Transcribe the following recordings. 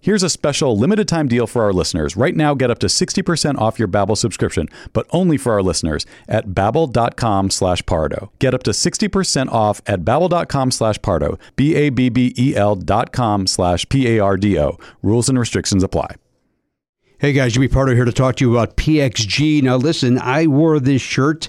Here's a special limited time deal for our listeners. Right now, get up to 60% off your Babbel subscription, but only for our listeners at babbel.com slash pardo. Get up to 60% off at babbel.com slash pardo, B-A-B-B-E-L E dot com slash P-A-R-D-O. Rules and restrictions apply. Hey guys, Jimmy Pardo here to talk to you about PXG. Now, listen, I wore this shirt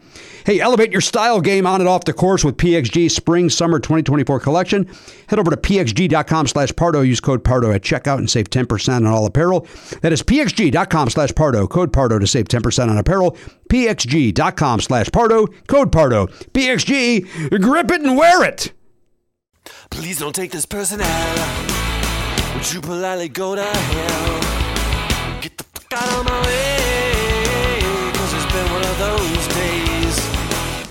Hey, elevate your style game on and off the course with PXG Spring Summer 2024 collection. Head over to pxg.com slash Pardo. Use code Pardo at checkout and save 10% on all apparel. That is pxg.com slash Pardo. Code Pardo to save 10% on apparel. pxg.com slash Pardo. Code Pardo. PXG, grip it and wear it. Please don't take this person out. Would you politely go to hell? Get the fuck out of my way. Cause it's been one of those days.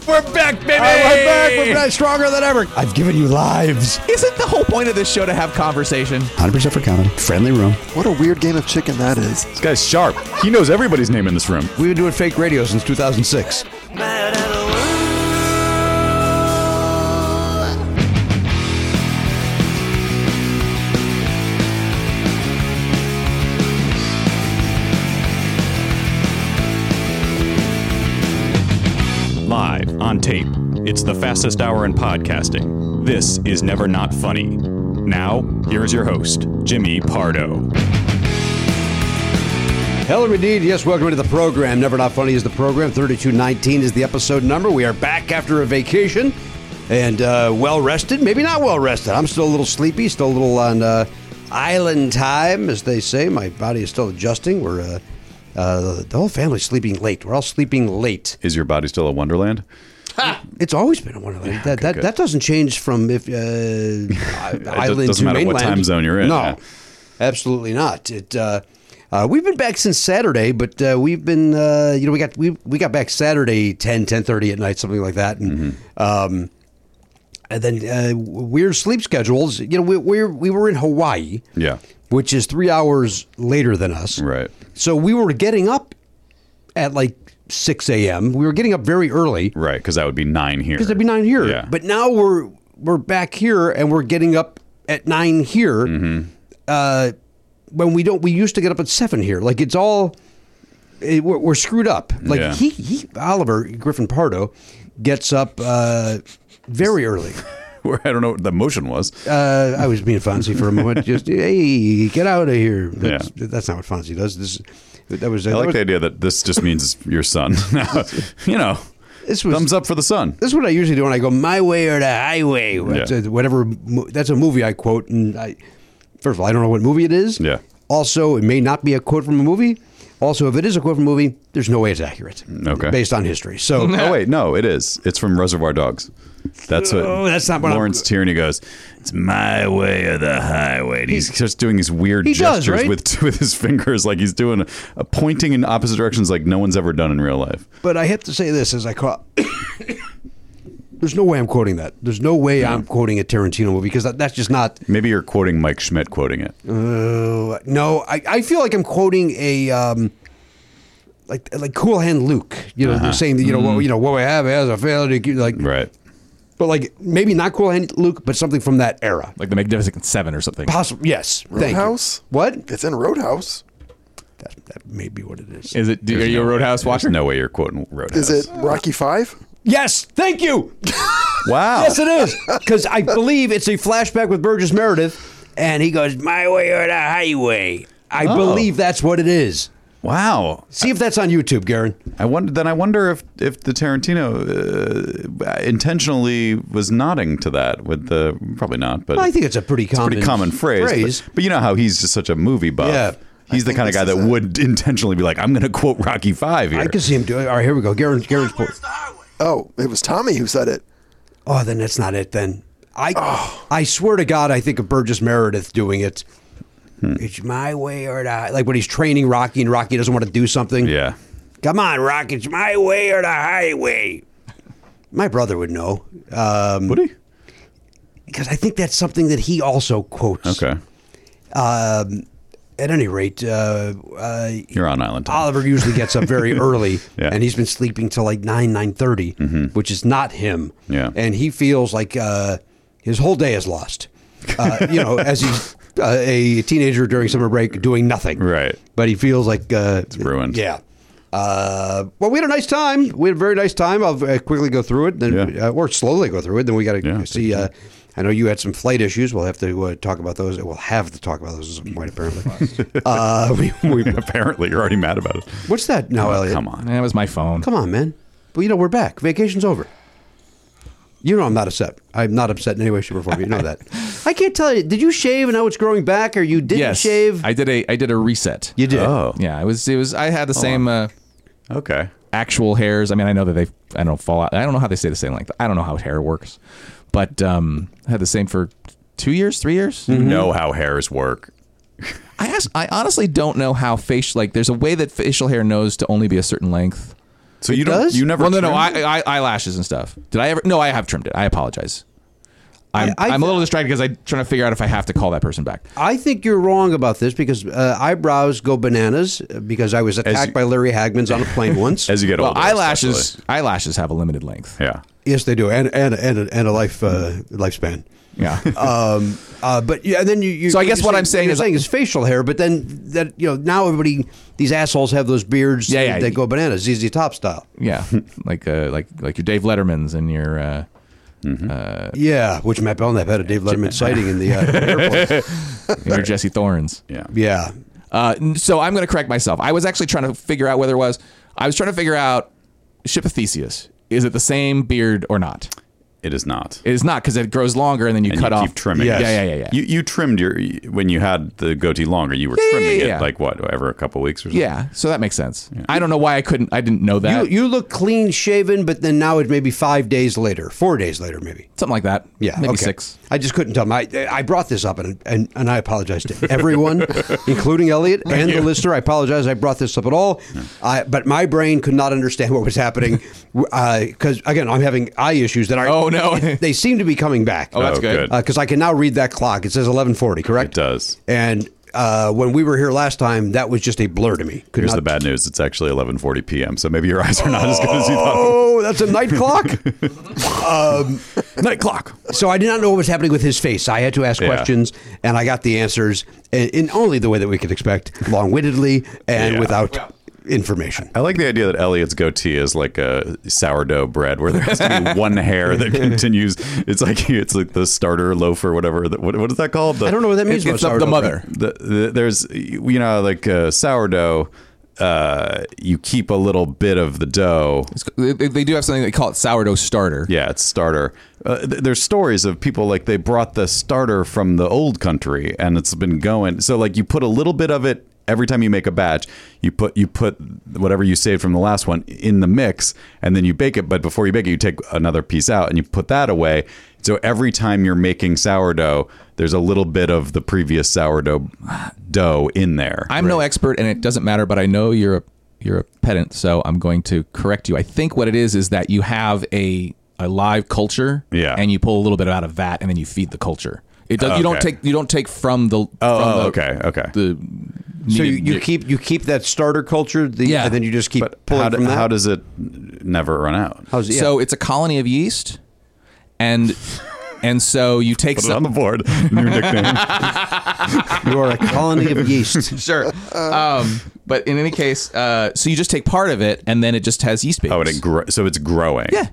We're back, baby. All right, we're back. We're back stronger than ever. I've given you lives. Isn't the whole point of this show to have conversation? 100% for comedy. Friendly room. What a weird game of chicken that is. This guy's sharp. He knows everybody's name in this room. We've been doing fake radio since 2006. Mad at the world. Live, on tape. It's the fastest hour in podcasting. This is Never Not Funny. Now, here's your host, Jimmy Pardo. Hello, indeed. Yes, welcome to the program. Never Not Funny is the program. 3219 is the episode number. We are back after a vacation and uh, well rested. Maybe not well rested. I'm still a little sleepy, still a little on uh, island time, as they say. My body is still adjusting. We're uh, uh, the whole family's sleeping late. We're all sleeping late. Is your body still a Wonderland? It's always been a one of them. that that, good. that doesn't change from if uh, island doesn't to matter what mainland. time zone you're in, No, yeah. absolutely not. It. Uh, uh, we've been back since Saturday, but uh, we've been, uh, you know, we got we, we got back Saturday 10, 10.30 at night, something like that, and Mm-hmm. um, and then uh, weird sleep schedules. You know, we we we were in Hawaii, Yeah. which is three hours later than us, Right. So we were getting up at like six a.m. We were getting up very early, Right, because that would be nine here. because there'd be nine here. Yeah. But now we're we're back here and we're getting up at nine here. Mm-hmm. Uh, when we don't, we used to get up at seven here. Like it's all it, we're, we're screwed up. Like Yeah. he, he Oliver Griffin Pardo gets up uh, very early. Where I don't know what the motion was. Uh, I was being Fonzie for a moment. Just hey, get out of here. That's, Yeah. that's not what Fonzie does. This that was I that like was- the idea that this just means your son. Now, you know, This was- thumbs up for the son. this is what I usually do when I go my way or the highway. It's a- Whatever. mo- That's a movie I quote, and I first of all I don't know what movie it is. Yeah. Also, it may not be a quote from a movie. Also, if it is a quote from a movie, there's no way it's accurate. Okay. Based on history, so Oh wait, no, it is. It's from Reservoir Dogs. That's what. Oh, that's not what I'm- Lawrence Tierney goes. It's my way or the highway. And he's just doing these weird He does, gestures right? with with his fingers, like he's doing a pointing in opposite directions, like no one's ever done in real life. But I have to say this as I caught. There's no way I'm quoting that. There's no way I'm quoting a Tarantino movie because that, that's just not. Maybe you're quoting Mike Schmidt quoting it. Mm-hmm. Uh, no, I, I feel like I'm quoting a um, like like Cool Hand Luke. You know, saying that you know what you know what we have as a failure. to- Like, Uh-huh. Mm-hmm. Right. but like maybe not Cool Hand Luke, but something from that era. Like the Magnificent Seven or something. Possible. Yes. Thank you. Roadhouse? What? It's in Roadhouse. That, that may be what it is. Is it? Are you a Roadhouse There's watcher? no way you're quoting Roadhouse. Is it Rocky Five? Yes. Thank you. Wow. Yes, it is. Because I believe it's a flashback with Burgess Meredith, and he goes, "My way or the highway." I Oh. believe that's what it is. wow. See if that's on YouTube, Garen. I wonder. Then I wonder if if the Tarantino uh, intentionally was nodding to that with the probably not, but Well, I think it's a pretty common, pretty common phrase. but- But, you know how he's just such a movie buff. Yeah. He's the think kind of this guy that is it. would intentionally be like, "I'm going to quote Rocky Five here." I can see him do it. All right, here we go. Garen's Garen's po- Oh, it was Tommy who said it. Oh, then that's not it. Then I I swear to God, I think of Burgess Meredith doing it. Hmm. It's my way or die. Like when he's training Rocky and Rocky doesn't want to do something. yeah, Come on, Rocky. It's my way or the highway. My brother would know. Um, would he? because I think that's something that he also quotes. Okay, Um, at any rate, uh, uh, you're on island. Time. Oliver usually gets up very early, Yeah. Mm-hmm. and he's been sleeping till like nine nine which is not him. Yeah. and he feels like uh, his whole day is lost. Uh, you know, as he's uh, a teenager during summer break doing nothing. Right. but he feels like uh, it's ruined. Yeah. Uh, well, we had a nice time. We had a very nice time. I'll uh, quickly go through it, then, Yeah. uh, or slowly go through it. Then we got to Yeah. see. Uh, I know you had some flight issues. We'll have to uh, talk about those. We'll have to talk about those at some point, apparently. uh, we, we, Apparently, you're already mad about it. What's that now, Elliot? Oh, Come on. That was my phone. Come on, man. Well, you know, we're back. Vacation's over. You know I'm not upset. I'm not upset in any way, shape, or form. You know that. I can't tell you. Did you shave and now it's growing back, or you didn't yes, shave? I did a I did a reset. you did. Oh, Yeah, it was it was. I had the same uh, okay. actual hairs. I mean, I know that they I don't know, fall out. I don't know how they stay the same length. I don't know how hair works, but um, I had the same for two years, three years. You know how hairs work. I ask, I honestly don't know how facial like there's a way that facial hair knows to only be a certain length. So you don't. does? You never. well, no, no, trimmed I, I, eyelashes and stuff. Did I ever? No, I have trimmed it. I apologize. I'm, I- I, I- am a little distracted because I'm trying to figure out if I have to call that person back. I think you're wrong about this because uh, eyebrows go bananas uh, because I was attacked you- by Larry Hagman's on a plane once. as you get Well, older. eyelashes, especially. eyelashes have a limited length. Yeah. yes, they do, and and and a, and a life uh, lifespan. Yeah. um, uh, but yeah, and then you, you. So I guess you're what I'm saying you're is- saying is facial hair, but then that you know now everybody these assholes have those beards Yeah, yeah. that go bananas, ZZ Top style. yeah. Like, uh, like, like your Dave Letterman's and your. Uh, Yeah, which Matt Belknap had a Dave Letterman sighting in the uh, airport. Or Jesse Thorne's. Yeah. Yeah, Uh, n- so I'm going to correct myself. I was actually trying to figure out whether it was. I was trying to figure out Ship of Theseus. Is it the same beard or not? It is not. It is not because it grows longer and then you And cut you off. keep trimming. Yeah, it. yeah, yeah, yeah. You you trimmed your when you had the goatee longer. You were yeah, trimming yeah. it like what over a couple weeks or something. yeah. So that makes sense. I don't know why I couldn't. I didn't know You, that. you look clean shaven, but then now it may be five days later, four days later, maybe. Something like that. Yeah, maybe okay. six. I just couldn't tell. 'em. I I brought this up, and and, and I apologize to everyone, including Elliot and the listener. I apologize. I brought this up at all, I, but my brain could not understand what was happening because again, I'm having eye issues that are. Oh, no. they seem to be coming back. Oh, that's Oh, good. good. because I can now read that clock. It says 11:40, correct? It does. And uh, when we were here last time, that was just a blur to me. Could Here's not- the bad news. It's actually 11:40 p.m. So maybe your eyes are not as good as you thought. Oh, that's a night clock. Um, Night clock. So I did not know what was happening with his face. I had to ask Yeah. questions, and I got the answers in, in only the way that we could expect, long-wittedly and Yeah. without information. I like the idea that Elliot's goatee is like a sourdough bread, where there has to be one hair that continues. It's like it's like the starter loaf or whatever. that- What, what is that called? The, I don't know what that means. It's, about it's the, sourdough the bread. mother. the, the, there's you know like uh, sourdough uh you keep a little bit of the dough It's- They, they do have something they call it sourdough starter. yeah it's starter uh, th- there's stories of people like they brought the starter from the old country and it's been going so like you put a little bit of it every time you make a batch you put you put whatever you saved from the last one in the mix and then you bake it but before you bake it you take another piece out and you put that away so every time you're making sourdough there's a little bit of the previous sourdough dough in there I'm no expert, and it doesn't matter. But I know you're a you're a pedant, so I'm going to correct you. I think what it is is that you have a a live culture, Yeah. and you pull a little bit out of that, and then you feed the culture. It does, You don't Okay. take you don't take from the. from oh, the, okay, okay. The So you, needed- you keep you keep that starter culture, the, Yeah. and then you just keep But pulling how, from do, that. how does it never run out? How's it? yeah. So it's a colony of yeast, and and so you take Put it on some. the board. New nickname. you are a colony of yeast. Sure, Uh, um, but in any case, uh, so you just take part of it, and then it just has yeast babies. Oh, and it gro- so it's growing. yeah,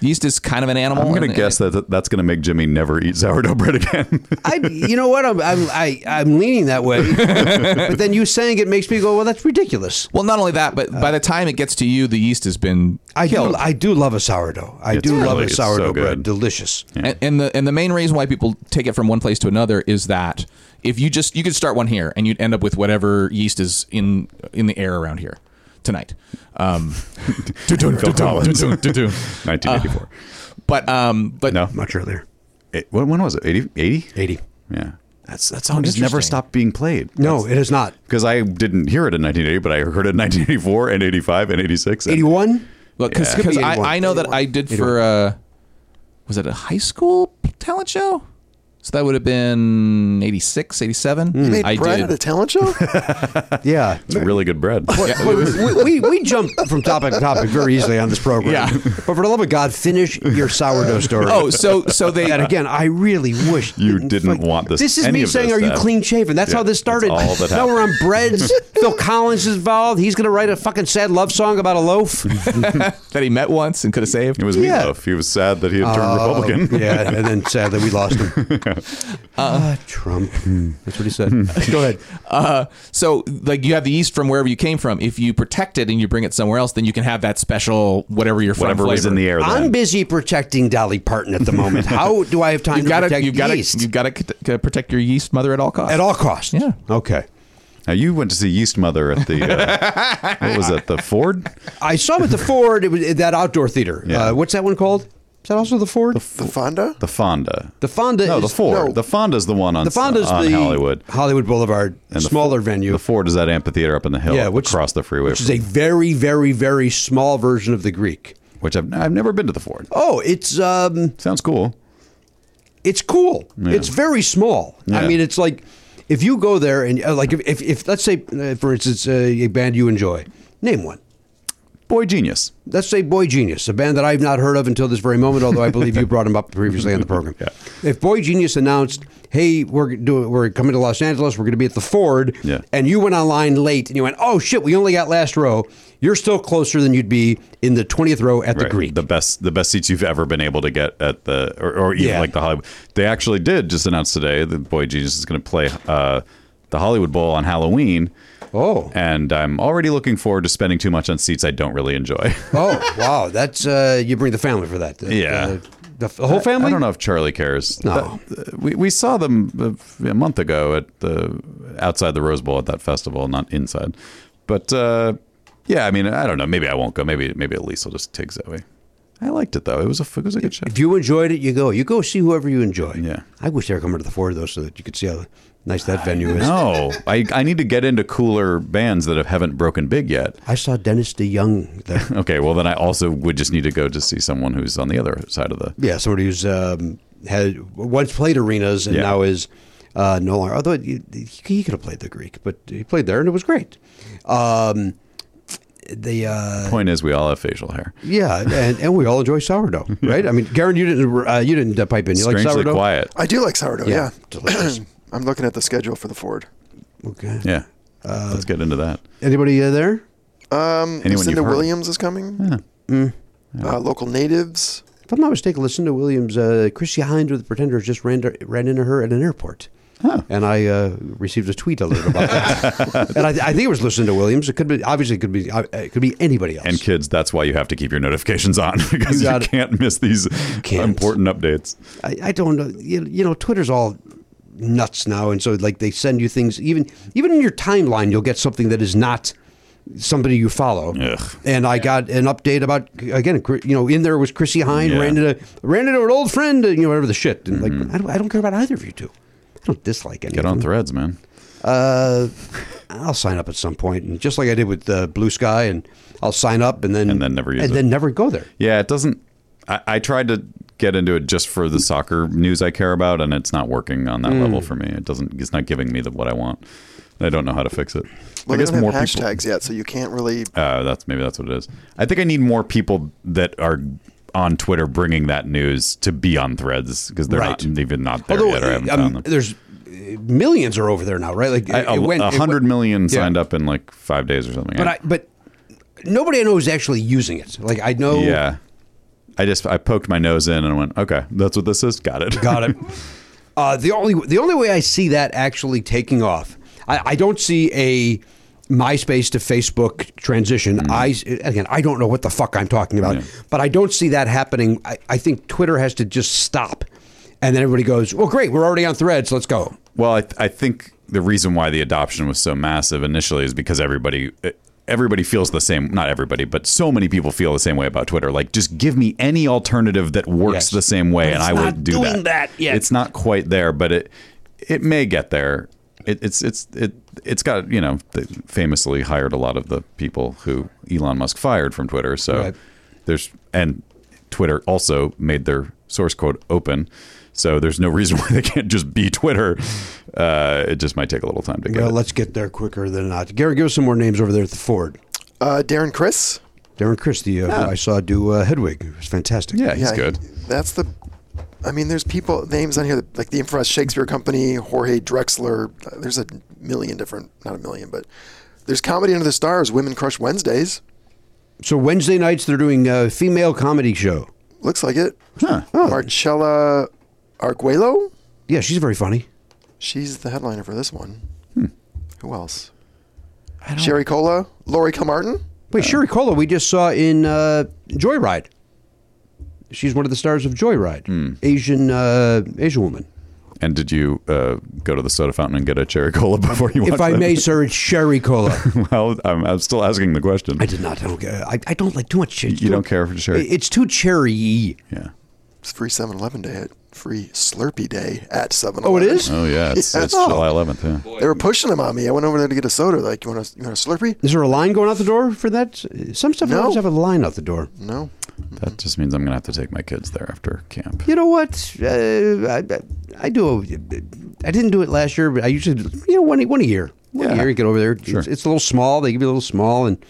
yeast is kind of an animal. I'm gonna and- guess that that's gonna make Jimmy never eat sourdough bread again. I, you know what? I'm I'm, I, I'm leaning that way, but then you saying it makes me go, well, that's ridiculous. Well, not only that, but by the time it gets to you, the yeast has been I killed. do, I do love a sourdough. I It's do love really- a it's so sourdough bread. good. Delicious. and, and the and the main reason why people take it from one place to another is that if you just you could start one here and you'd end up with whatever yeast is in in the air around here tonight. Um, Phil Collins, 1984. but um, but no, Much earlier, It- when, when was it? 80? 80? eighty. Yeah, that's that song just never stopped being played. No, it is not. because I didn't hear it in 1980, but I heard it in 1984 and 85 and 86. and- 81? because Could be anyone. I, I know that I Anyone. did for uh, was it a high school talent show? So that would have been 86, 87. Hmm, You made I bread did. at a talent show? Yeah. It's really good bread. Wait, we, we, we jump from topic to topic very easily on this program. Yeah. But for the love of God, finish your sourdough story. oh, so so they And again, I really wish You didn't want this- This is any me of saying, this "Are you stuff." clean shaven?" That's Yeah, how this that's started. all that now we're on breads. Phil Collins is involved. He's going to write a fucking sad love song about a loaf. that he met once and could have saved. It was Yeah. Oh. Meatloaf. He was sad that he had turned Republican. Um, yeah, and then sadly we lost him. Uh, Ah, Trump. That's what he said. Hmm. Go ahead. Uh, so like you have the yeast from wherever you came from. If you protect it and you bring it somewhere else, then you can have that special whatever you're from Whatever was flavor. in the air. Then. I'm busy protecting Dolly Parton at the moment. How do I have time You've to got to protect you've got to yeast? you've got to protect your yeast mother at all costs. At all costs. Yeah. Okay. Now you went to see Yeast Mother at the uh, what was that? The Ford? I saw him at the Ford. It was that outdoor theater. Yeah. Uh, what's that one called? Is that also the Ford? The, the Fonda? The Fonda. Fonda. no, is, the Ford. no. The Fonda's the one on The Fonda's on the Hollywood. Hollywood Boulevard, the smaller Fo- venue. The Ford is that amphitheater up in the hill, yeah, which across the freeway, which is from- a very, very, very small version of the Greek. which I've I've never been to the Ford. Oh, it's um, Sounds cool. it's cool. It's very small. I Yeah. mean, it's like if you go there and uh, like if, if, if let's say uh, for instance uh, a band you enjoy, name one. Boy Genius. let's say Boy Genius, a band that I've not heard of until this very moment, although I believe you brought him up previously on the program. If Boy Genius announced, "Hey, we're doing, we're coming to Los Angeles, we're going to be at the Ford," Yeah. and you went online late and you went, "Oh shit, we only got last row," you're still closer than you'd be in the twentieth row at the Right. Greek. The best the best seats you've ever been able to get at the or, or even Yeah. like the Hollywood. They actually did just announce today that Boy Genius is going to play uh, the Hollywood Bowl on Halloween. oh, And I'm already looking forward to spending too much on seats I don't really enjoy. oh, wow, that's uh, you bring the family for that. Yeah. Uh, The, f- the whole family? I don't know if Charlie cares. No. That- we, we saw them uh, a month ago at the outside the Rose Bowl at that festival, not inside. But uh, yeah, I mean, I don't know. Maybe I won't go. Maybe maybe at least I'll just take Zoe. I liked it though. It was a f- it was a good show. If you enjoyed it, you go. You go see whoever you enjoy. Yeah. I wish they were coming to the four of those so that you could see how nice that venue is. No, I, I need to get into cooler bands that have, haven't broken big yet. I saw Dennis DeYoung there. Okay, well then I also would just need to go to see someone who's on the other side of the. Yeah, somebody who's um, had once played arenas and Yeah. now is uh, no longer. Although he, he could have played the Greek, but he played there and it was great. Um, the uh, Point is, we all have facial hair. yeah, and, and we all enjoy sourdough, right? I mean, Garen, you didn't uh, you didn't uh, pipe in. You like Strangely sourdough? quiet. I do like sourdough. Yeah, Yeah, delicious. I'm looking at the schedule for the Ford. Okay. Yeah, Uh, let's get into that. Anybody uh, there? Um, Anyone you've Lucinda heard of. Williams is coming. Uh, local natives. If I'm not mistaken, Lucinda Williams, uh, Chrissy Hind with the Pretenders just ran ran into her at an airport. And I uh, received a tweet alert about that. and I, I think it was Lucinda Williams. It could be obviously it could be uh, it could be anybody else. And kids, that's why you have to keep your notifications on because You you, got it. can't miss these can't. important updates. I, I don't know. You, you know, Twitter's all nuts now, and so like they send you things. Even even in your timeline, you'll get something that is not somebody you follow. Ugh. And I got an update about again. Chr- You know, in there was Chrissy Hine Yeah. Mm-hmm. ran into ran into an old friend. You know, whatever the shit. And like, I don't, I don't care about either of you two. I don't dislike any. Get of on them. threads, man. Uh, I'll sign up at some point, and just like I did with uh, Blue Sky, and I'll sign up, and then And then never use and it. then never go there. Yeah, it doesn't. I, I tried to get into it just for the soccer news I care about, and it's not working on that Mm. level for me. It doesn't. It's not giving me the, what I want. I don't know how to fix it. Well, I they guess don't more have people. hashtags yet, so you can't really. Uh, that's maybe that's what it is. I think I need more people that are on Twitter bringing that news to be on Threads because they're Right. not even not there yet. Or I haven't um, found them. there's uh, millions are over there now, right? Like I- it went- A a it hundred went- million Yeah. signed up in like five days or something. but I, but nobody I know is actually using it. Like I know, Yeah. I just I poked my nose in and went, okay, that's what this is. Got it. got it. uh, the only the only way I see that actually taking off, I, I don't see a MySpace to Facebook transition. I again, I don't know what the fuck I'm talking about, Mm-hmm. Yeah. but I don't see that happening. I, I think Twitter has to just stop, and then everybody goes, "Well, great, we're already on Threads. Let's go." well, I, I think the reason why the adoption was so massive initially is because everybody e, everybody feels the same. Not everybody, but so many people feel the same way about Twitter. Like, just give me any alternative that works Yes. the same way, and it's I will not do doing that yet. It's not quite there, but it it may get there. It, it's it's it it's got you know they famously hired a lot of the people who Elon Musk fired from Twitter, so. Right. there's and Twitter also made their source code open, so there's no reason why they can't just be Twitter. Uh, it just might take a little time to get. Well, it. let's get there quicker than not. Gary, give us some more names over there at the Ford. Uh, Darren Chris. Darren Christie, uh, who I saw do uh, Hedwig. It was fantastic. Yeah, he's good. That's the. I mean, there's people names on here that, like the Improvised Shakespeare Company, Jorge Drexler. uh, There's a million different, not a million, but there's comedy under the stars. Women Crush Wednesdays. So Wednesday nights they're doing a female comedy show. Looks like it. Huh. Marcella Arguello. Yeah, she's very funny. She's the headliner for this one. Hmm. Who else? Sherry Cola, Lori Kilmartin. Wait, Sherry Cola, we just saw in uh, Joyride. She's one of the stars of Joyride, Hmm. Asian uh, Asian woman. And did you uh, go to the soda fountain and get a cherry cola before you? If watched I that? may, sir, it's Sherry Cola. well, I'm, I'm still asking the question. I did not. I don't, I, I don't like too much. cherry. You don't care for cherry? It's too cherry. yeah. It's free 7-Eleven day at free Slurpee day at 7-Eleven. Oh, it is. Oh yeah, it's, it's Oh. July 11th. Yeah. They were pushing them on me. I went over there to get a soda. Like, you want a, you want a Slurpee? Is there a line going out the door for that? Some stuff No. always have a line out the door. No. That just means I'm gonna have to take my kids there after camp. you know what? Uh, I, I do. A, I didn't do it last year, but I usually, you know, one one a year. One Yeah. year, you get over there. Sure. It's, it's a little small. They give you a little small, and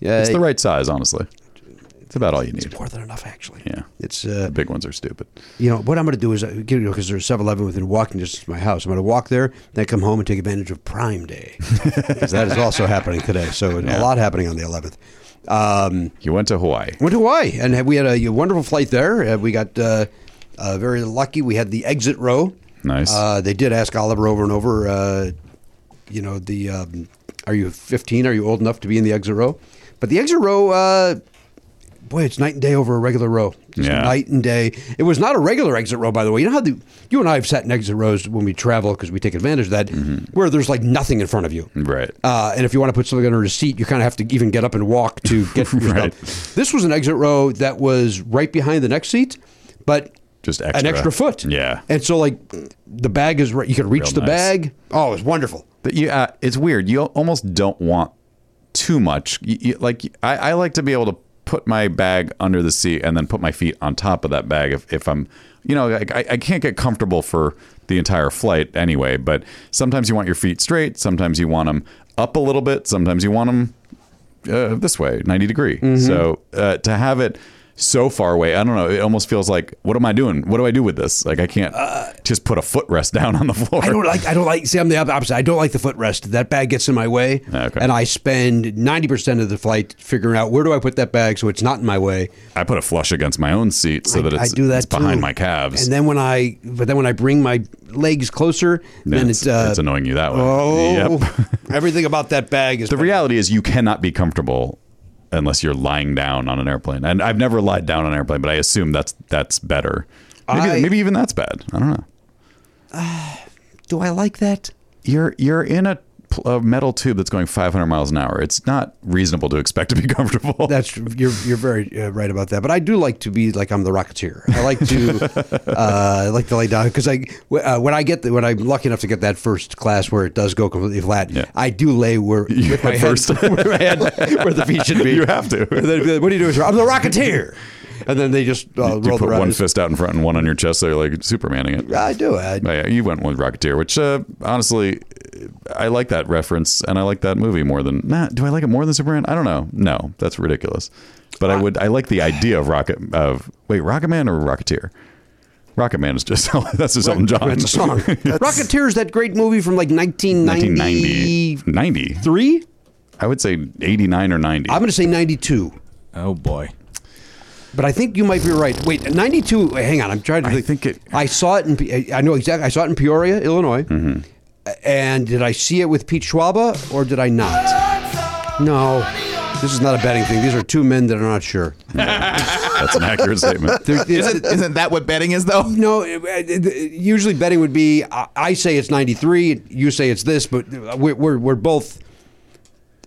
yeah, It's the right size, honestly. It's about all you need. more than enough actually. Yeah. It's uh, The big ones are stupid. you know what I'm going to do is uh, you know because there's 7-Eleven within walking distance of my house. I'm going to walk there, then come home and take advantage of Prime Day because that is also happening today. So a lot happening on the 11th. Um, You went to Hawaii. Went to Hawaii, and had- we had a wonderful flight there. Uh, we got uh, uh, very lucky. We had the exit row. Nice. Uh, they did ask Oliver over and over. Uh, you know, the um, are you 15? Are you old enough to be in the exit row? But the exit row uh, boy, it's night and day over a regular row. Just Yeah. night and day. It was not a regular exit row, by the way. You know how the, you and I have sat in exit rows when we travel because we take advantage of that, Mm-hmm. where there's like nothing in front of you. Right. Uh, and if you want to put something under a seat, you kind of have to even get up and walk to get your Right. stuff. This was an exit row that was right behind the next seat, but Just an extra. extra foot. Yeah. And so like the bag is right. You could reach Real the nice. bag. Oh, it was wonderful. But you, uh, it's weird. You almost don't want too much. You, you, like I, I like to be able to put my bag under the seat and then put my feet on top of that bag if, if I'm, you know, like, I, I can't get comfortable for the entire flight anyway. But sometimes you want your feet straight. Sometimes you want them up a little bit. Sometimes you want them uh, this way, 90 degree. Mm-hmm. So uh, to have it so far away, I don't know. It almost feels like, what am I doing? What do I do with this? Like I can't just put a footrest down on the floor. Uh, I don't like. I don't like. See, I'm the opposite. I don't like the footrest. That bag gets in my way, Ah, Okay. and I spend ninety percent of the flight figuring out where do I put that bag so it's not in my way. I put a flush against my own seat so that I it's, do that it's behind too. my calves. And then when I, but then when I bring my legs closer, Yeah, then it's, it's, uh, it's annoying you that way. oh, Yep. everything about that bag is The reality is, you cannot be comfortable unless you're lying down on an airplane. And I've never lied down on an airplane, but I assume that's that's better. Maybe, I- maybe even that's bad. I don't know. Do I like that? You're you're in a, pl- a metal tube that's going 500 miles an hour. It's not reasonable to expect to be comfortable. That's you're you're very uh, right about that. But I do like to be like I'm the Rocketeer. I like to uh, I like to lay down because I w- uh, when I get the, when I'm lucky enough to get that first class where it does go completely flat, Yeah. I do lay where with my at head- first. where my head- where the feet should be. You have to. And they'd be like, what are you doing? sir?" I'm the Rocketeer. And then they just uh, you roll put their one eyes. fist out in front and one on your chest. So you're like Supermaning it. I do. I, Oh, yeah, you went with Rocketeer, which uh, honestly, I like that reference and I like that movie more than. Nah, do I like it more than Superman? I don't know. No, that's ridiculous. But I would. I like the idea of Rocket. Of wait, Rocket Man or Rocketeer? Rocket Man is just that's just Elton John. that's a song. Rocketeer is that great movie from like 1990, 1993. 90. I would say 89 or 90. I'm going to say 92. Oh boy. But I think you might be right. Wait, ninety-two. Hang on, I'm trying to. I think it- I saw it in. Pe- I know exactly. I saw it in Peoria, Illinois. Mm-hmm. And did I see it with Pete Schwaba or did I not? No, this is not a betting thing. These are two men that are not sure. that's an accurate statement. They're- they're- Isn't, isn't that what betting is though? no, it- uh, it- it- usually betting would be I, I say it's ninety-three, you say it's this, but we're we're, we're both.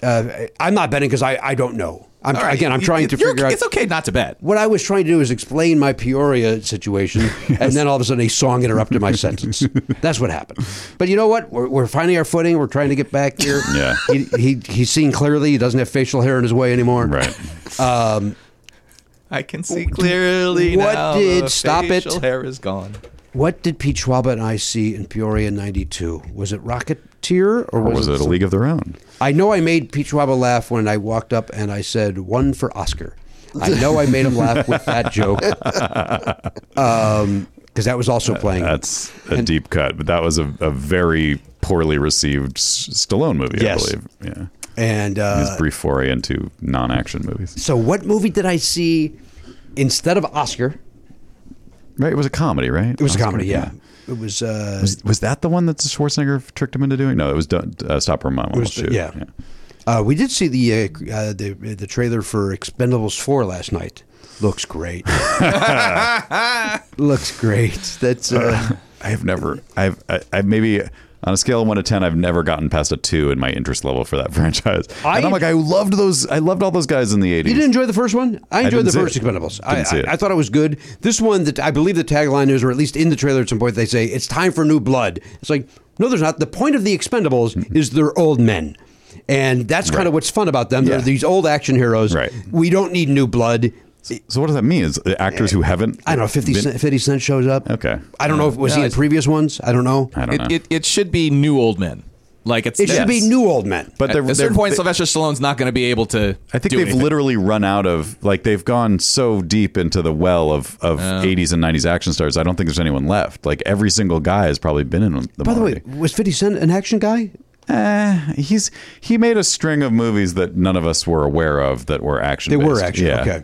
Uh, I'm not betting because I, I don't know. I'm All right, again. I'm you- trying you- to you're figure out. okay- It's okay not to bet. What I was trying to do is explain my Peoria situation, and then all of a sudden a song interrupted my sentence. That's what happened. But you know what? We're, we're finding our footing. We're trying to get back here. Yeah. He, he, he's seen clearly. He doesn't have facial hair in his way anymore. Right. I can see clearly What now. did- the stop it. facial Hair is gone. What did Pete Schwab and I see in Peoria '92? Was it Rocketeer or Or was, was it a some- League of Their Own? I know I made Pete Schwab laugh when I walked up and I said one for Oscar. I know I made him laugh with that joke. Um 'cause because that was also playing. That's a deep cut, but that was a, a very poorly received S- Stallone movie, Yes. I believe. Yeah. and uh, his brief foray into non-action movies. So what movie did I see instead of Oscar? Right, it was a comedy, right? It was a comedy, yeah. It was, uh, Was, was that the one that Schwarzenegger tricked him into doing? No, it was Don't- uh, Stop or Mom Will was the- Shoot. yeah. uh, we did see the uh, cr- uh, the the trailer for Expendables 4 last night. Looks great. Looks great. That's uh, I've never, I've, I, I've maybe on a scale of one to ten, I've never gotten past a two in my interest level for that franchise. I- and I'm like, I loved those, I loved all those guys in the You didn't '80s. enjoy the first one? I enjoyed didn't the see first it. Expendables. I, Didn't see it. I, I thought it was good. This one that I believe the tagline is, or at least in the trailer at some point, they say it's time for new blood. It's like no, there's not. The point of the Expendables is they're old men. And that's kind Right. of what's fun about them. They're Yeah. these old action heroes. Right. We don't need new blood. So what does that mean? Is the actors who haven't? I don't know. 50 been- Cent, 50 Cent shows up. Okay. I don't know if was Yeah, he in it's- previous ones. I don't know. I don't It, know. it, it should be new old men. Like it's It should be yes. new old men. but At they're, a they're, certain point, they- Sylvester Stallone's not going to be able to. I think do they've anything. literally run out of like they've gone so deep into the well of of 80s and 90s action stars. I don't think there's anyone left. Like every single guy has probably been in them. By the way, was 50 Cent an action guy? Eh, he's he made a string of movies that none of us were aware of that were action. They were action. Yeah. Okay.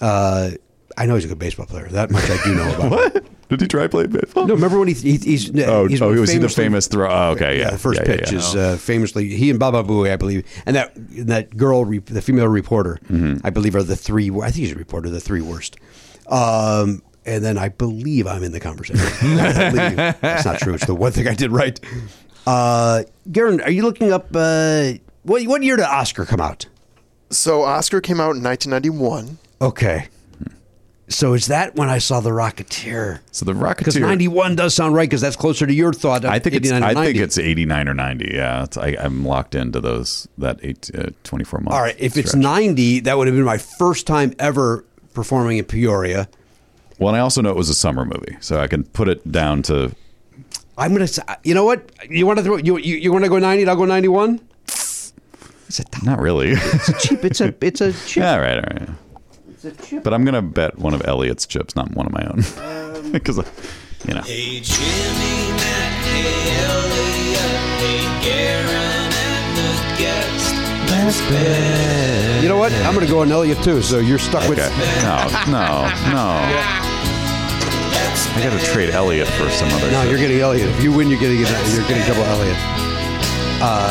Uh, I know he's a good baseball player. That much I do know about. what? Did he try playing baseball? No, remember when he, he he's Oh, he's oh, was he the famously- famous throw? Oh, okay, yeah. the first yeah, yeah, pitch yeah. is uh, famously he and Baba Booey, I believe, and that and that girl, re- the female reporter, Mm-hmm. I believe, are the three. I think she's a reporter, the three worst. Um, and then I believe I'm in the conversation. I believe. That's not true. It's the one thing I did right. Uh, Garen, are you looking up uh, what what year did Oscar come out? So Oscar came out in 1991. Okay. So is that when I saw The Rocketeer? So the Because Rocketeer. 91 does sound right because that's closer to your thought. of I think it's 89 I and think 90. it's 89 or 90. Yeah, it's, I, I'm locked into those that eight, uh, 24 months. All right, if it's 90, that would have been my first time ever performing in Peoria. well, and I also know it was a summer movie, so I can put it down to I'm gonna. s- You know what? You want to throw? You you, you want to go 90? I'll go 91. It's a t- not really. cheap. It's a it's a cheap. all right, all right. It's a cheap. But I'm gonna bet one of Elliot's chips, not one of my own, Um, because you know. Hey Jimmy, Matt, hey Elliot, hey Garen, and the guest. Let's bet. You know what? I'm gonna go on Elliot too. So you're stuck with. Okay. No, no, no. I got to trade Elliot for some other. No, shit. you're getting Elliot. If you win, you're getting you're getting double Elliot.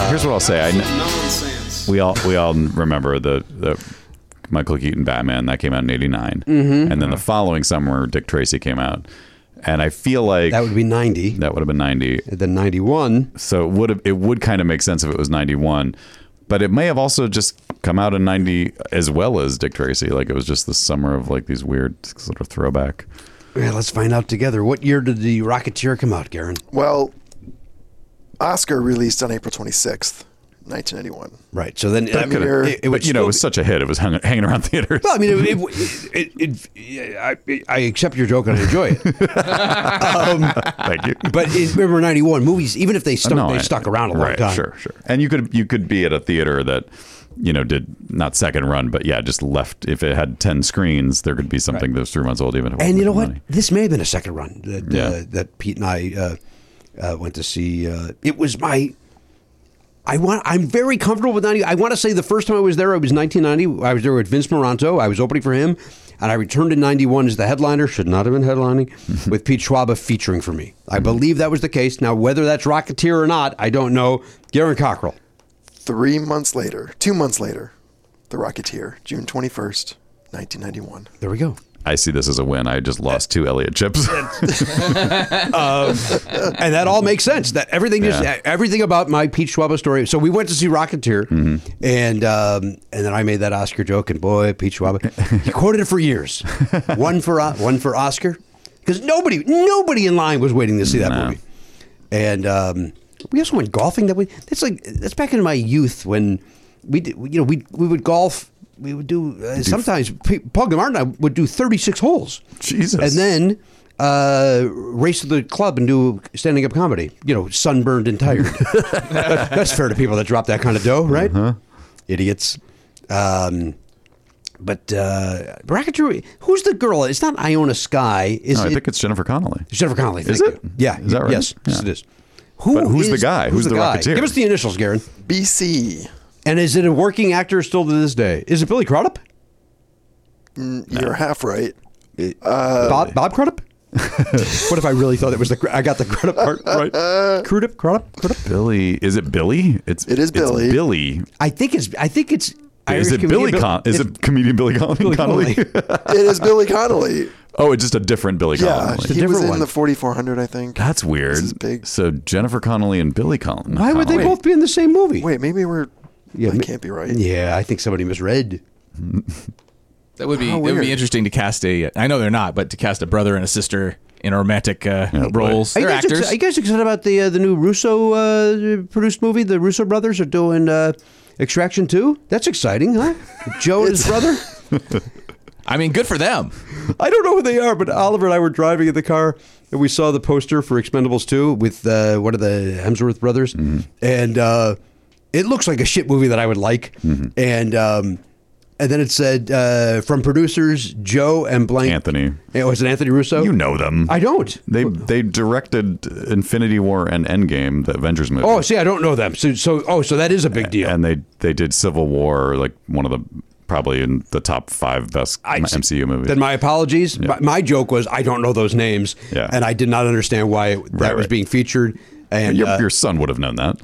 Here's what I'll say. I, kn- Nonsense. we all we all remember the the Michael Keaton Batman that came out in '89, Mm-hmm. and then the following summer Dick Tracy came out, and I feel like That would be 90. that would have been '90. And Then 91. So it would have, it would kind of make sense if it was '91, but it may have also just come out in '90 as well as Dick Tracy. Like it was just the summer of like these weird sort of throwback. Yeah, let's find out together. What year did the Rocketeer come out, Garen? Well, Oscar released on April 26th, 1991. Right. So then That could've- but you know, it was such a hit. It was hung, hanging around theaters. Well, I mean, it, it, it, it, I, I accept your joke and I enjoy it. Um, Thank you. But it, remember, ninety one movies, even if they stuck, No, they I- stuck around a long right, time. Sure, sure. And you could you could be at a theater that you know did not second run, but yeah, just left. If it had ten screens, there could be something that was three months old, even. If it And you know wasn't what? money. This may have been a second run that Yeah. uh, that Pete and I uh, uh, went to see. Uh, it was my. I want. I'm very comfortable with ninety. I want to say the first time I was there, it was 1990. I was there with Vince Moranto. I was opening for him, and I returned in '91 as the headliner. Should not have been headlining with Pete Schwaba featuring for me. I believe that was the case. Now, whether that's Rocketeer or not, I don't know. Garen Cockrell. Three months later, two months later, The Rocketeer, June 21st, 1991. There we go. I see this as a win. I just lost two Elliot chips. and that all makes sense. That everything just Yeah. everything about my Pete Schwaba story. So we went to see Rocketeer, and um, and then I made that Oscar joke, and boy, Pete Schwaba, he quoted it for years. one for O- one for Oscar, because nobody nobody in line was waiting to see that movie. And um, we also went golfing that way. That's like that's back in my youth when we did, you know we we would golf. We would do, uh, sometimes. P- Paul Gamard and I would do thirty-six holes. Jesus. And then uh, race to the club and do standing up comedy. You know, sunburned and tired. That's fair to people that drop that kind of dough, right? Uh-huh. Idiots. Um, but uh, Rocketeer, who's the girl? It's not Iona Sky. Is no, I it, think it's Jennifer Connelly. it's Jennifer Connelly. Is thank it? you. Yeah. Is that right? Yes. Yes, Yeah. it is. Who But who's the guy? Who's the guy? Rocketeer? Give us the initials, Garen. BC, And is it a working actor still to this day? Is it Billy Crudup? you're half right. Uh, Bob, Bob Crudup? what if I really thought it was the Cr- I got the Crudup part right? Crudup, Crudup, Crudup. Billy, is it Billy? It's It is Billy. Billy. I think it's. I think it's. Is Irish it comedian Billy? Bill- Con- is it's it comedian Billy Con- Connolly? It is Billy Connolly. oh, it's just a different Billy Yeah, Connolly. a he was different in one. the 4400, I think. That's weird. is big. So Jennifer Connelly and Billy Connolly. Why would they both be in the same movie? Wait, maybe we're. Yeah, I ma- can't be right. Yeah, I think somebody misread. That would be that would weird. be interesting to cast a. I know they're not, but to cast a brother and a sister in romantic uh, boy. roles. Oh, Are you, They're guys actors. exci- are you guys excited about the uh, the new Russo uh, produced movie? The Russo brothers are doing uh, Extraction Two. That's exciting, huh? Joe and his brother. I mean, good for them. I don't know who they are, but Oliver and I were driving in the car and we saw the poster for Expendables 2 with uh, one of the Hemsworth brothers. Mm-hmm. And uh, it looks like a shit movie that I would like. Mm-hmm. And um, and then it said uh, from producers Joe and Blank. Anthony. Yeah, was it Anthony Russo? You know them. I don't. They they directed Infinity War and Endgame, the Avengers movie. Oh, see, I don't know them. So, so oh, so that is a big deal. and they they did Civil War, like one of the probably in the top five best I- MCU movies. Then my apologies. My, my joke was I don't know those names, Yeah. and I did not understand why it- that Right, was right. being featured. And your, uh, your son would have known that.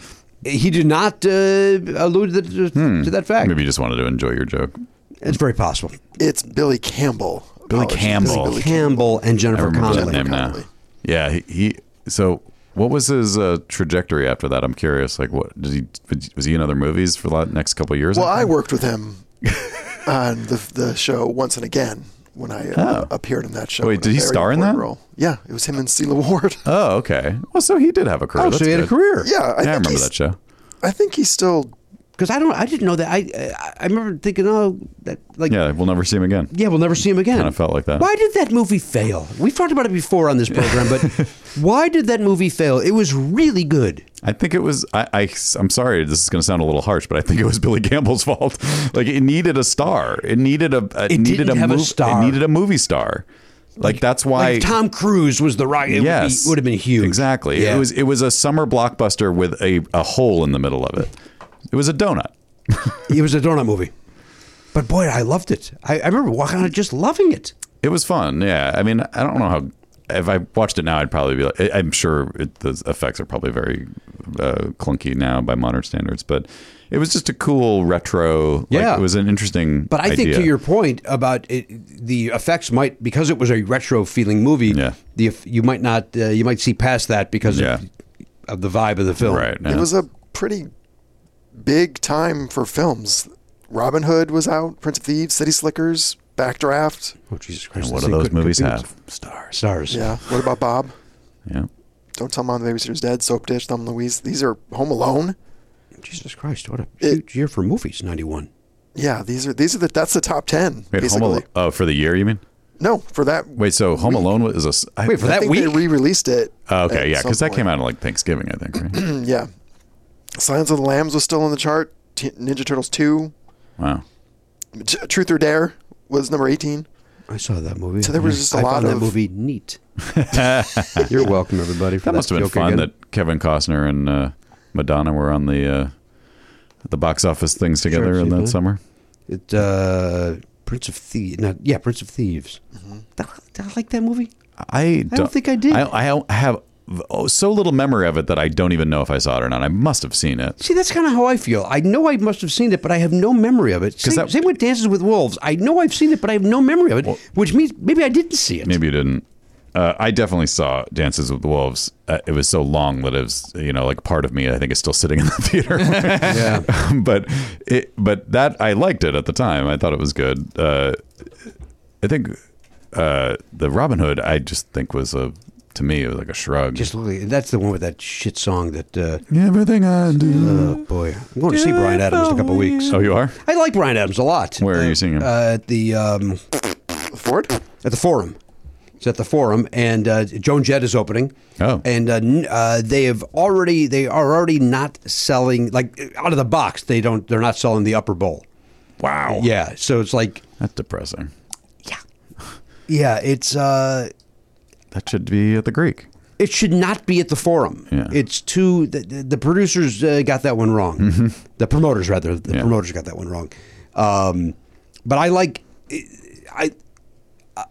he did not uh, allude to, to that fact. Hmm. Maybe you just wanted to enjoy your joke. It's very possible. It's Billy Campbell. Billy Apologies. Campbell. Billy Campbell and Jennifer remember that Connelly. name now. Connelly. Yeah, he, he. So, what was his uh, trajectory after that? I'm curious. Like, what did he? Was he in other movies for the la- next couple of years? Well, after I that? worked with him on the, the show Once and Again when I uh, appeared in that show. Oh. Wait, in a did he very star in important that? Yeah, it was him and Celia Ward. Oh, okay. Well, so he did have a career. Oh, so That's he had a good. career. Yeah, I, Yeah, I, think remember he's- that show. I think he's still. because I don't. I didn't know that. I I, I remember thinking, oh, that like. Yeah. Yeah, we'll never see him again. we'll never see him again. Kinda felt like that. Why did that movie fail? We've talked about it before on this program, but why did that movie fail? It was really good. I think it was. I, I am sorry. This is going to sound a little harsh, but I think it was Billy Campbell's fault. Like it needed a star. It needed a. It, It needed didn't a have a mov- star. It needed a movie star. Like, that's why Like if Tom Cruise was the right. It yes, would, be, would have been huge. Exactly. Yeah. It was it was a summer blockbuster with a, a hole in the middle of it. It was a donut. It was a donut movie, but boy, I loved it. I, I remember walking out just loving it. It was fun. Yeah. I mean, I don't know how. If I watched it now, I'd probably be like, I- I'm sure it, the effects are probably very uh, clunky now by modern standards, but it was just a cool retro. like, Yeah. it was an interesting. But I think idea. to your point about it, the effects might because it was a retro feeling movie. Yeah. The eff- you might not uh, you might see past that because Yeah. of, of the vibe of the film. right. yeah. It was a pretty big time for films. Robin Hood was out, Prince of Thieves, City Slickers, Backdraft. Oh Jesus Christ! what this do thing those couldn't movies compute. have? Stars. Stars. Yeah. What about Bob? Yeah. Don't tell mom the babysitter's dead. Soap Dish, Thumb Louise. These are Home Alone. Jesus Christ! What a It- huge year for movies. Ninety one. Yeah, these are these are the that's the top ten. Wait, Home basically. Alone. Oh, for the year, you mean? No, for that. Wait, so Home Alone was a. s- I- Wait for I that think week. they re-released it. Oh, okay, at yeah, some because that point. Mm, came out on like Thanksgiving, I think. Right? Yeah, Silence of the Lambs was still on the chart. T- Ninja Turtles two, wow. T- Truth or Dare was number eighteen. I saw that movie. So there was just a I lot found of- that movie neat. You're welcome, everybody. For That that, must have been joke fun again. that Kevin Costner and uh, Madonna were on the uh, the box office things together Sure, in see that that? summer. it, uh, Prince of Thieves. Not, yeah, Prince of Thieves. Mm-hmm. Did I- did I like that movie. I don't, think I did. I, I don't have oh, so little memory of it that I don't even know if I saw it or not. I must have seen it. See, that's kind of how I feel. I know I must have seen it, but I have no memory of it. Same, that- same with Dances with Wolves. I know I've seen it, but I have no memory of it, which means maybe I didn't see it. Maybe you didn't. Uh, I definitely saw Dances with Wolves. Uh, it was so long that it was, you know, like part of me I think is still sitting in the theater. Yeah. but it, but that I liked it at the time. I thought it was good. Uh, I think uh, the Robin Hood I just think was a to me it was like a shrug. Just look, at- that's the one with that shit song that. Uh, everything I do. oh boy, I'm going to see Brian Adams in a couple weeks. Oh, Mm-hmm. you are. I like Brian Adams a lot. Where are you seeing him? Uh, at the um, Ford. at the Forum. It's at the Forum, and uh, Joan Jett is opening. Oh. and uh, n- uh, they have already they are already not selling like out of the box. They don't. They're not selling the upper bowl. Wow. Yeah, so it's like. That's depressing. Yeah, it's uh, That should be at the Greek. it should not be at the forum. Yeah. It's too the, the the producers uh, got that one wrong. The promoters rather, the Mm-hmm. Yeah. promoters got that one wrong. Um, but I like I I-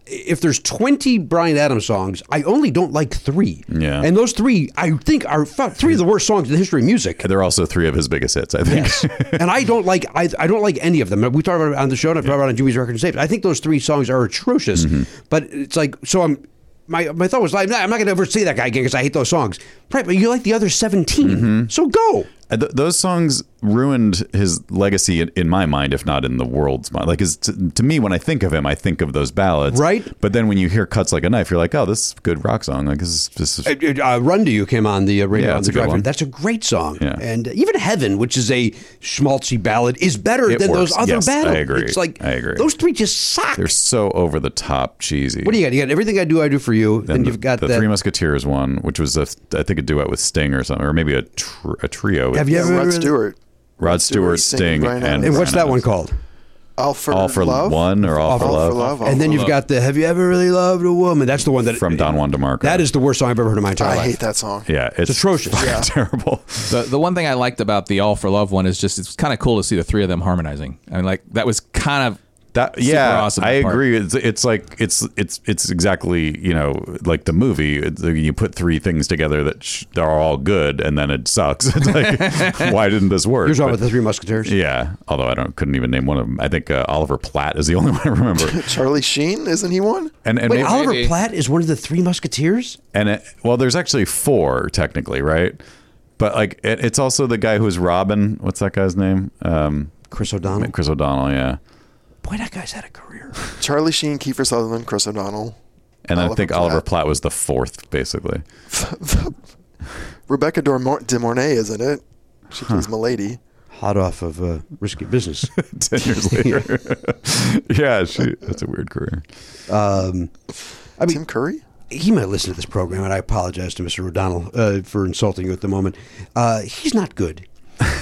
if there's 20 Brian Adams songs, I only don't like 3. Yeah. And those 3 I think are fu- three of the worst songs in the history of music. And They're also three of his biggest hits, I think. Yes. and I don't like I, I don't like any of them. We talked about it on the show, and I've talked about it on Jimmy's Record and Tapes. I think those three songs are atrocious. Mm-hmm. But it's like so I'm my my thought was like I'm not, I'm not going to ever see that guy again because I hate those songs. Right, but you like the other 17, Mm-hmm. so go. And th- those songs ruined his legacy in, in my mind, if not in the world's mind. Like, his, to, to me, when I think of him, I think of those ballads. Right. But then when you hear Cuts Like a Knife, you're like, oh, this is a good rock song. Like, this is, this is Uh, uh, Run to You came on the uh, radio. Yeah, on that's the a good drive-in. one. That's a great song. Yeah. And uh, even Heaven, which is a schmaltzy ballad, is better It than works. those other Yes, I ballads. agree. It's like I agree. Those three just suck. they're so over the top cheesy. what do you got? You got everything I do, I do for you. Then, And you've got the that. Three Musketeers one, which was a, I think a duet with Sting or something, or maybe a, tr- a trio with Have you Yeah, ever? Rod Stewart. Rod Stewart, Stewart, Sting, Sting, Bryan and Adams. and what's Bryan that one Adams. called? All for, All for love. One or All, for, love. All and then for you've Love. got the Have you ever really loved a woman? That's the one that From Don Juan DeMarco. That is the worst song I've ever heard in my entire I life. hate that song. Yeah, it's, atrocious. fucking Yeah. terrible. The, the one thing I liked about the All for Love one is just it's kind of cool to see the three of them harmonizing. I mean, like that was kind of That Super yeah, awesome I part. agree. It's, it's like it's it's it's exactly you know like the movie. It's, like you put three things together that sh- are all good, and then it sucks. It's like why didn't this work? You're talking But- about the Three Musketeers. yeah, although I don't couldn't even name one of them. I think uh, Oliver Platt is the only one I remember. Charlie Sheen, isn't he one? And and Wait, maybe- Oliver Maybe. Platt is one of the Three Musketeers. and it, well, there's actually four technically, right? But like it, it's also the guy who's Robin. What's that guy's name? Um, Chris O'Donnell. Chris O'Donnell. Yeah. Boy, that guy's had a career. Charlie Sheen, Kiefer Sutherland, Chris O'Donnell. And I Oliver think Oliver Platt. Platt was the fourth, basically. Rebecca De, Mor- De Mornay, isn't it? She plays Milady. Hot off of uh, Risky Business. Ten years later. yeah, she, that's a weird career. Um, I mean, Tim Curry? he might listen to this program, and I apologize to Mr. O'Donnell uh, for insulting you at the moment. Uh, he's not good.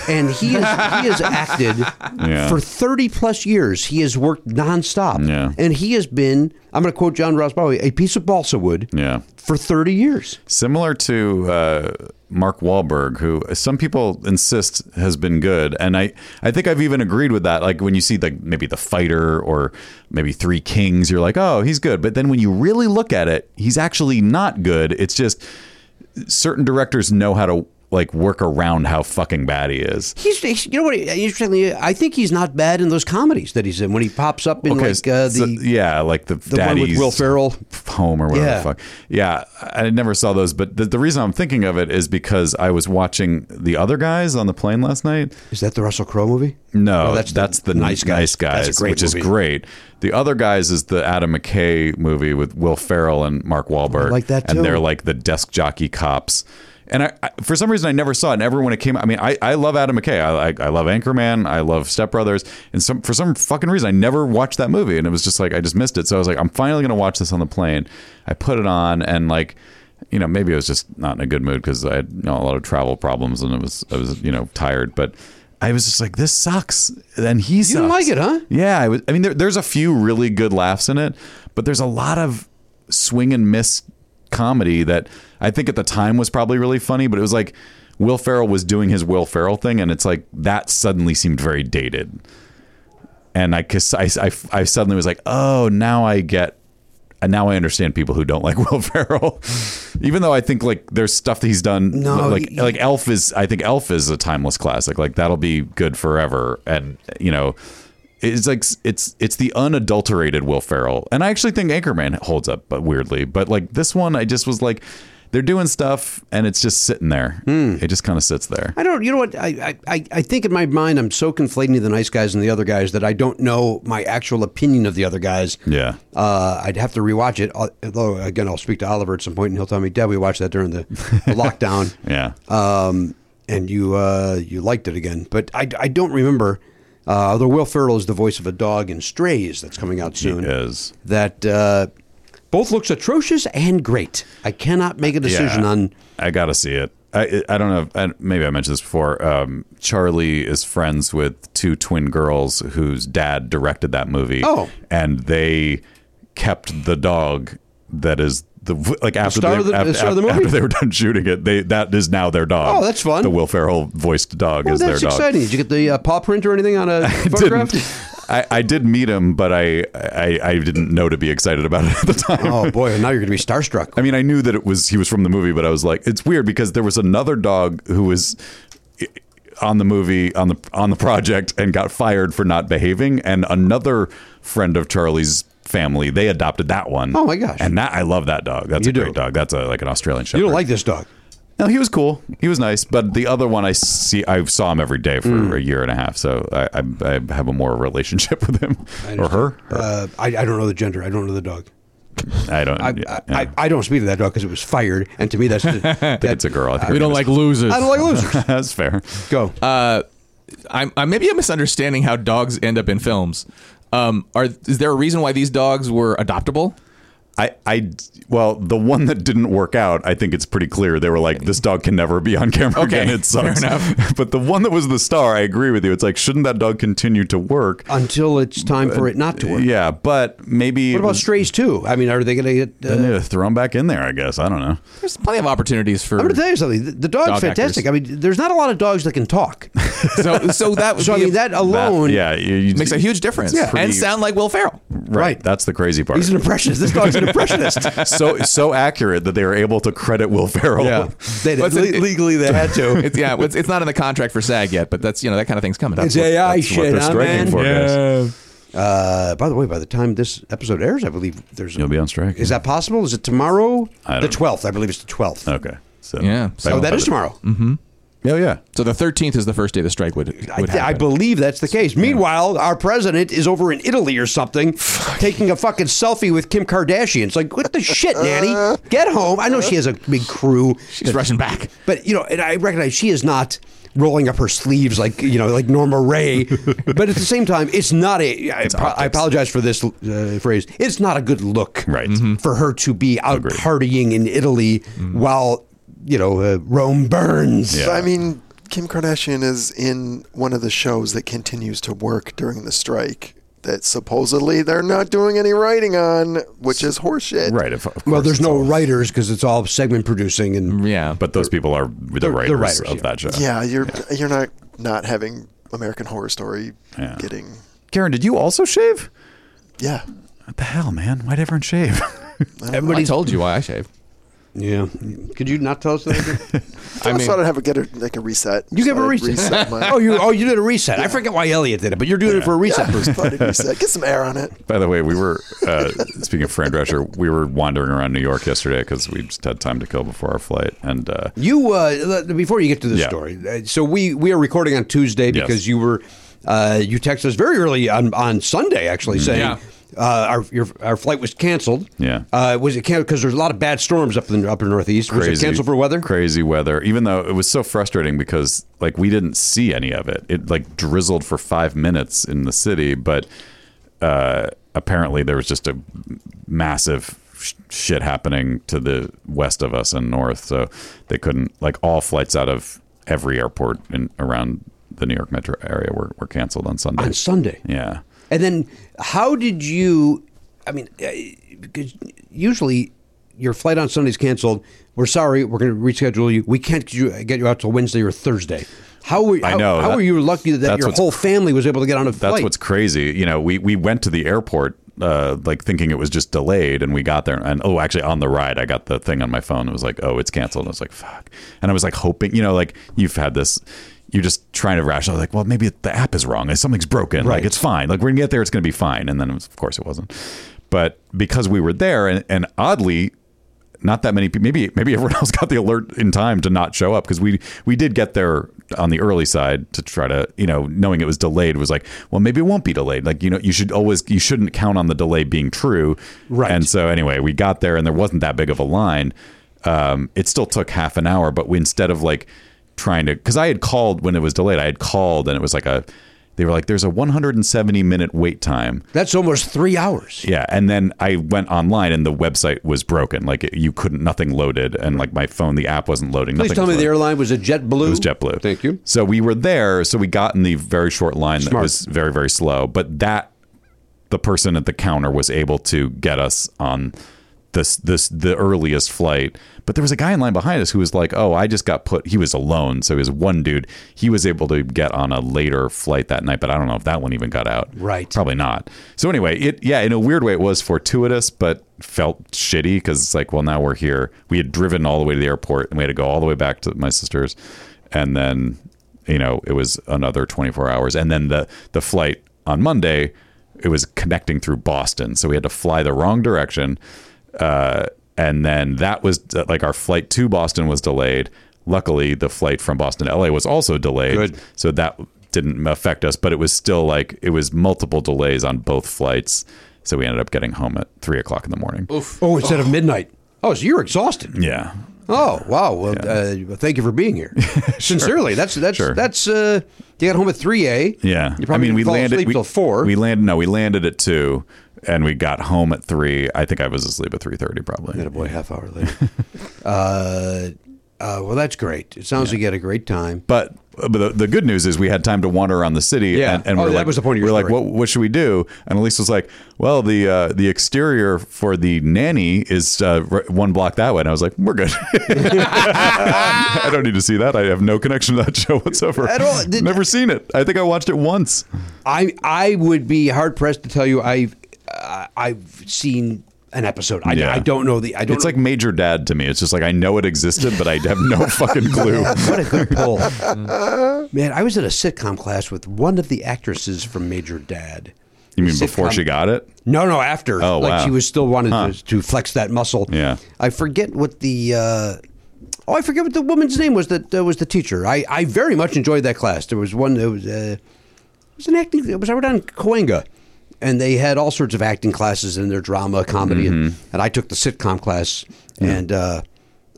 and he, is, he has acted Yeah. for 30 plus years. He has worked nonstop. Yeah. And he has been, I'm going to quote John Ross Bowie, a piece of balsa wood Yeah. for 30 years. Similar to uh, Mark Wahlberg, who uh, some people insist has been good, and I, I think I've even agreed with that. Like when you see like maybe The Fighter or maybe Three Kings, you're like, oh, he's good. But then when you really look at it, he's actually not good. It's just certain directors know how to like work around how fucking bad he is. He's, he's- you know what? Interestingly, I think he's not bad in those comedies that he's in. When he pops up in like uh, the so- yeah, like the, the one with daddy's Will Ferrell. home or whatever Yeah. the fuck. Yeah, I I never saw those, but the, the reason I'm thinking of it is because I was watching the other guys on the plane last night. Is that the Russell Crowe movie? No, Oh, that's the, nice guys, That's a great which movie. is great. The other guys is the Adam McKay movie with Will Ferrell and Mark Wahlberg. I like that too. and they're like the desk jockey cops. And I, I, for some reason, I never saw it. And everyone it came, I mean, I, I love Adam McKay. I, I, I love Anchorman. I love Step Brothers. And some for some fucking reason, I never watched that movie. And it was just like I just missed it. So I was like, I'm finally gonna watch this on the plane. I put it on, and like, you know, maybe I was just not in a good mood because I had you know, a lot of travel problems, and it was I was you know tired, but. I was just like, this sucks. And he You didn't sucks. like it, huh? Yeah, I was. I mean, there, there's a few really good laughs in it, but there's a lot of swing and miss comedy that I think at the time was probably really funny, but it was like Will Ferrell was doing his Will Ferrell thing, and it's like that suddenly seemed very dated. And I, cause I, I, I suddenly was like, oh, now I get. And now I understand people who don't like Will Ferrell, even though I think like there's stuff that he's done. No, like y- like Elf is I think Elf is a timeless classic. Like that'll be good forever. And you know, it's like it's it's the unadulterated Will Ferrell. And I actually think Anchorman holds up, but weirdly, but like this one, I just was like, they're doing stuff and it's just sitting there. It just kind of sits there. Hmm. I don't. You know what? I, I- I I think in my mind I'm so conflating the nice guys and the other guys that I don't know my actual opinion of the other guys. Yeah. Uh, I'd have to rewatch it. al- Although again, I'll speak to Oliver at some point and he'll tell me, "Dad, we watched that during the, the lockdown." Yeah. Um, and you uh, you liked it again, but I, I don't remember. Uh, although Will Ferrell is the voice of a dog in Strays that's coming out soon. is. that uh, both looks atrocious and great. I cannot make a decision Yeah. on. I gotta see it. I I don't know. If, I, maybe I mentioned this before. Um, Charlie is friends with two twin girls whose dad directed that movie. Oh. and they kept the dog that is. The, like after star they, of the- after, the star of the after movie? they were done shooting it, they that is now their dog. Oh, that's fun. The Will Ferrell voiced dog Oh, is their that's dog. exciting. Did you get the uh, paw print or anything on a photograph? Didn't, I, I did meet him, but I, I I didn't know to be excited about it at the time. Oh boy, now you're going to be starstruck. I mean, I knew that it was he was from the movie, but I was like, it's weird because there was another dog who was on the movie on the on the project and got fired for not behaving, and another friend of Charlie's family they adopted that one. Oh, my gosh. And that I love that dog. That's You a do. great dog. That's a, like an Australian Shepherd. you don't like this dog. No, he was cool. He was nice, but the other one I see, I saw him every day for Mm. a year and a half, so I, I, I have a more relationship with him or her. Her. Uh, I, I don't know the gender. I don't know the dog. I don't. I, yeah, I, I, I don't speak to that dog because it was fired, and to me that's the, that, it's a girl. I think Uh, we her don't name like is- losers. I don't like losers. That's fair. Go. I'm, i maybe I'm misunderstanding how dogs end up in films. Um, are is there a reason why these dogs were adoptable? I, I, well, the one that didn't work out, I think it's pretty clear. They were like, this dog can never be on camera Okay, again. It fair sucks. enough. But the one that was the star, I agree with you. It's like, shouldn't that dog continue to work? until it's time for it not to work. Yeah, but maybe. eh, What about strays too? I mean, are they going to get? Uh, throw him back in there, I guess. I don't know. There's plenty of opportunities for. I'm going to tell you something. The, the dog's Dog fantastic. I mean, there's not a lot of dogs that can talk. so, so that would So I be a- mean, that alone, That- Uh, yeah, you, you- makes a huge difference. Yeah. Pretty- and sound like Will Ferrell. right. That's the crazy part. he's an impressionist. This dog's an impressionist. so so accurate that they were able to credit Will Ferrell. They Well, did. it's- Le- legally they had to. It's, yeah, it's, it's not in the contract for SAG yet, but that's you know that kind of thing's coming. It's up. AI that's what shit, they're huh, striking man? for, guys. Uh, by the way, by the time this episode airs, I believe there's You'll be on strike. Is that possible? Is it tomorrow? I don't the know. 12th, I believe it's the 12th. Okay. So Yeah. Oh, So that is tomorrow. Oh yeah. So the 13th is the first day the strike would, would I, happen. th- I believe that's the case. Meanwhile, our president is over in Italy or something, taking a fucking selfie with Kim Kardashian. It's like, what the shit, Nanny? Get home. I know she has a big crew, Uh-huh. She's rushing back. but you know, and I recognize she is not rolling up her sleeves like you know, like Norma Ray. but at the same time, it's not a. I, apo- I apologize for this uh, phrase. It's not a good look, Mm-hmm. Right. Mhm. for her to be out partying in Italy Mm-hmm. while you know uh, Rome burns. Yeah. But, I mean, Kim Kardashian is in one of the shows that continues to work during the strike that supposedly they're not doing any writing on, which is horseshit. Right. Of, of Well, course there's it's no all- writers because it's all segment producing and Yeah, But those people are the writers, writers, of yeah. that show. Yeah, you're you're not not having American Horror Story Yeah. getting Karen, did you also shave? yeah. What the hell, man? Why'd everyone shave? everybody told you why I shaved. yeah. Could you not tell us that? again? I, just thought I'd have a get a, like a reset. you So gave a I'd reset. my- oh, you oh you did a reset. I forget why Elliot did it, but you're doing it for a reset. I just thought I'd reset. Get some air on it. By the way, we were uh, speaking of Fran Drescher. We were wandering around New York yesterday because we just had time to kill before our flight, and uh, You uh, le- before you get to the Yeah. story, uh, so we we are recording on Tuesday Yes. because you were uh, you texted us very early on on Sunday actually saying. Yeah. Uh, our your, our flight was canceled. Mm-hmm. Yeah. uh, was it canceled because there's a lot of bad storms up in the upper northeast? Was it canceled for weather? Crazy weather. Even though it was so frustrating because like we didn't see any of it. It like drizzled for five minutes in the city, but uh, apparently there was just a massive sh- shit happening to the west of us and north, so they couldn't like all flights out of every airport in around the New York metro area were, were canceled on Sunday. On Sunday. Yeah. And then, how did you? I mean, uh, because usually your flight on Sunday's canceled. We're sorry, we're going to reschedule you. We can't get you, get you out till Wednesday or Thursday. How were I how, know, how that- were you lucky that that's your what's whole family was able to get on a flight? That's what's crazy. You know, we we went to the airport uh, like thinking it was just delayed, and we got there, and oh, actually on the ride, I got the thing on my phone. It was like, oh, it's canceled. And I was like, fuck. And I was like hoping, you know, like you've had this. You're just trying to rationalize, like, well, maybe the app is wrong. Something's broken. Right. Like, it's fine. Like, we're gonna get there. It's gonna be fine. And then, it was, of course, it wasn't. But because we were there, and, and oddly, not that many people. Maybe maybe everyone else got the alert in time to not show up because we we did get there on the early side to try to you know knowing it was delayed was like well maybe it won't be delayed like you know you should always you shouldn't count on the delay being true Right. and so anyway we got there and there wasn't that big of a line um, it still took half an hour but we instead of like trying to because I had called when it was delayed I had called and it was like a they were like there's a 170 minute wait time That's almost three hours. yeah, and then I went online and the website was broken. Like it- you couldn't, nothing loaded, and like my phone, the app wasn't loading. Please nothing tell was me the loading. airline was a JetBlue. It was JetBlue. Thank you. So we were there. So we got in the very short line that Smart. was very very slow. But that the person at the counter was able to get us on this this the earliest flight. But there was a guy in line behind us who was like, "Oh, I just got put." He was alone, so he was one dude. He was able to get on a later flight that night, but I don't know if that one even got out. Right. Probably not. So anyway, it yeah, in a weird way, it was fortuitous, but felt shitty because it's like, well, now we're here. We had driven all the way to the airport and we had to go all the way back to my sister's, and then you know it was another 24 hours, and then the the flight on Monday, it was connecting through Boston, so we had to fly the wrong direction uh, and then that was uh, like our flight to Boston was delayed. Luckily, the flight from Boston to LA was also delayed, Good. so that didn't affect us. But it was still like it was multiple delays on both flights, so we ended up getting home at three o'clock in the morning. Oh, instead of midnight. Oh, so you're exhausted. Yeah, Oh wow! Well, uh, thank you for being here. Sincerely, that's that's Sure. that's. Uh, you got home at three a. Yeah, you probably I mean, we fall landed asleep we, till four. We landed. No, we landed at two, and we got home at three. I think I was asleep at three thirty, probably. a boy, half hour later. uh, uh, well, that's great. It sounds like you had a great time. But, uh, but the, the good news is we had time to wander around the city. Yeah. And, and Oh, we're that like, was the point of your We're like, story. what, what should we do? And Elise was like, well, the uh, the exterior for the nanny is uh, r- one block that way. And I was like, we're good. I don't need to see that. I have no connection to that show whatsoever. At all. Did- Never seen it. I think I watched it once. I I would be hard pressed to tell you I've uh, I've seen an episode. I, Yeah. I don't know the. I don't. It's know- like Major Dad to me. It's just like I know it existed, but I have no fucking clue. Yeah, what a good pull. Mm. Man, I was in a sitcom class with one of the actresses from Major Dad. You mean Sitcom- before she got it? No, no, after. Oh, like wow. she was still wanted Huh. to, to flex that muscle. Yeah. I forget what the. Uh, oh, I forget what the woman's name was that uh, was the teacher. I, I very much enjoyed that class. There was one that was. Uh, it was an acting. It was I were down in Coenga, and they had all sorts of acting classes in their drama, comedy, and, Mm-hmm. and I took the sitcom class, and uh,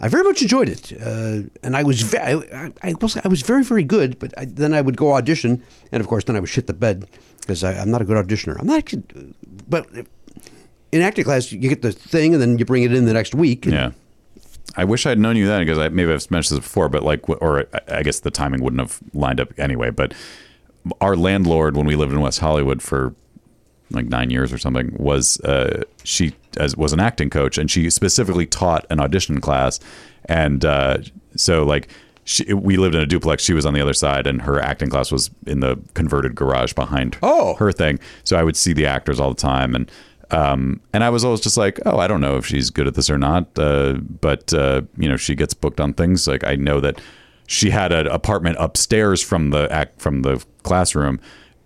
I very much enjoyed it. Uh, and I was ve- I, I was I was very very good, but I, then I would go audition, and of course then I would shit the bed because I'm not a good auditioner. I'm not, actually, but in acting class you get the thing, and then you bring it in the next week. Yeah. I wish I'd known you then because I maybe I've mentioned this before, but like, or I- I guess the timing wouldn't have lined up anyway. But our landlord, when we lived in West Hollywood for like nine years or something, was uh, she as was an acting coach, and she specifically taught an audition class, and uh, so like. She, we lived in a duplex. She was on the other side, and her acting class was in the converted garage behind Oh. her thing. So I would see the actors all the time, and um, and I was always just like, oh, I don't know if she's good at this or not, uh, but uh, you know, she gets booked on things. Like I know that she had an apartment upstairs from the act from the classroom.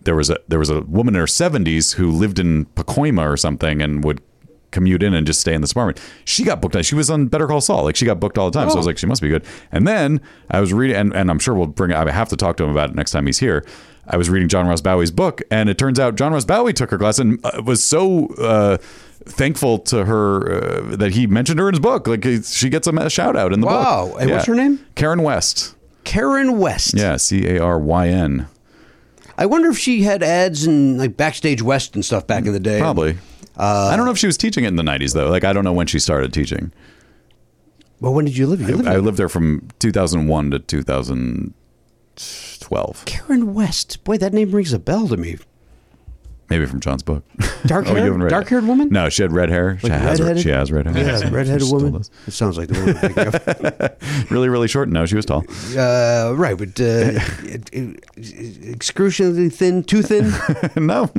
There was a there was a woman in her seventies who lived in Pacoima or something and would commute in and just stay in this apartment. She got booked. She was on Better Call Saul. Like she got booked all the time. So I was Oh. like, she must be good. And then I was reading, and, and I'm sure we'll bring. I have to talk to him about it next time he's here. I was reading John Ross Bowie's book, and it turns out John Ross Bowie took her class and uh, was so uh, thankful to her uh, that he mentioned her in his book. Like he- she gets a ma- shout out in the Wow. book. And what's her name? Karen West. Karen West. Yeah, C A R Y N. I wonder if she had ads in like Backstage West and stuff back in the day. Probably. Uh, I don't know if she was teaching it in the 90s though. Like I don't know when she started teaching. Well, when did you live? You lived I in- lived there from 2001 to 2012, Karen West. Boy, that name rings a bell to me. maybe from John's book. Dark Oh, you hair? haven't read it. Dark-haired woman? No, she had red hair. She, Like has, red, redheaded? she has red hair. Yeah, redheaded She still woman. does. It sounds like the woman. I'm thinking of. Really, really short. No, she was tall. Uh, right, but uh, it- it- excruciatingly thin, too thin. no,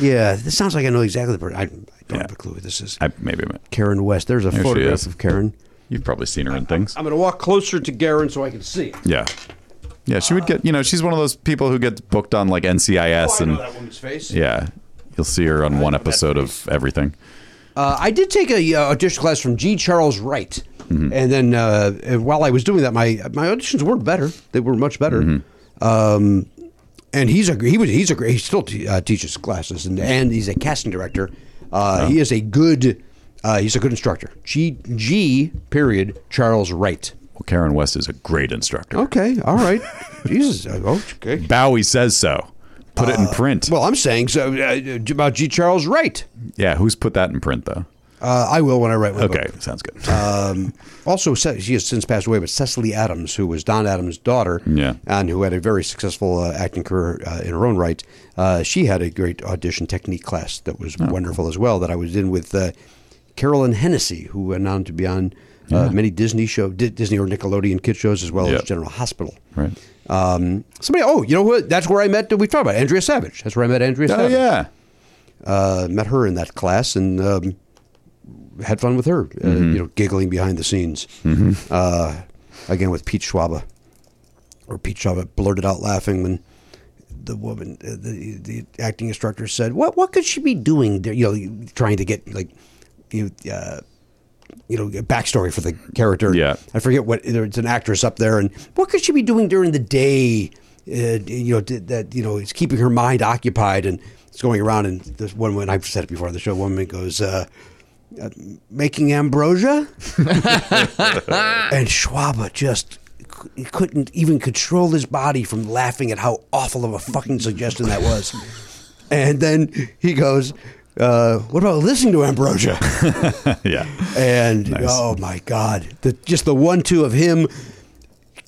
Yeah, this sounds like I know exactly the person. I, I don't have a clue who this is. I, maybe I'm- Karen West. There's a she photograph is. of Karen. you've probably seen her in things. I'm going to walk closer to Karen so I can see. Yeah, yeah. She would get. You know, she's one of those people who gets booked on like Oh, NCIS and woman's face. yeah. You'll see her on one episode of everything. Uh, I did take a uh, audition class from G. Charles Wright, and then uh, and while I was doing that, my my auditions were better. They were much better. Um, and he's a he was he's a great he still te- uh, teaches classes and and he's a casting director. Uh, He is a good uh, he's a good instructor. G G period Charles Wright. Well, Karen West is a great instructor. Okay, all right. Jesus, uh, oh, okay. Bowie says so. Put it in print. Uh, Well, I'm saying so uh, about G. Charles Wright. yeah, who's put that in print though? Uh, I will when I write my book. Okay, sounds good. Um, also, Ce- she has since passed away, but Cecily Adams, who was Don Adams' daughter, Yeah. and who had a very successful uh, acting career uh, in her own right, uh, she had a great audition technique class that was Oh. wonderful as well. That I was in with uh, Carolyn Hennessy, who went on to be on uh, many Disney show, Di- Disney or Nickelodeon kid shows, as well Yeah. as General Hospital. right. Um, somebody, oh, you know what? That's where I met. We talked about Andrea Savage. That's where I met Andrea. Oh Savage yeah. uh, met her in that class and um, had fun with her, uh, Mm-hmm. you know, giggling behind the scenes. Uh, again with Pete Schwaba, or Pete Schwaba blurted out laughing when the woman, uh, the, the acting instructor said, "What what could she be doing? There? You know, trying to get like you." Uh, you know, a backstory for the character. Yeah. I forget what there's an actress up there, and what could she be doing during the day? Uh, you know, did that you know, it's keeping her mind occupied, and it's going around. And this one, when I've said it before on the show, one woman goes, uh, uh, making ambrosia, and Schwaba just c- he couldn't even control his body from laughing at how awful of a fucking suggestion that was. and then he goes, uh, "What about listening to ambrosia?" yeah. And oh my God, the, just the one-two of him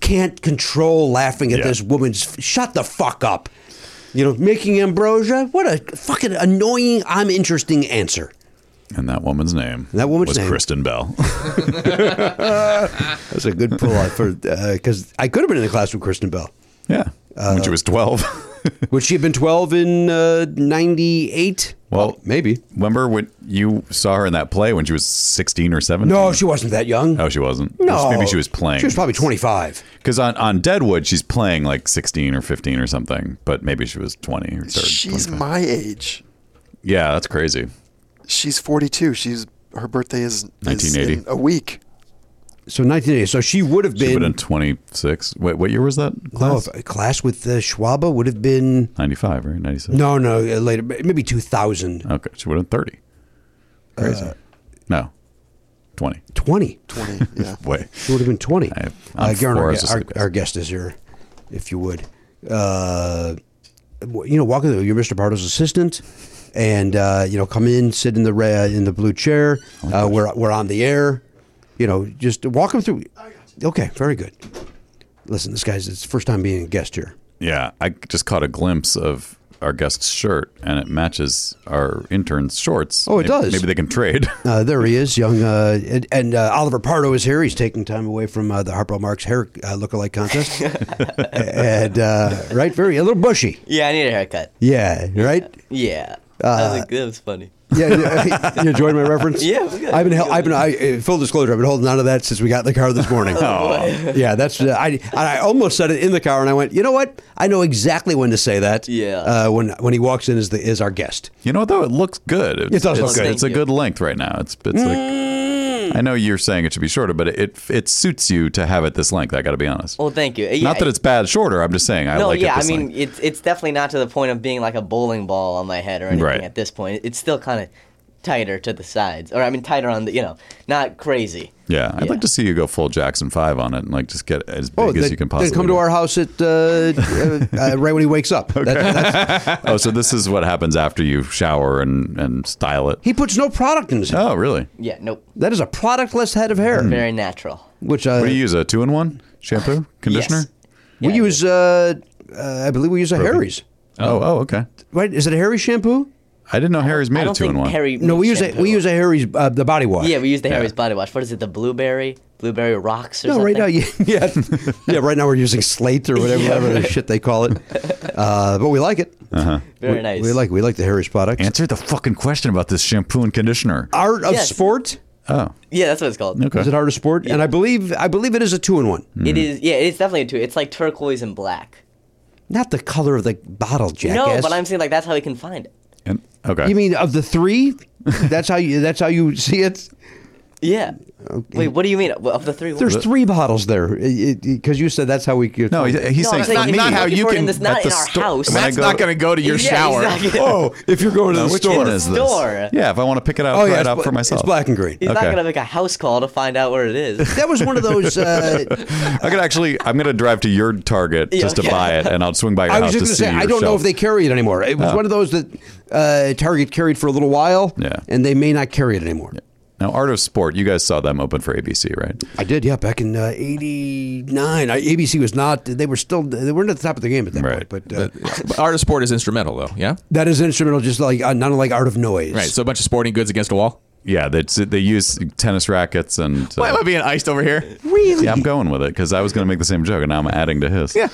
can't control laughing at Yeah. this woman's. Shut the fuck up. You know, making ambrosia. What a fucking annoying, I'm interesting answer. And that woman's name. That woman's was name. Kristen Bell. That's a good pull out for because I could have been in the class with Kristen Bell. yeah. Uh, when she was 12. Would she have been twelve in '98? well, maybe. Remember when you saw her in that play when she was 16 or 17? No, she wasn't that young. Oh, she wasn't. no, Maybe she was playing. She was probably 25. Because on, on Deadwood, she's playing like 16 or 15 or something, but maybe she was 20 or 30. She's 25. my age. yeah, that's crazy. She's 42. She's her birthday is, is 1980. in a week. So 1980. So she would have She would have been been 26. Wait, what year was that class? Oh, class with uh, Schwaba would have been 95, right? 96. no, no uh, later, maybe 2000, Okay, she would have been 30. Crazy. Uh, no, 20. 20. 20. Yeah. Wait. She would have been 20. I- I'm uh, Garen, four our, hours our, asleep. our guest is here, if you would. Uh, w- you know, walk in. the- You're Mr. Pardo's assistant, and uh, you know, come in, sit in the re- in the blue chair. Oh Uh, we're we're on the air. You know, just walk him through. Okay, very good. Listen, this guy's it's his first time being a guest here. Yeah, I just caught a glimpse of our guest's shirt, and it matches our intern's shorts. Oh, it Maybe- does. Maybe they can trade. Uh, there he is, young, uh, and, and uh, Oliver Pardo is here. He's taking time away from uh, the Harpo Marx hair uh, lookalike contest, and uh, right, very a little bushy. Yeah, I need a haircut. Yeah, right. Yeah. I Uh, was like, that was funny. Yeah, yeah, you enjoyed my reference. Yeah, it was good. Oh, I've been, It was I've been, I, uh, full disclosure, I've been holding on to that since we got in the car this morning. yeah, that's uh, I, and I almost said it in the car, and I went, you know what? I know exactly when to say that. Yeah. Uh, when when he walks in as the is our guest. you know what, though? It looks good. It's, It does look it's- good. It's a Thank you. Mm. good length right now. It's, it's like, I know you're saying it should be shorter, but it, it, suits you to have it this length. I got to be honest. Well, thank you. Yeah, Not that it's bad shorter. I'm just saying I No, like yeah, it I this mean, length. it's it's definitely not to the point of being like a bowling ball on my head or anything Right. at this point. It's still kind of tighter to the sides, or I mean, tighter on the, you know, not crazy. Yeah, I'd yeah. like to see you go full Jackson 5 on it and like just get as big Oh, as then- you can possibly Then come to do. our house at uh, uh, uh, right when he wakes up. That- that's- Oh, so this is what happens after you shower and, and style it. he puts no product in his hair. Oh, really? Yeah, nope. That is a productless head of Hmm. hair. Very natural. Which uh, Mm-hmm. What do you use? A two in one shampoo, conditioner? Yes. we Yeah, use, uh, uh, I believe we use a Harry's. Oh, oh, okay. Right? Is it a Harry's shampoo? I didn't know Harry's made I a don't two in think one. Harry. No, we needs use a, shampoo. we use a Harry's uh, the body wash. Yeah, we use the Harry's body wash. What is it? The blueberry, blueberry rocks or No, something. right now, yeah, yeah, yeah, right now we're using slate or whatever, whatever the shit they call it, uh, but we like it. Very we, nice. We like we like the Harry's product. Answer the fucking question about this shampoo and conditioner. Art of Yes. Sport Yeah, that's what it's called. Okay. Uh, is it Art of Sport? And I believe I believe it is a two in one. It is. Yeah, it's definitely a two. It's like turquoise and black. Not the color of the bottle, jackass. No, but I'm saying like that's how we can find it. And- okay. You mean of the three? that's how you. That's how you see it. Yeah. Wait, what do you mean of the three? There's three bottles there because you said that's how we. Could no, he- he's No, saying I'm saying not, if not you're how looking you for it can. in this- not at the in our sto- house. When I Matt's not going to go to your Yeah, shower. exactly. Oh, if you're going to No, the which store. one is this? store. Yeah, if I want to pick it out, oh try yeah, it out it's, for bla- myself. It's black and green. He's Okay. not gonna make a house call to find out where it is. That was one of those. Uh, I could actually. I'm going to drive to your Target Yeah, just to okay. buy it, and I'll swing by your I was house just to going see to say, I your don't know shelf. if they carry it anymore. It was Oh. one of those that uh, Target carried for a little while, Yeah. and they may not carry it anymore. Now, Art of Sport, you guys saw them open for ABC, right? I did, yeah, back in uh, '89. I ABC was not; they were still they weren't at the top of the game at that Right. point. But, uh, But Art of sport is instrumental, though. Yeah. that is instrumental, just like uh, not unlike Art of Noise. Right. So a bunch of sporting goods against a wall. Yeah, they, they use tennis rackets and. uh, Why am I being iced over here? really, yeah, I'm going with it because I was going to make the same joke, and now I'm adding to his. Yeah.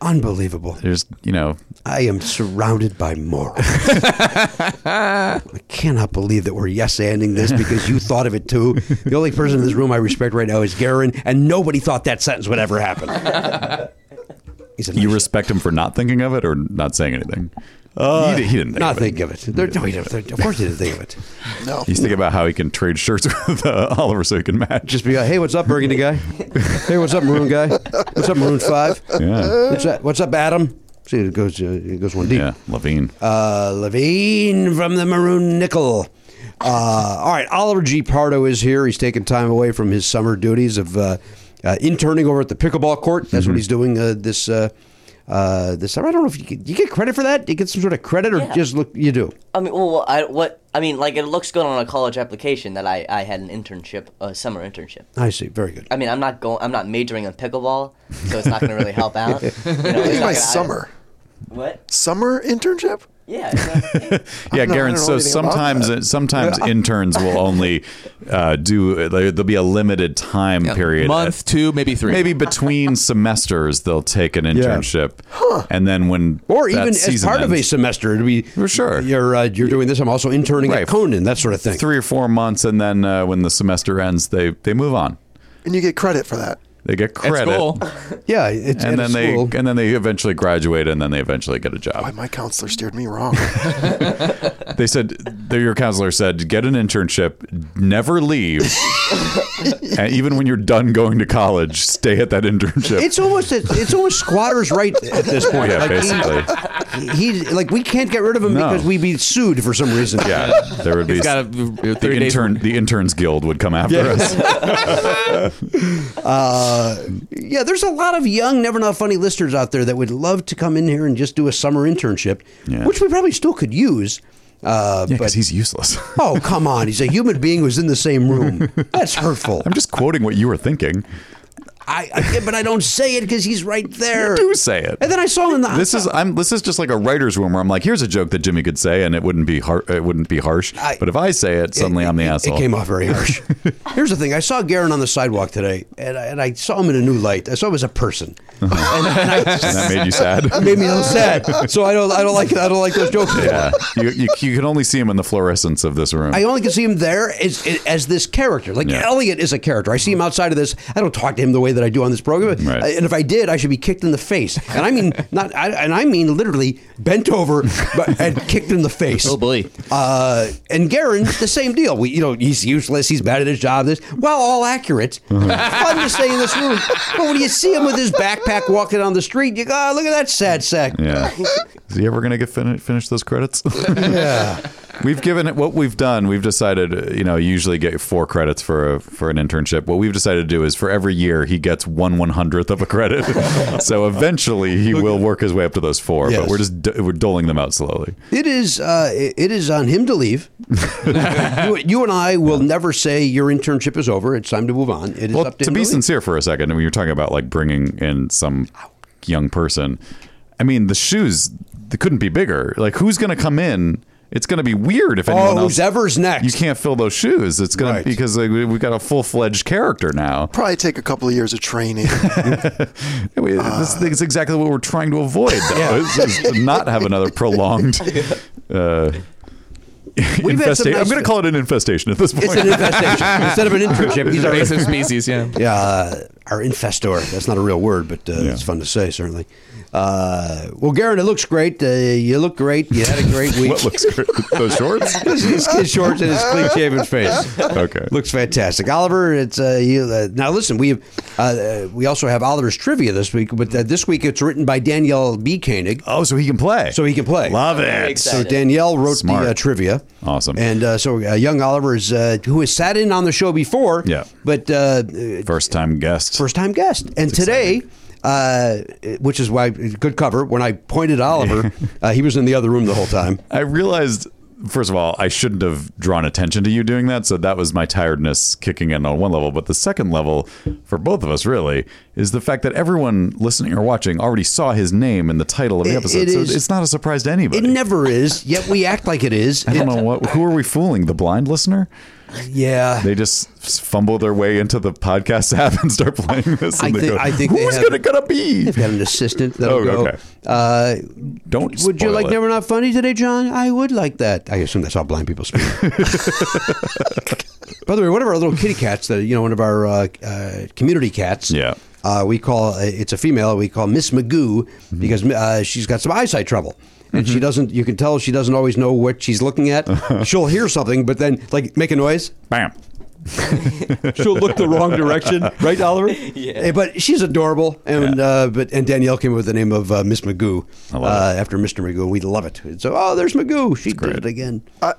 unbelievable. There's, you know, I am surrounded by morons. I cannot believe that we're yes anding this because you thought of it too. The only person in this room I respect right now is Garin, and nobody thought that sentence would ever happen. He's a nice you guy. respect him for not thinking of it or not saying anything. Uh, he, di- he didn't think not of it. think of it. There- no, he didn't- there- of course he didn't think of it. No. He's thinking about how he can trade shirts with uh, Oliver so he can match. Just be like, hey, what's up, Burgundy guy? Hey, what's up, Maroon guy? What's up, Maroon Five? Yeah. What's up, what's up Adam? See, it goes, uh, it goes one deep. Yeah, Levine. Uh, Levine from the Maroon Nickel. Uh, all right, Oliver G. Pardo is here. He's taking time away from his summer duties of uh, uh, interning over at the pickleball court. Mm-hmm. That's what he's doing uh, this uh, uh, this summer. I don't know if you get, you get credit for that. Do You get some sort of credit, or Yeah. just look you do. I mean, well, I what I mean, like it looks good on a college application that I I had an internship, a summer internship. I see. Very good. I mean, I'm not going, I'm not majoring in pickleball, so it's not going to really help out. You know, it's not What do you mean by gonna- I- summer? what? Summer internship? Yeah. it's not- Yeah, know- I Garen. don't know So anything about sometimes uh, that. sometimes interns will only uh, do. There'll be a limited time period. Month, two, maybe three. Maybe between semesters they'll take an internship, and then when Or that even as season part of a ends, semester, to be for sure. You're uh, you're doing this. I'm also interning at Right. Conan, that sort of thing. three or four months, and then uh, when the semester ends, they they move on. And you get credit for that. They get At credit, school. Yeah, it's and at then a they school. and then they eventually graduate, and then they eventually get a Why, job. my counselor steered me wrong. They said their- your counselor said get an internship, never leave, and even when you're done going to college, stay at that internship. It's almost it's, it's almost squatters' right at this point. yeah, like basically. He, he like we can't get rid of him No. because we'd be sued for some reason. Yeah, there would be It's got a, the three days. intern. The interns guild would come after us. Uh, Yeah, there's a lot of young, never not funny listeners out there that would love to come in here and just do a summer internship, Yeah. which we probably still could use. Uh, because but he's useless. oh come on, he's a human being who's in the same room. That's hurtful. I'm just quoting what you were thinking. I, I yeah, but I don't say it because he's right there. Do say it. And then I saw him in the This is I'm this is just like a writer's room where I'm like, here's a joke that Jimmy could say, and it wouldn't be har- it wouldn't be harsh. I- but if I say it, suddenly it- I'm the it- asshole. It came off very harsh. Here's the thing: I saw Garen on the sidewalk today, and I, and I saw him in a new light. I saw him as a person, and, and and I, that made you sad. it made me a little sad. So I don't, I don't like, I don't like those jokes. anymore. yeah, you, you you can only see him in the fluorescence of this room. I only can see him there as, as this character. Like Yeah. Elliot is a character. I see him outside of this. I don't talk to him the way that I do on this program. Right. And if I did, I should be kicked in the face. And I mean not. I, and I mean literally bent over but, and kicked in the face. Oh, boy. Uh, and Garen, the same deal. We, you know, he's useless. He's bad at his job. This, while all accurate, Uh-huh. fun to stay in this room. But when you see him with his backpack walking down the street, you go, oh, look at that sad sack. yeah, is he ever gonna get fin- finish those credits? yeah, we've given it what we've done. We've decided, uh, you know, you usually get four credits for a, for an internship. What we've decided to do is for every year he gets one one hundredth of a credit. so eventually he will work his way up to those four. Yes. But we're just do- we're doling them out slowly. It is uh, it is on him to leave. you, you and I will never say your internship is over. It's time to move on. It is Well, up to, to him be leave. sincere for a second, I mean, you're talking about like bringing in some young person. I mean, the shoes they couldn't be bigger. Like, who's going to come in? It's going to be weird if anyone Oh, else. who's ever's next? You can't fill those shoes. It's going Right. to because like, we- we've got a full fledged character now. Probably take a couple of years of training. I mean, Ah. this thing is exactly what we're trying to avoid. Though, is, is to not have another prolonged. Uh, We've had some infestation. I'm nice- going to call it an infestation at this point. It's an infestation instead of an internship. He's our Invasive species, yeah. yeah, uh, our infestor. That's not a real word, but uh, Yeah. it's fun to say certainly. Uh, well, Garrett, it looks great. Uh, you look great. You had a great week. what looks great? Those shorts? his, his shorts and his clean shaven face. Okay. Looks fantastic, Oliver. It's uh, you, uh, now. Listen, we have uh, uh, we also have Oliver's trivia this week, but uh, this week it's written by Danielle B. Koenig, Oh, so he can play. so he can play. Love Very it. So excited. Danielle wrote Smart. the uh, trivia. Awesome. And uh, so uh, young Oliver is uh, who has sat in on the show before. Yeah. But uh, First time guest. first time guest. And today, uh, which is why good cover. When I pointed at Oliver, uh, he was in the other room the whole time. I realized, first of all, I shouldn't have drawn attention to you doing that. So that was my tiredness kicking in on one level. But the second level, for both of us, really, is the fact that everyone listening or watching already saw his name in the title of the It- episode. it so is- it's not a surprise to anybody. It never is, yet we act like it is. I don't know what. Who are we fooling? The blind listener? Yeah. They just fumble their way into the podcast app and start playing this. And they I think- go, I think they who's have- gonna gonna be? They've got an assistant that'll Oh, go. okay. Uh, Don't. would you spoil like it. Never Not Funny today, John? I would like that. I assume that's how blind people speak. By the way, one of our little kitty cats, that you know, one of our uh, uh, community cats. Yeah. Uh, we call it's a female. We call Miss Magoo Mm-hmm. because uh, she's got some eyesight trouble. And she doesn't. You can tell she doesn't always know what she's looking at. She'll hear something, but then like make a noise. Bam. She'll look the wrong direction, right, Oliver? Yeah. But she's adorable, and Yeah. uh, but and Danielle came up with the name of uh, Miss Magoo I uh, love it. after Mr. Magoo. We love it. So oh, there's Magoo. She did it again. I,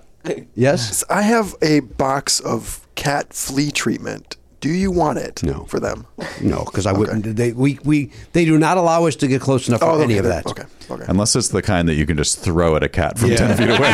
Yes. So I have a box of cat flea treatment. Do you want it No. for them? No, because I wouldn't. They we, we they do not allow us to get close enough for Oh, okay, any of they're- that. Okay. Okay. Unless it's the kind that you can just throw at a cat from Yeah. 10 feet away.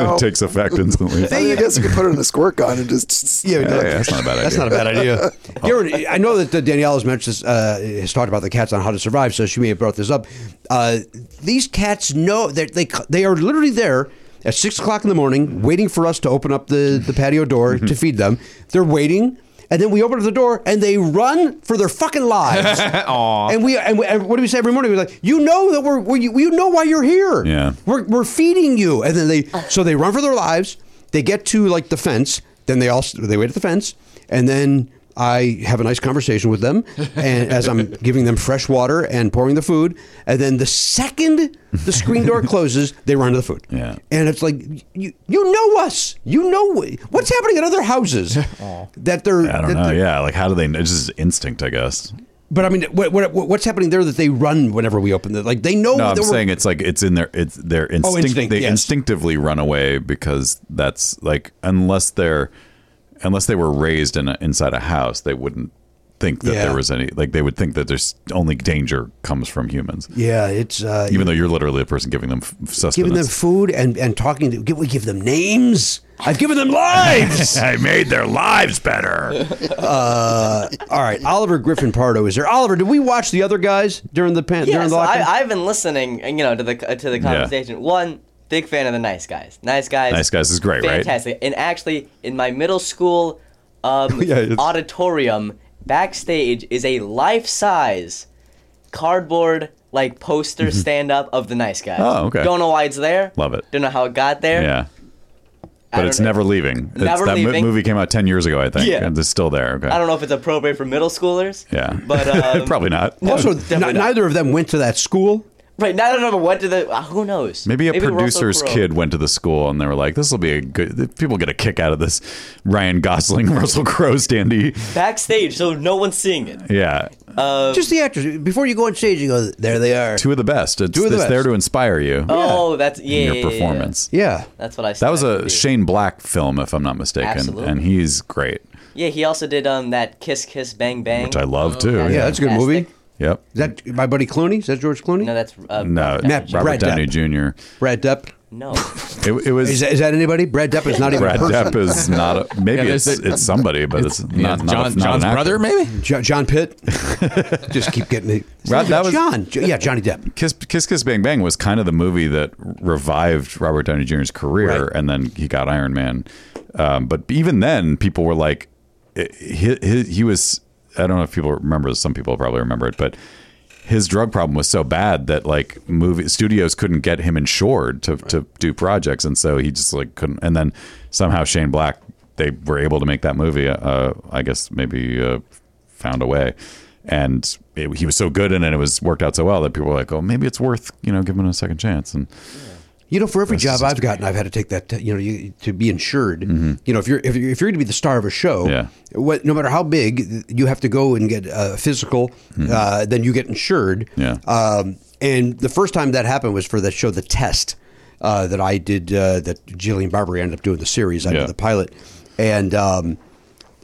it takes effect instantly. I, mean, I guess you could put it in a squirt gun and just. Yeah, Yeah, yeah, that's not a bad idea. That's not a bad idea. Garen, I know that uh, Danielle has mentioned, this, uh, has talked about the cats on how to survive, so she may have brought this up. Uh, these cats know that they they are literally there at six o'clock in the morning, waiting for us to open up the the patio door Mm-hmm. to feed them. They're waiting. And then we open up the door, and they run for their fucking lives. and we and, we, and what do we say every morning? We're like, you know that we're, we you know why you're here. Yeah. we're, we're feeding you. And then they so they run for their lives. They get to like the fence. Then they all they wait at the fence, and then I have a nice conversation with them, and as I'm giving them fresh water and pouring the food, and then the second the screen door closes, they run to the food. Yeah. and it's like you you know us, you know wh- what's happening at other houses that they're I don't that know. they're- Yeah, like how do they? It's just instinct, I guess. But I mean, what, what, what's happening there that they run whenever we open it? Like they know. No, I'm that Oh, we're- Oh, saying it's like it's in their it's their instinct. instinct, they yes. instinctively run away because that's like unless they're unless they were raised in a, inside a house, they wouldn't think that Yeah. there was any like they would think that there's only danger comes from humans. Yeah, it's uh, Even though you're literally the person giving them f- sustenance. giving them food and and talking. To, give, we give them names. I've given them lives. I made their lives better. uh, all right, Oliver Griffin Pardo is there. Oliver, did we watch the other guys during the pan, Yeah, during the so lockdown? I, I've been listening, uh, you know, to the to the conversation. One, big fan of the nice guys. Nice guys. Nice Guys is great, right? fantastic. And actually, in my middle school um, Yeah, it's- auditorium, backstage is a life-size cardboard like poster stand-up of the nice guys. Mm-hmm. Oh, okay. Don't know why it's there. Love it. Don't know how it got there. yeah. I But don't it's know. never leaving. It's- Never that mo- leaving. movie came out 10 years ago, I think. Yeah. And it's still there. Okay. I don't know if it's appropriate for middle schoolers. Yeah. But um, Probably not. also, definitely n- not. neither of them went to that school. Right now, I don't know what to the. uh, Who knows? Maybe a Russell producer's Crowe. kid went to the school and they were like, "This will be a good." People get a kick out of this Ryan Gosling, Russell Crowe standee. backstage, so no one's seeing it. Yeah, Uh, Just the actors. Before you go on stage, you go there. They are. two of the best. It's, of the it's best. there to inspire you Oh, that's yeah. in yeah, your yeah, yeah. performance. yeah. That's what I. That was a shame. Shane Black film, if I'm not mistaken, Absolutely. and he's great, Yeah, he also did um that Kiss Kiss Bang Bang. which I love too. Oh, Yeah, that's a good movie. Fantastic. Is Yep. that my buddy Clooney? Is that George Clooney? No, that's uh, No, Matt- Robert Brad Downey Depp. Jr. Brad Depp. No, It, it was Is that, is that anybody? Brad Depp is not even Brad a person. Depp is not a, maybe Yeah, it's there's the- it's somebody, but it's, Yeah, not, not a- John, not John's an actor. brother, maybe. Jo- John Pitt. Just keep getting me. Right, that was- John. Jo- Yeah, Johnny Depp. Kiss, Kiss Kiss Bang Bang was kind of the movie that revived Robert Downey Jr.'s career, Right. and then he got Iron Man. Um, but even then, people were like, he, he, he was. I don't know if people remember. this, Some people probably remember it, but his drug problem was so bad that like movie studios couldn't get him insured to to do projects, and so he just like couldn't. And then somehow Shane Black, they were able to make that movie. Uh, I guess maybe uh, found a way. And it, he was so good in it, it was worked out so well that people were like, "Oh, maybe it's worth you know giving it a second chance." And You know, for every That's job I've gotten, I've had to take that. te- You know, you, to be insured. You know, if you're if you're, if you're going to be the star of a show, Mm-hmm. Yeah. what no matter how big, you have to go and get a physical. Uh, then you get insured. Mm-hmm. Yeah. Um, and the first time that happened was for the show, The Test, uh, that I did. Uh, that Jillian Barber ended up doing the series. I Yeah. did the pilot, and um,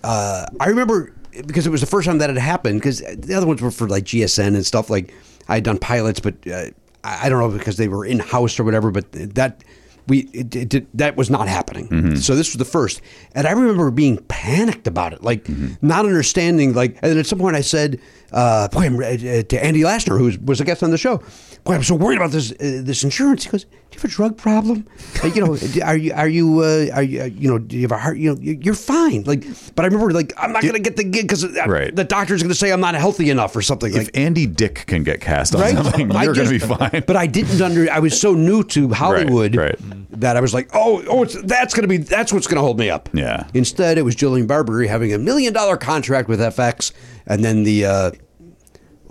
uh, I remember because it was the first time that had happened. Because the other ones were for like GSN and stuff. Like I had done pilots, but uh, I I don't know because they were in house or whatever. But that we it, it, did that was not happening. So this was the first, and I remember being panicked about it, like not understanding. Like, and then at some point I said, uh, "Boy, I'm, re- uh, to Andy Lastner, who was, was a guest on the show, boy, I'm so worried about this uh, this insurance." He goes, "Do you have a drug problem? Uh, you know, are you are you uh, are you uh, you know do you have a heart? You know, you- you're fine." Like, but I remember like I'm not going to get the gig because Right. the doctor's going to say I'm not healthy enough or something. if like, Andy Dick can get cast on Right? something, I you're going to be just- fine. but I didn't under. I was so new to Hollywood right. that I was like, oh, oh, it's, that's gonna be that's what's gonna hold me up. Yeah. Instead, it was Jillian Barbary having a million dollar contract with FX, and then the uh,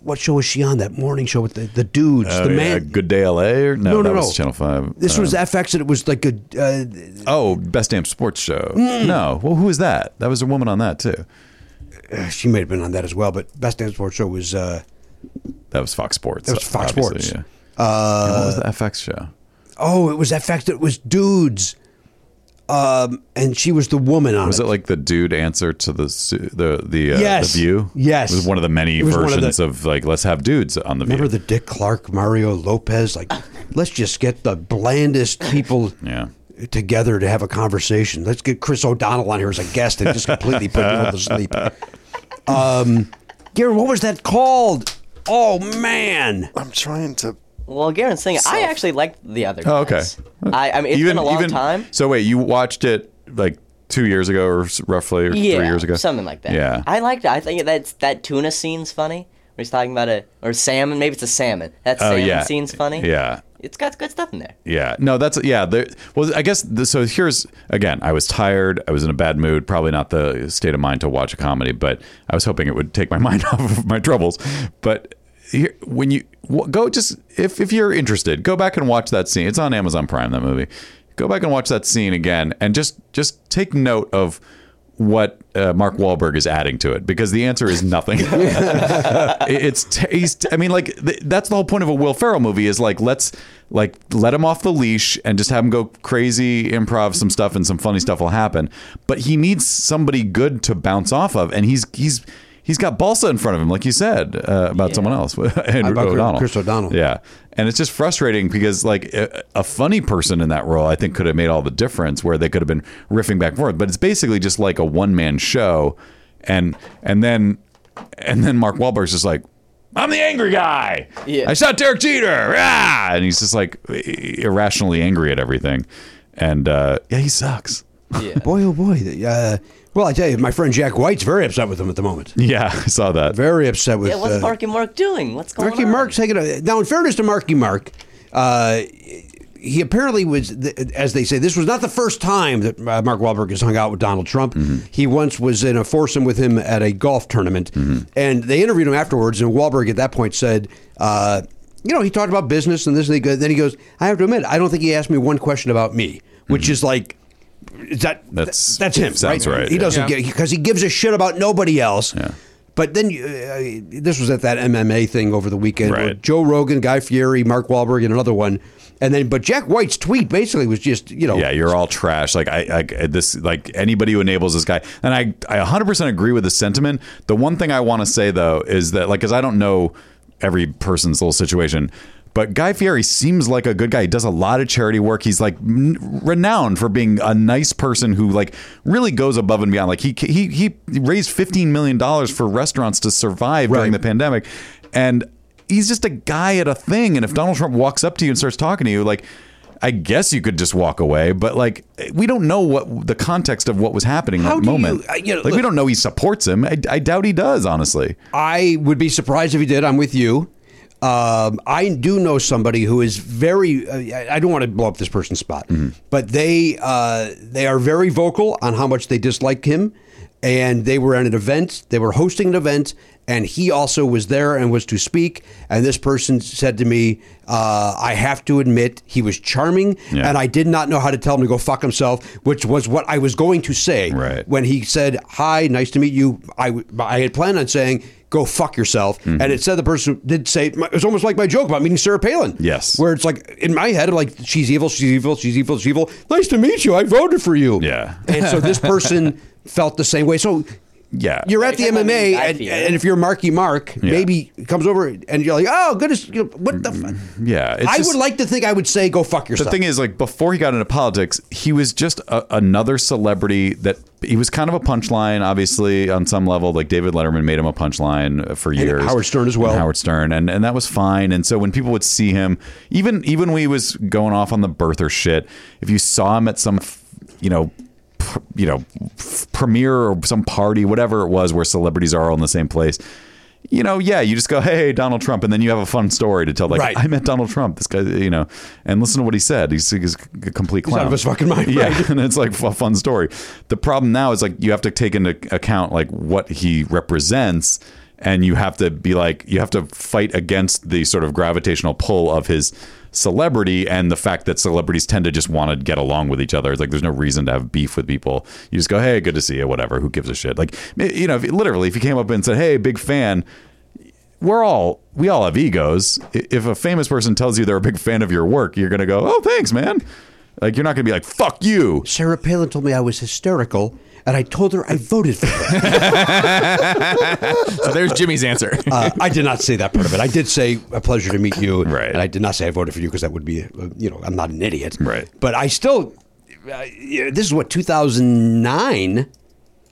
what show was she on? That morning show with the, the dudes, Oh, the yeah, man. Good Day L.A. Or, no, No, no, that no. was Channel Five. This Um, was FX, and it was like a. Uh, Oh, Best Damn Sports Show. Mm. No. Well, who was that? That was a woman on that too. uh, she may have been on that as well, but Best Dance Sports Show was. Uh, That was Fox Sports. That was Fox obviously, Sports. Yeah. Uh, what was the FX show? oh, it was that fact that it was dudes, um, and she was the woman on Was it. it like the dude answer to the su- the the, uh, Yes. the view? Yes. it was one of the many It was one of the- versions of, like let's have dudes on the Remember view. the Dick Clark, Mario Lopez? Like, let's just get the blandest people yeah, together to have a conversation. Let's get Chris O'Donnell on here as a guest and just completely put people to sleep. Um, Garen, what was that called? Oh man, I'm trying to. Well, Garen's thing, I actually liked the other. Guys. Oh, okay. I, I mean, it's been a long time. So wait, you watched it like two years ago, or s- roughly, or yeah, three years ago, something like that. Yeah, I liked it. I think that's that tuna scene's funny. Where he's talking about a or salmon, maybe it's a salmon. That oh salmon yeah, scene's funny. Yeah, it's got good stuff in there. Yeah. No, that's yeah. There, well, I guess the, so. Here's again. I was tired. I was in a bad mood. Probably not the state of mind to watch a comedy, but I was hoping it would take my mind off of my troubles. But here, when you w- go, just if if you're interested, go back and watch that scene. It's on Amazon Prime. That movie. Go back and watch that scene again, and just just take note of what uh, Mark Wahlberg is adding to it because the answer is nothing. It- it's t- he's t- I mean like th- that's the whole point of a Will Ferrell movie is like let's like let him off the leash and just have him go crazy improv some stuff and some funny stuff will happen but he needs somebody good to bounce off of and he's he's he's got balsa in front of him like you said uh, about someone else Andrew About Chris- O'Donnell Chris O'Donnell. yeah and it's just frustrating because like a, a funny person in that role I think could have made all the difference where they could have been riffing back and forth but it's basically just like a one man show and and then and then Mark Wahlberg's just like, I'm the angry guy. Yeah. I shot Derek Jeter. Ah! And he's just like irrationally angry at everything. And uh, yeah, he sucks. Yeah. boy oh boy. the- Uh, well, I tell you, my friend Jack White's very upset with him at the moment. Yeah, I saw that. Very upset with. yeah, what's uh, Marky Mark doing? What's going Marky on? Mark's taking a now. In fairness to Marky Mark, uh, he apparently was, th- as they say, this was not the first time that uh, Mark Wahlberg has hung out with Donald Trump. He once was in a foursome with him at a golf tournament, and they interviewed him afterwards. And Wahlberg at that point said. Uh, you know, he talked about business and this and that. Then he goes, I have to admit, I don't think he asked me one question about me, which is like, is that, That's- that's, that's him. sounds right, He yeah. doesn't Yeah. get, because he gives a shit about nobody else. But then you- uh, this was at that MMA thing over the weekend. where Right. Joe Rogan, Guy Fieri, Mark Wahlberg, and another one. And then, but Jack White's tweet basically was just, you know, Yeah, you're all trash. Like I, I this like anybody who enables this guy, and I, I 100% agree with the sentiment. The one thing I want to say though is that like, because I don't know every person's little situation, but Guy Fieri seems like a good guy. He does a lot of charity work. He's like n- renowned for being a nice person who like really goes above and beyond. Like he he he raised 15 million dollars for restaurants to survive during Right. the pandemic, and he's just a guy at a thing. And if Donald Trump walks up to you and starts talking to you, like. I guess you could just walk away, but like we don't know what the context of what was happening in How that do you- moment. I- you know, like we look- don't know he supports him. I, I doubt he does, honestly. I would be surprised if he did. I'm with you. Um, I do know somebody who is very. Uh, I- I don't want to blow up this person's spot, but they uh, they are very vocal on how much they dislike him. And they were at an event. They were hosting an event, and he also was there and was to speak. And this person said to me, uh, "I have to admit, he was charming, Yeah. and I did not know how to tell him to go fuck himself, which was what I was going to say Right. when he said, "Hi, nice to meet you," I, w- I had planned on saying, "Go fuck yourself," Mm-hmm. and it said the person did say it was almost like my joke about meeting Sarah Palin. Yes. where it's like in my head, I'm like she's evil, she's evil, she's evil, she's evil. Nice to meet you. I voted for you. Yeah. and so this person felt the same way. So. Yeah. You're at the Like, I MMA, mean, I and, feel it. and if you're Marky Mark, Yeah. maybe comes over and you're like, "Oh goodness, you know, what the?" F-? Yeah, it's I just- would like to think I would say, "Go fuck The yourself." thing is, like before he got into politics, he was just a, another celebrity that he was kind of a punchline, obviously on some level. Like David Letterman made him a punchline for years. Howard Stern as well. And Howard Stern, and and that was fine. And so when people would see him, even even when he was going off on the birther shit, if you saw him at some, f- you know. pr- You know, f- premiere or some party, whatever it was, where celebrities are all in the same place. You know, yeah, you just go, hey, Donald Trump, and then you have a fun story to tell. Like, Right. I met Donald Trump. This guy, you know, and listen to what he said. He's, he's a complete clown. out of his fucking mind, Yeah, right. and it's like a fun story. The problem now is like you have to take into account like what he represents, and you have to be like you have to fight against the sort of gravitational pull of his celebrity and the fact that celebrities tend to just want to get along with each other. It's like there's no reason to have beef with people. You just go, hey, good to see you, whatever. Who gives a shit? Like you know, if, literally, if he came up and said, hey, big fan we're all we all have egos. I- If a famous person tells you they're a big fan of your work, you're gonna go, "Oh, thanks, man." Like you're not gonna be like, "Fuck you." Sarah Palin told me I was hysterical, and I told her I voted for her. So there's Jimmy's answer. Uh, I did not say that part of it. I did say a pleasure to meet you, Right. and I did not say I voted for you because that would be, uh, you know, I'm not an idiot, Right. But I still, uh, yeah, this is what 2009.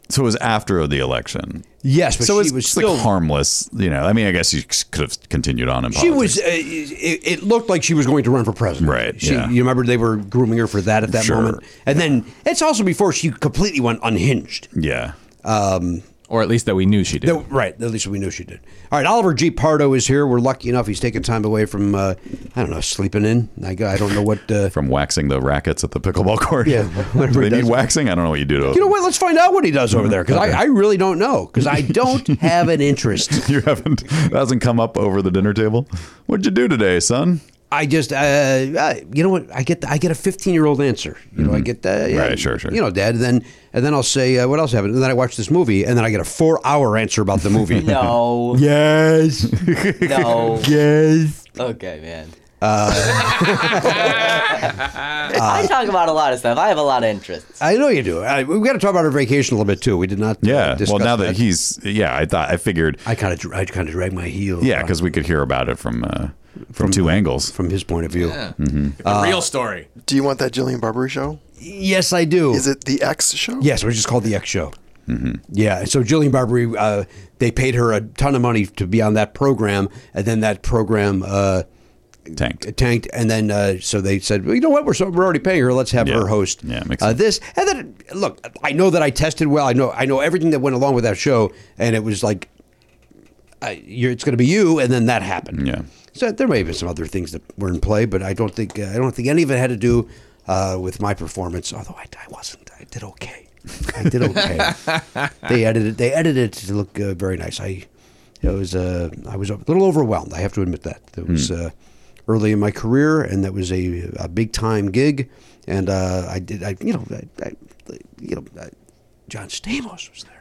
So it was after the election. Yes, but so she it's, was it's, still like harmless, you know. I mean, I guess you could have continued on in She politics. was. Uh, it, it looked like she was going to run for president. Right, She, yeah. You remember they were grooming her for that at that Sure. moment, and then it's also before she completely went unhinged. yeah. or at least that we knew she did. No, right. At least we knew she did. All right. Oliver G. Pardo is here. We're lucky enough he's taking time away from uh, I don't know sleeping in. I, I don't know what. Uh, From waxing the rackets at the pickleball court. Yeah, do whatever they he need does. waxing? I don't know what you do to. you know what? Let's find out what he does over there because I, I really don't know because I don't have an interest. You haven't that hasn't come up over the dinner table. What'd you do today, son? I just uh, I, you know what I get I get a 15 year old answer. You know I get that yeah, Mm-hmm. Right, sure, sure. You know, Dad. And then and then I'll say uh, what else happened. And then I watch this movie and then I get a four hour answer about the movie. No. Yes. No. yes. Okay, man. Uh, I talk about a lot of stuff. I have a lot of interests. I know you do. I, we got to talk about our vacation a little bit too. We did not. uh, Yeah. Well, discuss now that he's yeah, I thought I figured I kind of I kind of drag my heel. yeah uh, because we could hear about it from uh, from, two angles. from his point of view. Uh, The real story. Do you want that Jillian Barbary show? Yes, I do. Is it the X show? Yes, it was just called the X Show. Mm-hmm. Yeah. So Jillian Barbary, uh, they paid her a ton of money to be on that program, and then that program uh, Tanked. tanked, and then uh, so they said, well, you know what, we're so, we're already paying her, let's have Yeah. her host. Yeah, makes uh, sense. this and then look, I know that I tested well. I know I know everything that went along with that show, and it was like, I, you're, it's going to be you, and then that happened. Yeah. So there may have been some other things that were in play, but I don't think uh, I don't think any of it had to do uh, with my performance. Although I, I wasn't, I did okay. I did okay. they edited they edited it to look uh, very nice. I it was uh, I was a little overwhelmed. I have to admit that that was Hmm. uh, early in my career, and that was a, a big time gig. And uh, I did I you know I, I, you know I, John Stamos was there.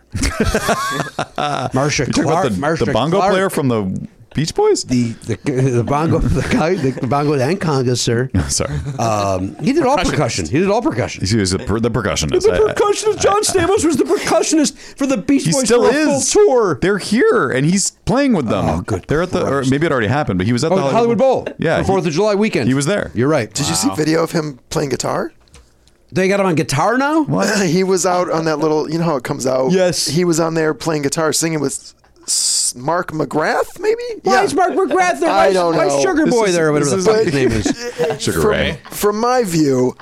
Marsha Talk about Clark, the, Marcia the bongo Clark player from the Beach Boys. the the, the bongo the, guy, the bongo and congas, sir. Sorry, Um, he did all percussion. He did all percussion. he was the, per- the percussionist. The I- I- percussionist John Stamos was the percussionist for the Beach he Boys still for a full is. tour. They're here, and he's playing with them. Oh, good They're at the, or Christ. maybe it already happened, but he was at Oh, the the Hollywood Bowl. Yeah, for Fourth he- of July weekend. he was there. You're right. Did you see video of him playing guitar? They got him on guitar now. he was out on that little, you know how it comes out. Yes. He was on there playing guitar, singing with S- Mark McGrath, maybe. Why is Mark McGrath there? Why, I is- don't why is know. Sugar This Boy is- there? or Whatever the this fuck is- his name is. Sugar from, Ray. from my view,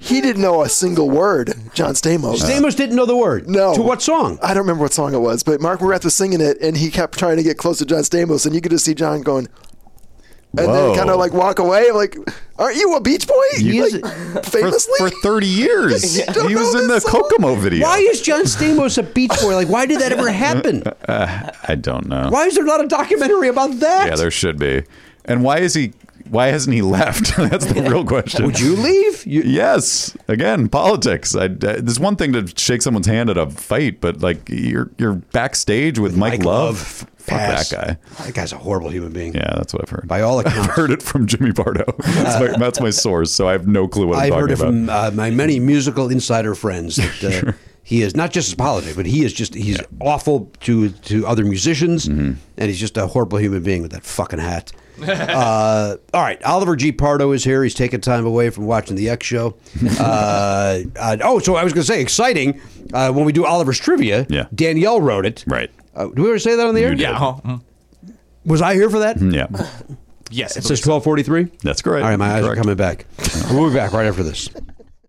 he didn't know a single word. John Stamos. Stamos didn't know the word. No. To what song? I don't remember what song it was, but Mark McGrath was singing it, and he kept trying to get close to John Stamos, and you could just see John going, and Whoa. then kind of like walk away, like, "Aren't you a Beach Boy?" He like, is- for, famously. for 30 years. You don't he was know in the this song? Kokomo video. Why is John Stamos a Beach Boy? Like, why did that ever happen? I don't know. Why is there not a documentary about that? Yeah, there should be. And why is he? Why hasn't he left? That's the real question. Would you leave? You, Yes. Again, politics. I, I- there's one thing to shake someone's hand at a fight, but like you're you're backstage with, Mike, Love. Fuck Pass. that guy. That guy's a horrible human being. Yeah, that's what I've heard. By all I've accounts, heard it from Jimmy Pardo. That's my, that's my source, so I have no clue what I'm I've talking heard it about. from uh, my many musical insider friends that uh, he is not just his politics, but he is just he's awful to to other musicians, Mm-hmm. and he's just a horrible human being with that fucking hat. uh, all right, Oliver G. Pardo is here. He's taking time away from watching the X Show. Uh, uh, oh, so I was going to say, exciting uh, when we do Oliver's trivia. Yeah. Danielle wrote it. right. Uh, do we ever say that on the air? You did. Mm-hmm. Yeah. huh? Mm. Was I here for that? Yeah. Yes. It says twelve forty three. That's correct. All right, my eyes Correct. are coming back. We'll be back right after this.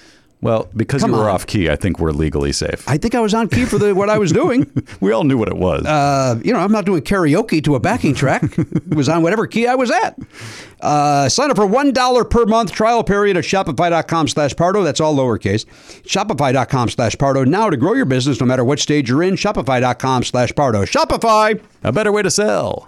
Well, because Come you were on. off key, I think we're legally safe. I think I was on key for the what I was doing. we all knew what it was. Uh, you know, I'm not doing karaoke to a backing track. it was on whatever key I was at. Uh, sign up for $1 per month trial period at Shopify.com slash Pardo. That's all lowercase. Shopify.com slash Pardo. Now to grow your business, no matter what stage you're in, Shopify.com slash Pardo. Shopify! a better way to sell.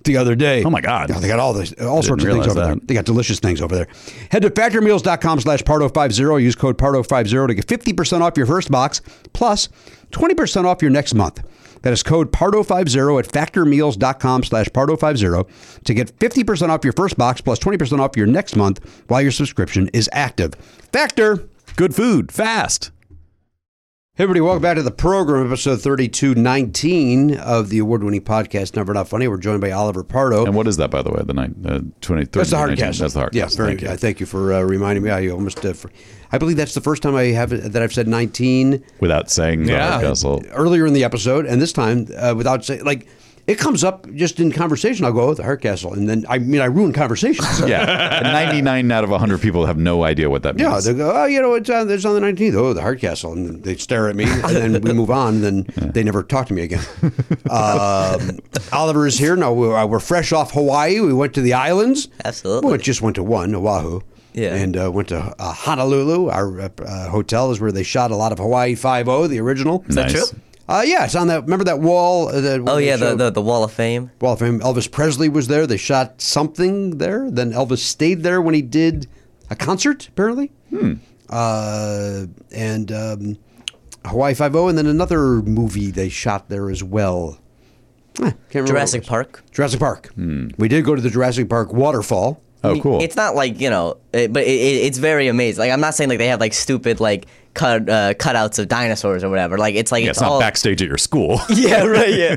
the other day. Oh, my God. Yeah, they got all this all sorts of things realize over there. that. They got delicious things over there. Head to factormeals.com slash pardo50. Use code pardo50 to get 50% off your first box plus 20% off your next month. That is code pardo50 at factormeals.com slash pardo50 to get 50% off your first box plus 20% off your next month while your subscription is active. Factor! good food, fast. Hey everybody, welcome back to the program, episode 3219 of the award-winning podcast Never Not Funny. We're joined by Oliver Pardo. And what is that, by the way? The night uh, twenty third. That's the hard cast. That's the hard Yeah, cast. very Thank good. you. I thank you for uh, reminding me. I almost, uh, for, I believe that's the first time I have it, that I've said 19 Without saying the Yeah. hard castle. earlier in the episode, and this time uh, without saying like. It comes up just in conversation. I'll go with the Hardcastle, and then I mean I ruin conversations. yeah, ninety nine out of hundred people have no idea what that yeah, means. they go, oh, you know, it's on, it's on the nineteenth. Oh, the Hardcastle, and they stare at me, and then we move on. And then they never talk to me again. um, Oliver is here now. We're, uh, we're fresh off Hawaii. We went to the islands. Absolutely. Well, it just went to one, Oahu. Yeah. And uh, went to uh, Honolulu. Our uh, uh, hotel is where they shot a lot of Hawaii Five O, the original. Is Nice. true? Uh, yeah, it's on that. Remember that wall? Uh, that Oh they yeah, the, showed- the the Wall of Fame. Wall of Fame. Elvis Presley was there. They shot something there. Then Elvis stayed there when he did a concert, apparently. Hmm. Uh, and um, Hawaii Five O, and then another movie they shot there as well. Eh, can't remember what it Jurassic was. Park. Jurassic Park. Hmm. We did go to the Jurassic Park waterfall. oh, cool. It's not like you know, it, but it, it, it's very amazing. Like I'm not saying like they have like stupid like cut uh, cutouts of dinosaurs or whatever. Like it's like yeah, it's not all backstage at your school. Yeah, right. Yeah,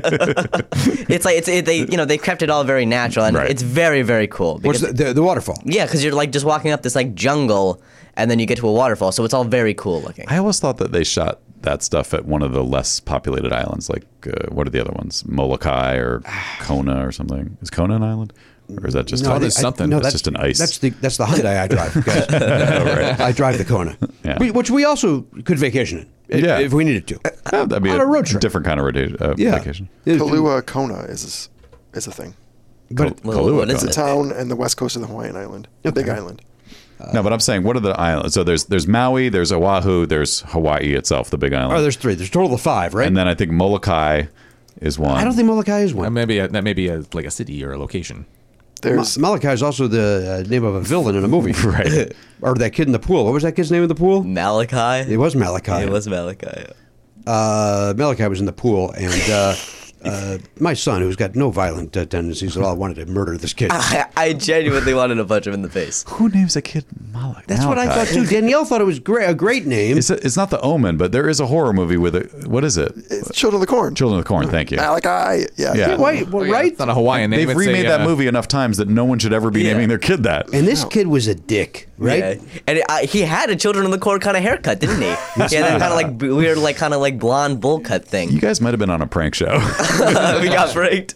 it's like it's it, they you know they kept it all very natural and Right. it's very very cool. What's Because, the, the, the waterfall? yeah, because you're like just walking up this like jungle and then you get to a waterfall, so it's all very cool looking. I always thought that they shot that stuff at one of the less populated islands, like uh, what are the other ones? Molokai or Kona or something. Is Kona an island? or is that just I- there's I- something. It's that's just an ice. That's the that's the Hyundai I drive. guys. I drive the Kona, Yeah. We- which we also could vacation in if, Yeah. if we needed to. Oh, that'd be on a road trip. different kind of road, uh, Yeah, vacation. It- Kahlua Kona is is a thing. But Kal- Well, what Kahlua is Kona. it? Town and the west coast of the Hawaiian island, the Big Island. No, but I'm saying, what are the islands? So there's there's Maui, there's Oahu, there's Hawaii itself, the Big Island, oh, there's three. There's a total of five, right? and then I think Molokai is one. I don't think Molokai is Uh, one. maybe a, that may be a, like a city or a location. Ma- There's Molokai is also the uh, name of a villain in a movie, right? or that kid in the pool. What was that kid's name in the pool? Malachi. It was Malachi. It was Malachi. uh, Malachi was in the pool, and uh, uh, my son, who's got no violent uh, tendencies at all, wanted to murder this kid. I, I genuinely wanted to punch him in the face. Who names a kid Molokai? That's what I Malachi? thought too. Danielle thought it was great, a great name. It's, it's not the Omen, but there is a horror movie with it. What is it? it's eh, Children of the Corn. Children of the Corn. Thank you. Alec I. Yeah. Yeah. Yeah, why- well, right? It's not a Hawaiian name. They've it's remade a, that uh, movie enough times that no one should ever be Yeah. naming their kid that. And this kid was a dick, right? Yeah. And it, I, he had a children in the court kind of haircut, didn't he? yeah, that kind of like b- weird, like kind of like blonde bowl cut You thing. guys might have been on a prank show. we got pranked.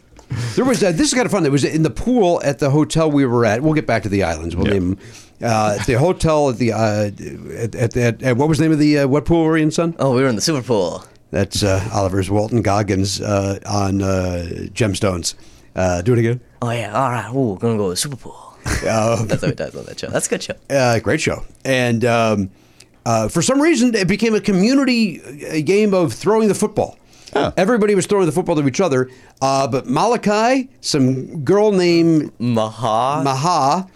There was uh, this is kind of fun. There was in the pool at the hotel we were at. We'll get back to the islands. We'll Yeah. name them. Uh, at the hotel at the uh, at, at, at, at what was the name of the uh, what pool were we in, son? Oh, we were in the super pool. That's uh, Oliver's Walton Goggins uh, on uh, gemstones. Uh, do it again. Oh yeah, all right. Ooh, gonna go to the super pool. That's how we talked about that show. That's a good show. Uh, great show. And um, uh, for some reason, it became a community uh, game of throwing the football. Everybody was throwing the football to each other. Uh, but Malachi, some girl named Maha. Maha,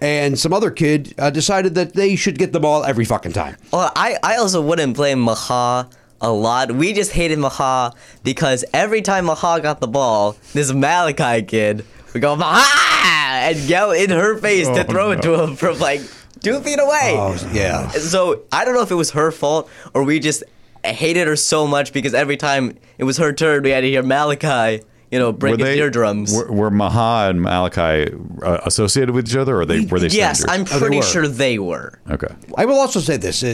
and some other kid uh, decided that they should get the ball every fucking time. Well, I, I also wouldn't blame Maha a lot. We just hated Maha because every time Maha got the ball, this Malachi kid would go Maha and yell in her face Oh, to throw it to him from like two feet away. Oh, yeah. So I don't know if it was her fault or we just hated her so much because every time it was her turn, we had to hear Malachi, you know, break his eardrums. Were, were Maha and Malachi uh, associated with each other, or they were they yes, I'm strangers? pretty were. sure they were. okay. I will also say this, uh,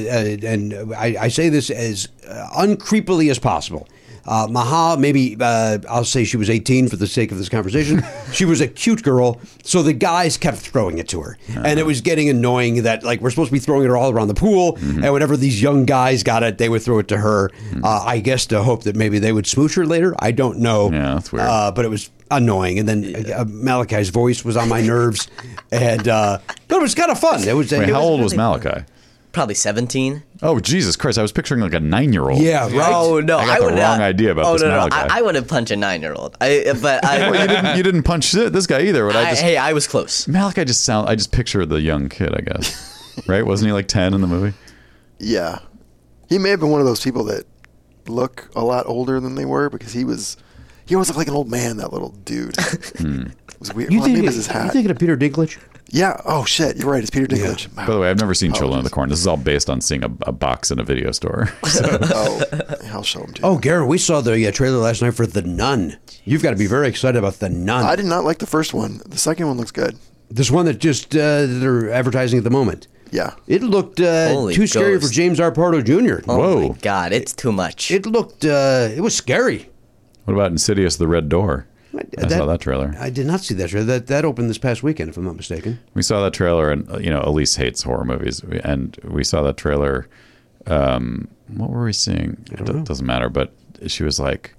uh, and I, I say this as uh, uncreepily as possible. Uh, Maha, maybe uh, I'll say she was 18 for the sake of this conversation. she was a cute girl, so the guys kept throwing it to her, and it was getting annoying that like we're supposed to be throwing it all around the pool, Mm-hmm. and whenever these young guys got it, they would throw it to her. Uh, I guess to hope that maybe they would smooch her later. I don't know. Yeah, that's weird. Uh, but it was annoying, and then uh, Malachi's voice was on my nerves, and uh, but it was kind of fun. It was. Wait, it how was- old was Malachi? Probably 17. Oh Jesus Christ! I was picturing like a nine-year-old. Yeah, right. Oh no, I I, got the would wrong not. idea about oh, this no, no, Malachi. I, I wouldn't punch a nine-year-old. I but I, Well, you didn't you didn't punch thi- this guy either, but I, I- just hey, I was close. Malachi just sound. I just picture the young kid, I guess. right? Wasn't he like ten in the movie? Yeah. He may have been one of those people that look a lot older than they were because he was, he almost looked like an old man, that little dude. Hmm. It was weird. You well, maybe think it's his you hat. thinking of Peter Dinklage? yeah. Oh, shit. You're right. It's Peter Dinklage. Wow. By the way, I've never seen Children of the Corn. This is all based on seeing a, a box in a video store. So, oh, I'll show him to you. Oh, Garen, we saw the uh, trailer last night for The Nun. You've got to be very excited about The Nun. I did not like the first one. The second one looks good. This one that just uh, they're advertising at the moment. Yeah. It looked uh, Holy too scary for ghost. James R. Pardo Jr. Oh whoa! my God, it's too much. It looked. Uh, it was scary. What about Insidious: The Red Door? I saw that trailer. I did not see that trailer. That that opened this past weekend, if I'm not mistaken. We saw that trailer, and uh, you know, Elise hates horror movies, We- and we saw that trailer. Um, what were we seeing? It do- doesn't matter. But she was like,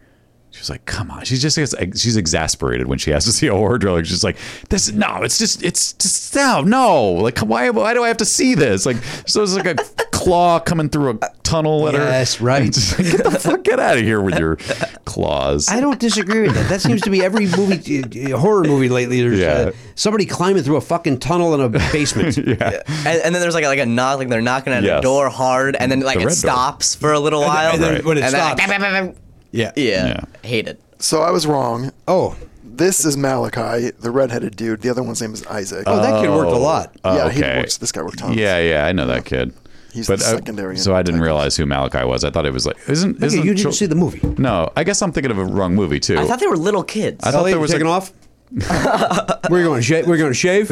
she was like, "Come on!" She just gets, she's exasperated when she has to see a horror trailer. She's like, "This no, it's just it's just no, no! Like, come- why why do I have to see this? Like, so it's like a claw coming through a tunnel at her. Yes, right. Just like, get the fuck get out of here with your claws. I don't disagree with that. That seems to be every movie, uh, horror movie lately. There's Yeah. uh, somebody climbing through a fucking tunnel in a basement. yeah. and, and then there's like a, like a knock, like they're knocking at Yes. a door hard, and then like The it red door. stops for a little while. and then when it and like, stops- bam, bam, bam, bam. yeah. yeah, Yeah. hate it. So I was wrong. Oh, This is Malachi, the redheaded dude. The other one's name is Isaac. oh, that kid worked a lot. yeah, Oh, he works. This guy worked tons. Yeah, yeah, I know that kid. He's but the I- secondary so I didn't antagonist. realize who Malachi was. I thought it was like isn't Look at isn't you didn't Chil- see the movie. No, I guess I'm thinking of a wrong movie too. I thought they were little kids. I thought Elliot, there was taking like, off. We're going to shave. We're going to shave.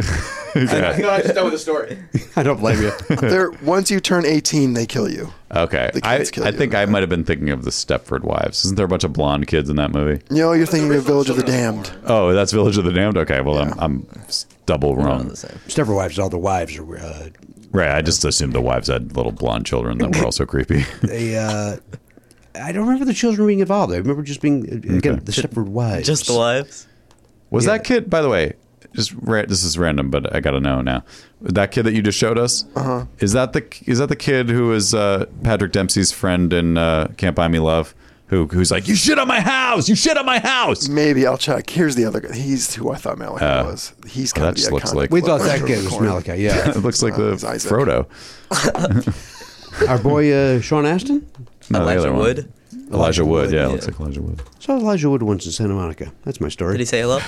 Yeah. I just done with the story. I don't blame you. They're, once you turn 18, they kill you. Okay. The I, kids kill I you. think I might have been thinking of the Stepford Wives. Isn't there a bunch of blonde kids in that movie? You know, you're thinking of Village of the Damned. Oh, that's Village of the Damned. Okay, well I'm I'm s- double wrong. Stepper wives. All the wives are. Uh, Right, I just assumed the wives had little blonde children that were also creepy. they. Uh, I don't remember the children being involved. I remember just being uh, again the Stepford wives. Just the wives. Was that kid, by the way, just ra- this is random, but I gotta know now. That kid that you just showed us uh-huh. is that the is that the kid who is uh, Patrick Dempsey's friend in uh, Can't Buy Me Love, who who's like you shit on my house, you shit on my house. Maybe I'll check. Here's the other guy. He's who I thought Malachi Uh, was. He's well, kind that of just the looks iconic like- We look thought that over kid the was corner. Malachi. Yeah, It looks like Uh, the it's Isaac. Frodo, our boy uh, Sean Aston. no, the Elijah other one. Wood? Elijah Wood, Wood, yeah, yeah. looks like Elijah Wood. Saw Elijah Wood once in Santa Monica. That's my story. Did he say hello?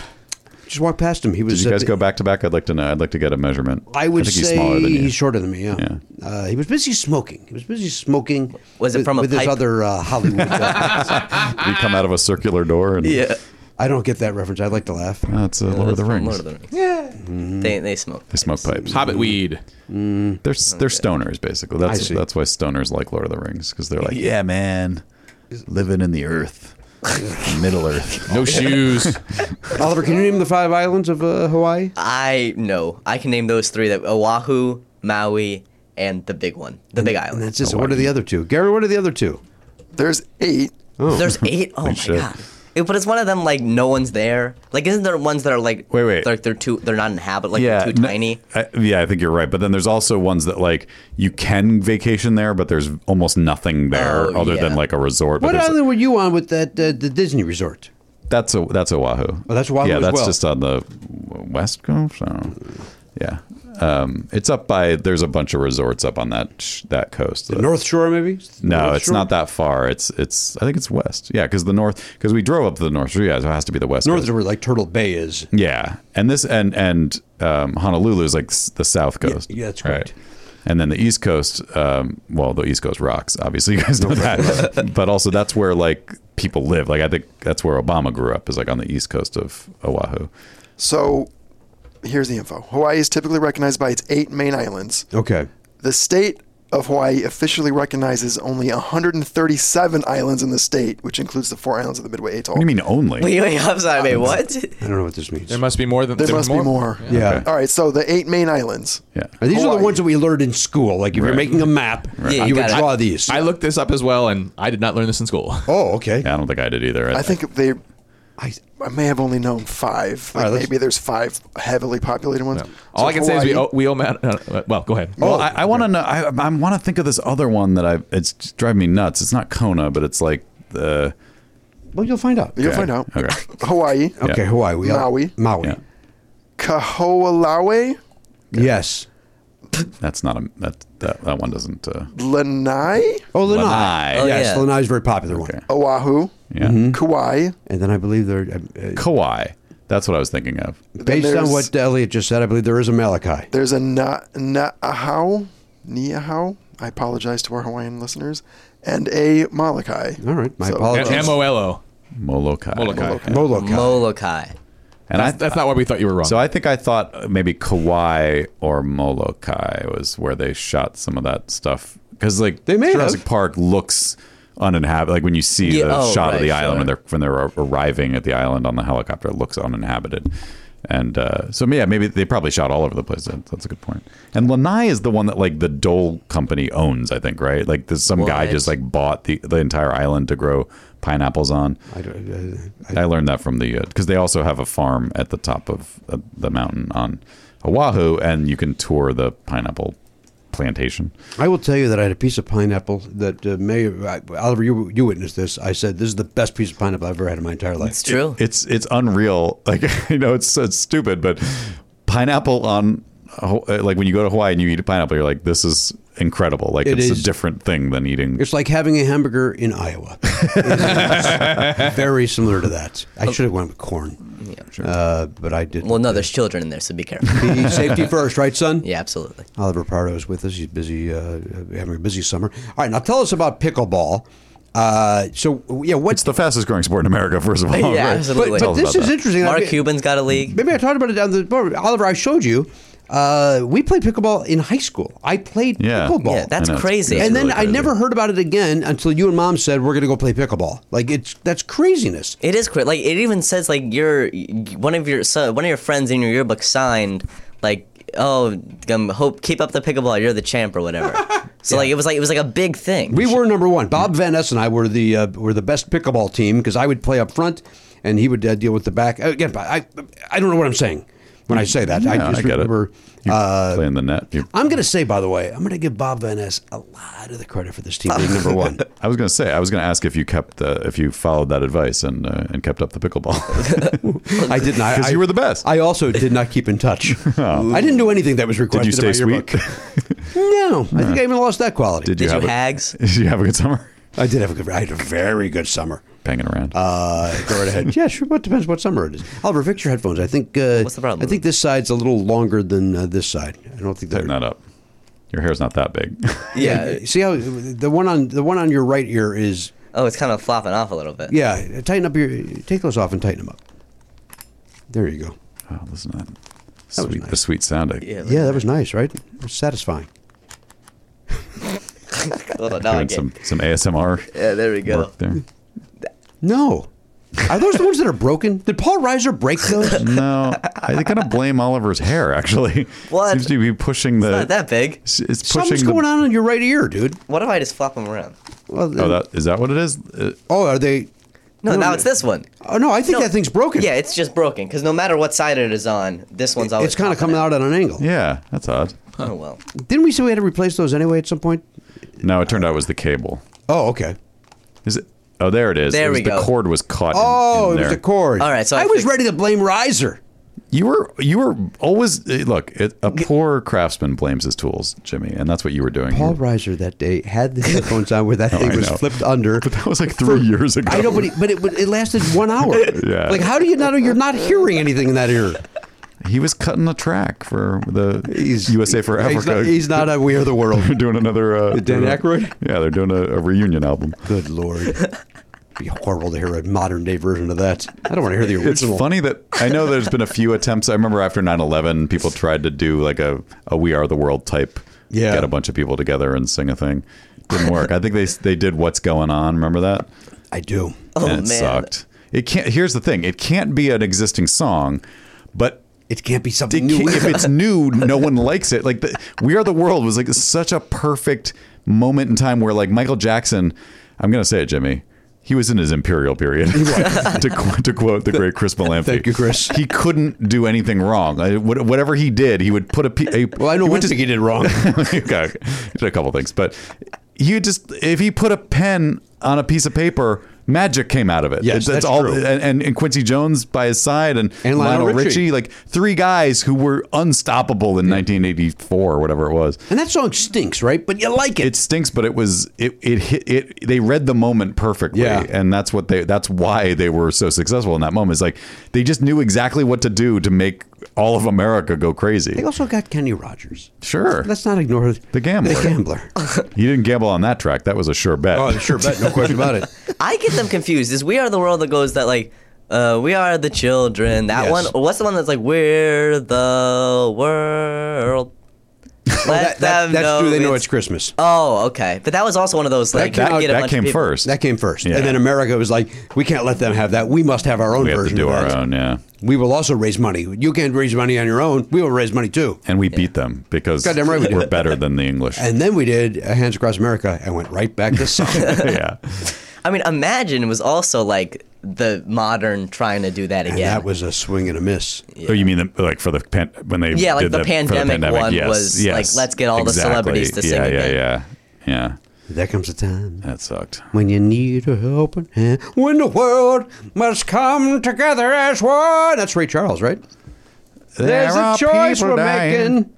Just walked past him. He was. Did you at guys the- go back to back? I'd like to know. I'd like to get a measurement. I would think say he's smaller than you. he's shorter than me. Yeah. Yeah. Uh, he was busy smoking. He was busy smoking. Was it with, from a with his pipe? other uh, Hollywood? uh, You come out of a circular door and Yeah. I don't get that reference. I like to laugh. That's uh, Lord of the That's Rings. from Lord of the Rings. Yeah. They they smoke. They smoke pipes. Hobbit weed. They're they're stoners basically. That's see. that's why stoners like Lord of the Rings because they're like, yeah, man, living in the earth, Middle Earth. No shoes. Oliver, can you name the five islands of uh, Hawaii? I know. I can name those three: that Oahu, Maui, and the big one, the Big Island. And that's just what are the other two? Gary, what are the other two? There's eight. There's eight. Oh my shit. god. It- but it's one of them like no one's there. Like isn't there ones that are like Wait, wait. like they're too they're not inhabited like Yeah, they're too no- tiny. I, yeah, I think you're right. But then there's also ones that like you can vacation there, but there's almost nothing there Oh, other than yeah. like a resort. But What there's- island were you on with that uh, the Disney resort? that's a that's Oahu. Oh, that's Oahu Yeah, as that's well. just on the w- west coast. I don't know. Yeah, um, it's up by. There's a bunch of resorts up on that sh- that coast. The The- North Shore, maybe? No, it's not that far. It's it's. I think it's west. Yeah, because the north. Because we drove up to the north. So yeah, it has to be the west. North is coast. where like Turtle Bay is. Yeah, and this and and um, Honolulu is like s- the south coast. yeah, that's correct. And then the east coast. Um, well, the east coast rocks. Obviously, you guys know that. but also, that's where like people live. Like I think that's where Obama grew up. Is like on the east coast of Oahu. So here's the info Hawaii is typically recognized by its eight main islands. Okay. The state of Hawaii officially recognizes only 137 islands in the state, which includes the four islands of the Midway Atoll. What do you mean only? Wait, wait, I'm sorry, wait, what? I don't know what this means. There must be more than There must be more. yeah. Okay. All right, so the eight main islands. Yeah. And these are the Hawaii. ones that we learned in school. Like if you're Right. making a map, Yeah, you you would gotta- draw these. I looked this up as well, and I did not learn this in school. oh, okay. Yeah, I don't think I did either. I think they. I, I may have only known five. Like right, let's- maybe there's five heavily populated ones. All So I can say is we Hawaii- owe, we owe Matt. Uh, well, go ahead. Well, I, I want to know. I, I want to think of this other one that I. It's just driving me nuts. It's not Kona, but it's like the. well, you'll find out. You'll find out. Okay. Hawaii, Okay, Yeah. Hawaii. We all- Maui. Maui. Yeah. Kahoolawe, Yes. That's not a that that, that one doesn't. Uh, Lanai, Oh, Lanai. Lanai. Oh, yes, yeah. Lanai is a very popular one. Oahu, yeah. Mm-hmm. Kauai. And then I believe there, uh, Kauai. That's what I was thinking of. uh, based on there's- what Elliot just said, I believe there is a Malachi. There's a Na Naahau, Niahau. I apologize to our Hawaiian listeners, and a Molokai. All right, my So- apologies. M O L O. Molokai. Molokai. Molokai. Yeah. Molokai. Molokai. And I, That's not why we thought you were wrong. so I think I thought maybe Kauai or Molokai was where they shot some of that stuff because like They may Jurassic have. Park looks uninhabited. Like when you see Yeah, the oh, shot of right, the island when sure. they're when they're ar- arriving at the island on the helicopter, it looks uninhabited. And uh, so yeah, maybe they probably shot all over the place. That- That's a good point. And Lanai is the one that like the Dole company owns, I think, right? Like there's some guy What? just like bought the the entire island to grow pineapples on. I don't- I- I- I learned that from the because they also have a farm at the top of uh, the mountain on Oahu, and you can tour the pineapple plantation. I will tell you that I had a piece of pineapple that uh, may I, Oliver, you you witnessed this. I said this is the best piece of pineapple I've ever had in my entire life. It's true. It's it's unreal. Like you know, it's it's stupid, but pineapple on Ho- uh, like when you go to Hawaii and you eat a pineapple, you're like, this is incredible. Like It it's is. a different thing than eating. It's like having a hamburger in Iowa. It's very similar to that. I should have went with corn, uh, but I didn't. Well, no, there's children in there, so be careful. Be safety first, right, son? yeah, absolutely. Oliver Pardo is with us. He's busy uh, having a busy summer. All right, now tell us about pickleball. Uh, so yeah, what's It's the fastest growing sport in America, first of all. yeah, right? absolutely. Tell us this about is that. interesting. Mark I mean- Cuban's got a league. Maybe I talked about it down the bar. Oliver, I showed you. Uh, we played pickleball in high school. I played Yeah. pickleball. Yeah, that's I know, it's crazy. crazy. and then really I never heard about it again until you and mom said we're going to go play pickleball. Like it's that's craziness. It is crazy. Like it even says like your one of your so one of your friends in your yearbook signed like oh um, hope keep up the pickleball you're the champ or whatever. so like it was like it was like a big thing. We were number one. Bob Van Ness and I were the uh, were the best pickleball team because I would play up front and he would uh, deal with the back. Again, I I don't know what I'm saying when I say that. I Yeah, just I get remember. uh, it. You play in the net. You- I'm going to say, by the way, I'm going to give Bob Van Ness a lot of the credit for this team being number one. I was going to say, I was going to ask if you kept the, if you followed that advice and uh, and kept up the pickleball. I did not. 'Cause I- you were the best. I also did not keep in touch. I didn't do anything that was Oh. Did required. you stay sweet? No, I think I even lost that quality. Did you Did have you a, hags? Did you have a good summer? I did have a good. I had a very good summer. Banging around. Uh, go right ahead. yeah, sure. But it depends what summer it is. Oliver, fix your headphones. I think. Uh, What's the I problem? think this side's a little longer than uh, this side. I don't think Tighten they're. that up. Your hair's not that big. yeah. See how the one on the one on your right ear is. Oh, it's kind of flopping off a little bit. Yeah, tighten up your. Take those off and tighten them up. There you go. oh, listen to that. was Sweet, The nice. sweet sounding. Yeah. Yeah, that was nice, right? It was satisfying. Little Doing dog. some, some ASMR Yeah, there we go. work there. No. Are those the ones that are broken? Did Paul Reiser break those? No, I kind of blame Oliver's hair. Actually, What? seems to be pushing the. It's not that big. It's it's pushing. Something's the- going on in your right ear, dude. What if I just flop them around? Well, Oh, that is that what it is? Uh, oh, are they? No, now it's this one. Oh no, I think that thing's broken. Yeah, it's just broken because no matter what side it is on, this one's always. it's kind of popping coming out at an angle. yeah, that's odd. Oh well. Didn't we say we had to replace those anyway at some point? No, it turned out it was the cable. Oh, okay. Is it? Oh, there it is. There It was- we go. The cord was caught. in- Oh, in it was there. the cord. All right, so I, I was fixed- ready to blame Reiser. You were you were always eh, look. It, a poor craftsman blames his tools, Jimmy, and that's what you were doing. Paul You- Reiser that day had the headphones on where that thing I was know. flipped under. But that was like three years ago. Oh, I know, but it, but it, but it lasted one hour. Yeah. Like, how do you not? You're not hearing anything in that ear. he was cutting a track for the USA for Africa. He's not, he's not a We Are the World. They're doing another uh, Dan doing a- Aykroyd? Yeah, they're doing a, a reunion album. Good lord. It'd be horrible to hear a modern day version of that. I don't want to hear the original. It's funny that I know there's been a few attempts. I remember after 9/11, people tried to do like a, a "We Are the World" type. Yeah. get a bunch of people together and sing a thing. Didn't work. I think they they did "What's Going On." Remember that? I do. Oh and it man. sucked. It can't. Here's the thing: it can't be an existing song, but It can't be it something new. can't, if it's new, no one likes it. Like the, "We Are the World" was like such a perfect moment in time where like Michael Jackson. I'm gonna say it, Jimmy. He was in his imperial period, to, qu- to quote the great Chris Melampi. Thank you, Chris. He couldn't do anything wrong. I- what- Whatever he did, he would put a. pe- a well, I know he one would just- thing he did wrong. okay. He did a couple things, but he would just if he put a pen on a piece of paper, magic came out of it. Yes, that's true. And, and, and Quincy Jones by his side, and, And Lionel Richie. like three guys who were unstoppable in 1984 or whatever it was. And that song stinks, right? But you like it. It stinks, but it was it it hit it. They read the moment perfectly, Yeah. and that's what they that's why they were so successful in that moment. Is like they just knew exactly what to do to make all of America go they crazy. also got Kenny Rogers. Sure, Let's not ignore The Gambler. The gambler. he didn't gamble on that track. That was a oh, sure bet. sure bet. No question about it. I get them confused. Is We Are the World that goes that like, uh, we are the children. That Yes. one. Or what's the one that's like, we're the world. Let That, that, them that's know true. They know it's- it's Christmas. Oh, okay. But that was also one of those like that, get a that bunch of came people- first. That came first. Yeah. And then America was like, we can't let them have that. We must have our own we have to version do of our that. own, yeah. We will also raise money. You can't raise money on your own. We will raise money too. And we beat them because Goddamn right we did. are better than the English. And then we did uh, Hands Across America and went right back to song. yeah, I mean, Imagine was also like the modern trying to do that And again. that was a swing and a miss. Oh, you mean the, like for the pan, when they Yeah, like did the for pandemic one Yes, was, like, yes, let's get all the exactly. celebrities to sing yeah, a Yeah, bit. yeah, yeah. There comes a time That sucked. when you need a helping hand, when the world must come together as one. That's Ray Charles, right? There's a choice we're making.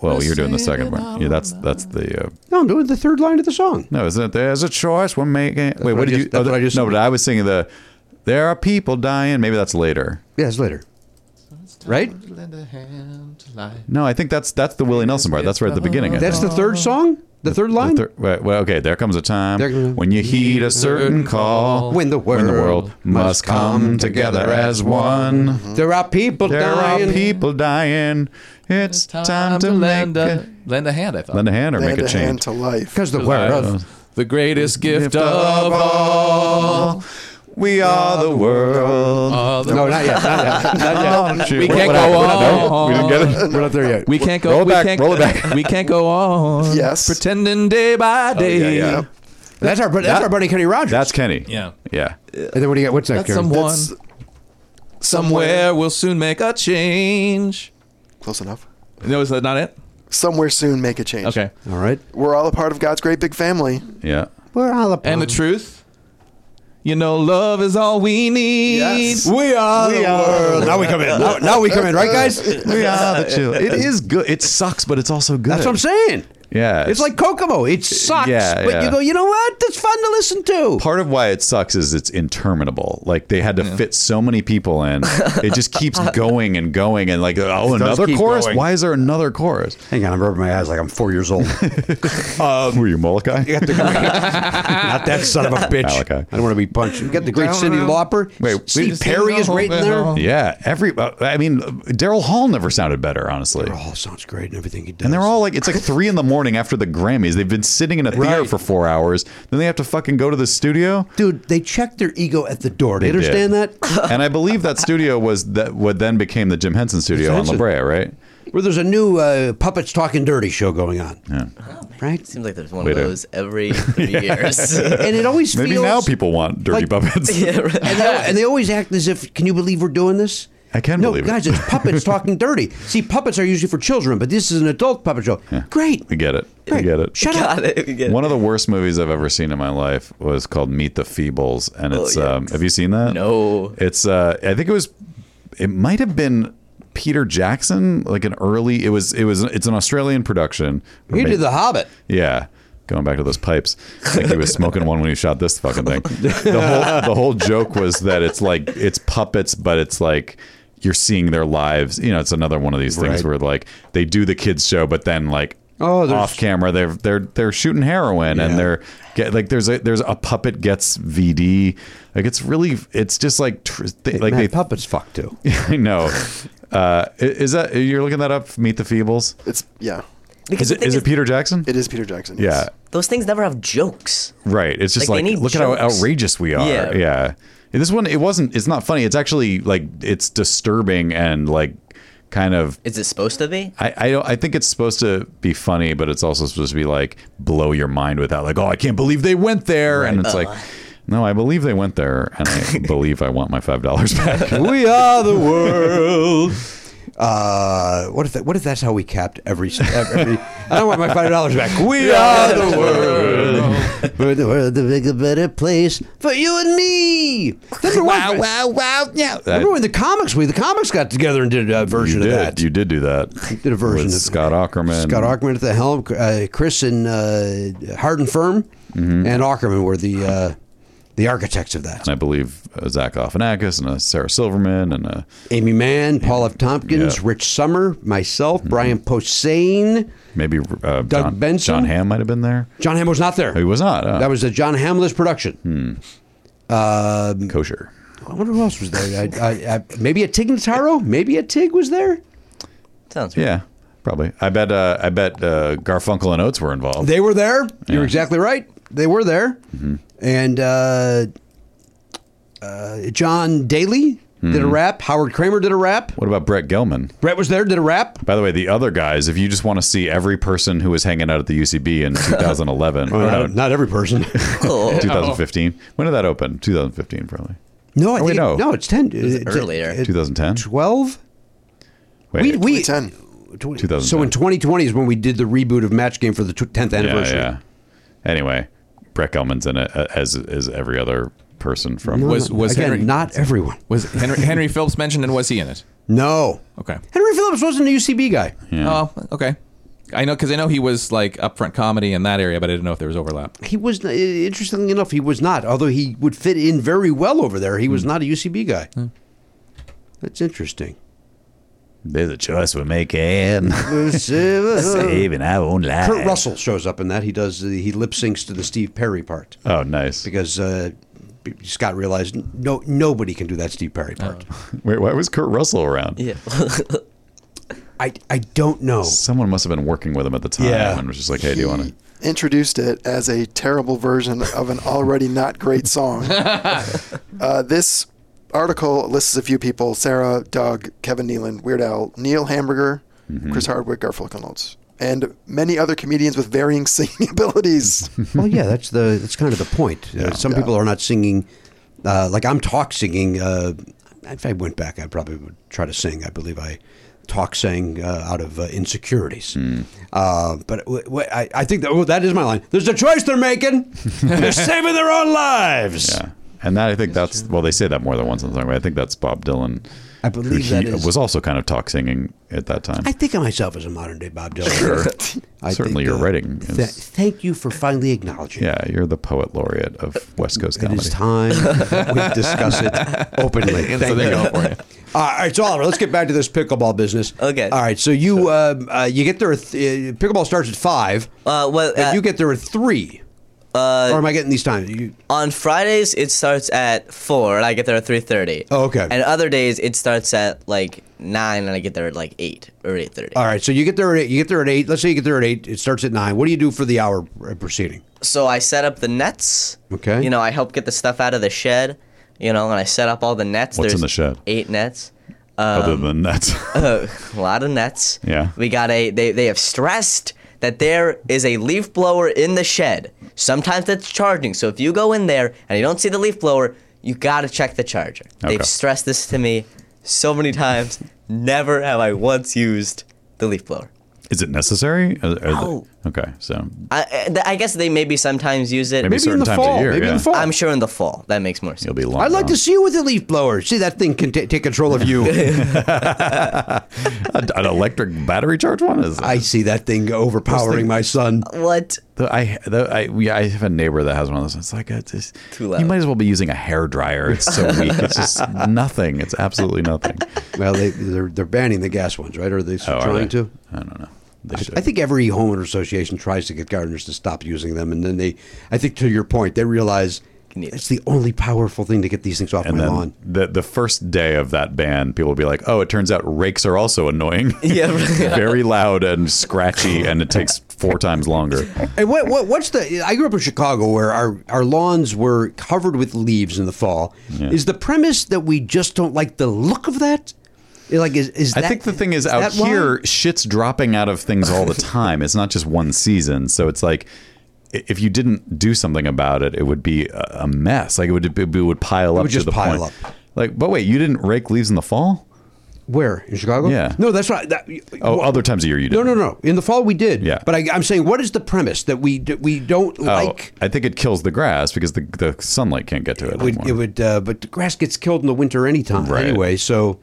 Well, you're doing the second one. Yeah, that's that's the. Uh, No, I'm doing the third line of the song. no, isn't it? There's a choice we're making. Wait, what I what did just- you? that's what I just- no, but I was singing the. There are people dying. Maybe that's later. Yeah, it's later. right? Lend a hand to life. No, I think that's that's the Willie Nelson part. That's right at the beginning. I That's think. the third song, the third line. The thir- well, well, okay. There comes a time There- when you heed a certain call. When the when the world world must come together as one. There are people There dying. are people dying. It's time, to lend make a, a, lend a hand. I thought. lend a hand or Hand make a to hand change. to life. Because the word of the greatest gift Gift of of all, we are the world. all. no, not yet. Not yet. Oh, shoot. We What- can't what go happened? We're not- on. we didn't get it. We're not there yet. We can't go. Roll it we back, Can't, roll it back. Oh, We can't go on. Yes. Pretending day by day. yeah, yeah. That's our that's That- our buddy Kenny Rogers. That's Kenny. Yeah. Yeah. and then what do you got? What's that? That's Karen? someone That's somewhere will soon make a change. close enough. No, is that not it? Somewhere soon, make a change. Okay. All right. We're all a part of God's great big family. Yeah. We're all a And the truth. You know, love is all we need. Yes. We are the world. Now we come in. Now, now we come in, right, guys? We are the chill. It is good. It sucks, but it's also good. That's what I'm saying. Yeah. It's like Kokomo. It sucks, Yeah, but yeah. you go. You know what? That's fun to listen to. part of why it sucks is it's interminable. Like they had to fit so many people in. It just keeps going and going and like oh another keep chorus. going. Why is there another chorus? Hang on, I'm rubbing my eyes like I'm four years old. Um, Were you Molokai? You got the great, not that son of a bitch. Malachi. I don't want to be punched. You got the great Cindy Lauper. Wait, we Steve just- Perry is right in there. Yeah, every. uh, I mean, Daryl Hall never sounded better, honestly. Oh, sounds great and everything he does. And they're all like, it's like three in the morning after the Grammys. They've been sitting in a theater Right. for four hours. Then they have to fucking go to the studio. dude. They check their ego at the door. Do you They did. understand that? and I believe that studio was that what then became the Jim Henson Studio on La Henson. Brea, right? Where there's a new uh, puppets talking dirty show going on, right? Seems like there's one Wait a- of those every three years. And it always Maybe feels now people want dirty like- puppets. yeah, right. and, they, and they always act as if, can you believe we're doing this? I can no, believe it. guys, it's puppets talking dirty. See, puppets are usually for children, but this is an adult puppet show. Great. We get it. We Great. get it. Shut up. Got it. Again. One of the worst movies I've ever seen in my life was called Meet the Feebles, and it's Oh, yeah. um, have you seen that? No. It's uh, I think it was, it might have been Peter Jackson, like an early. It was it was it's an Australian production. You Maybe- did The Hobbit. yeah. Going back to those pipes, like he was smoking one when he shot this fucking thing. The whole the whole joke was that it's like it's puppets, but it's like you're seeing their lives. You know, it's another one of these things Right. where like they do the kids show, but then like Oh, there's- off camera they're they're they're shooting heroin Yeah. and they're get like there's a there's a puppet gets VD. Like it's really it's just like tr- they, like Man, they puppets fuck too. I know. Uh, i- is that you're looking that up? Meet the Feebles. It's yeah. Is because the it thing is it Peter Jackson? It is Peter Jackson. yeah. yes. Those things never have jokes. Right. It's just like, Like, they need look at how jokes. outrageous we are. Yeah. Yeah. And This one, it wasn't. It's not funny. It's actually like it's disturbing and like kind of. Is it supposed to be? I I, don't, I think it's supposed to be funny, but it's also supposed to be like blow your mind with that. Like, oh, I can't believe they went there, and it's like. No, I believe they went there, and I believe I want my five dollars back. we are the world. Uh, what if that, what if that's how we capped every, every I don't want my five dollars back. We are the world. We're the world to make a better place for you and me. Remember wow, wow, wow! Yeah. Remember when the comics we the comics got together and did a version you did, of that. you did do that. did a version with of Scott Ackerman. Scott Ackerman at the helm. Uh, Chris and uh, Hard and Firm and Ackerman were the uh, the architects of that. and I believe uh, Zach Galifianakis and uh, Sarah Silverman and uh, Amy Mann, Paul F. Tompkins, Yeah. Mm-hmm. Rich Summer, myself, Brian Posehn. maybe uh, Doug John, Benson? John Hamm might have been there. John Hamm was not there. He was not. uh, That was a John Hamlet's production. Hmm. kosher. I wonder who else was there. I, I, I, maybe a Tig Notaro? Maybe a Tig was there? Sounds right. Yeah, probably. I bet. Uh, I bet uh, Garfunkel and Oates were involved. They were there. You're Yeah. Mm-hmm. exactly right. They were there. And uh, uh, John Daly did a Mm-hmm. rap. Howard Kramer did a rap. what about Brett Gelman? Brett was there, did a rap. By the way, the other guys, if you just want to see every person who was hanging out at the UCB in 2011, or no, not, Uh, not every person. Oh. 2015. When did that open? 2015, probably. no, I Oh, wait, think no. no, it's ten. it's earlier. it's 2010. Twelve. Wait, we, we, 2010. 2010. So in 2020 is when we did the reboot of Match Game for the tw- 10th yeah, anniversary. yeah. Anyway, Brett Gelman's in it uh, as is every other person from. Was was Again, Henry not everyone. was Henry, Henry Phillips mentioned and was he in it? No. Okay. Henry Phillips wasn't a UCB guy. Yeah. Oh, okay. I know because I know he was like upfront comedy in that area, but I didn't know if there was overlap. He was, n- interestingly enough, he was not, although he would fit Hmm. in very well over there. He was not a UCB guy. That's interesting. There's a choice we're making. Saving our own life. Kurt Russell shows up in that. He does the, he lip syncs to the Steve Perry part Oh, nice. because uh, Scott realized no nobody can do that Steve Perry part. Oh. Wait, why was Kurt Russell around? Yeah. I I don't know. Someone must have been working with him at the time Yeah. and was just like, hey, do you want to? introduced it as a terrible version of an already not great song. uh, this article lists a few people Sarah, Doug, Kevin Nealon, Weird Al, Neil Hamburger, Mm-hmm. Chris Hardwick, Garfunkel Notes, and many other comedians with varying singing abilities. well, yeah, that's the that's kind of the point. Uh, some people are not singing, uh, like I'm talk singing. Uh, if I went back, I probably would try to sing. I believe I talk sang uh, out of uh, insecurities. Hmm. Uh, but w- w- I, I think that oh, that is my line. There's a choice they're making. they're saving their own lives. Yeah. And that, I think that's, well, they say that more than once in the song, but I think that's Bob Dylan. I who believe that he is- was also kind of talk singing at that time. I think of myself as a modern day Bob Dylan. I Certainly your writing tha- is- thank you for finally acknowledging. yeah, you're the poet laureate of West Coast Uh, It comedy. is time we discuss it openly. And so they go for it. All right, so Oliver, let's get back to this pickleball business. Okay. All right, so you um, uh, you get there. At th- uh, pickleball starts at five. Uh, well, but uh, you get there at three. Uh, or am I getting these times? You, On Fridays it starts at four, and I get there at three thirty. Oh, okay. And other days it starts at like nine, and I get there at like eight or eight thirty. all right, so you get there at eight. You get there at eight. Let's say you get there at eight. It starts at nine. What do you do for the hour uh, proceeding? So I set up the nets. Okay. You know, I help get the stuff out of the shed. You know, and I set up all the nets. What's in There's the shed? Eight nets. Other than that, Uh, a lot of nets. Yeah. We got a they they have stressed that there is a leaf blower in the shed. Sometimes that's charging. So if you go in there and you don't see the leaf blower, you got to check the charger. Okay. They've stressed this to me so many times. Never have I once used the leaf blower. is it necessary? Uh, Are- are the- No. okay, so I I- th- I guess they maybe sometimes use it. Maybe Maybe certain in the times of fall, year, maybe in yeah. the fall. I'm sure in the fall. That makes more sense. you'll be long. I'd like uh, gone. to see you with the leaf blower. See that thing can ta take control of you. A- an electric battery charge one is. I see that thing overpowering my son. what? The, I, the, I, we, I have a neighbor that has one of those. It's like, it's just, Too loud. you might as well be using a hair dryer. It's so weak. It's just nothing. It's absolutely nothing. Well, they, they're they're banning the gas ones, right? Are they Oh, are trying they? to? I don't know. They I, should. I think every homeowner association tries to get gardeners to stop using them, and then they, I think to your point, they realize need it. it's the only powerful thing to get these things off and my then lawn. the the first day of that ban, people will be like, "Oh, it turns out rakes are also annoying. Yeah, right. very loud and scratchy, and it takes four times longer." And what, what what's the? I grew up in Chicago where our our lawns were covered with leaves in the fall. Is the premise that we just don't like the look of that? Like is, is I that- think the thing is, is out that why? here, shit's dropping out of things all the time. it's not just one season, so it's like i- if you didn't do something about it, it would be a a mess. Like it would it would pile up would to just the pile point. up. Like, but wait, you didn't rake leaves in the fall? where in Chicago? Yeah. no, that's right. That, Oh, wha- other times of year you did. No, no, no. In the fall we did. Yeah. But I, I'm saying, what is the premise that we that we don't Oh, like? I think it kills the grass because the, the sunlight can't get to it. It would, anymore. it would uh, but the grass gets killed in the winter anytime Right. anyway. So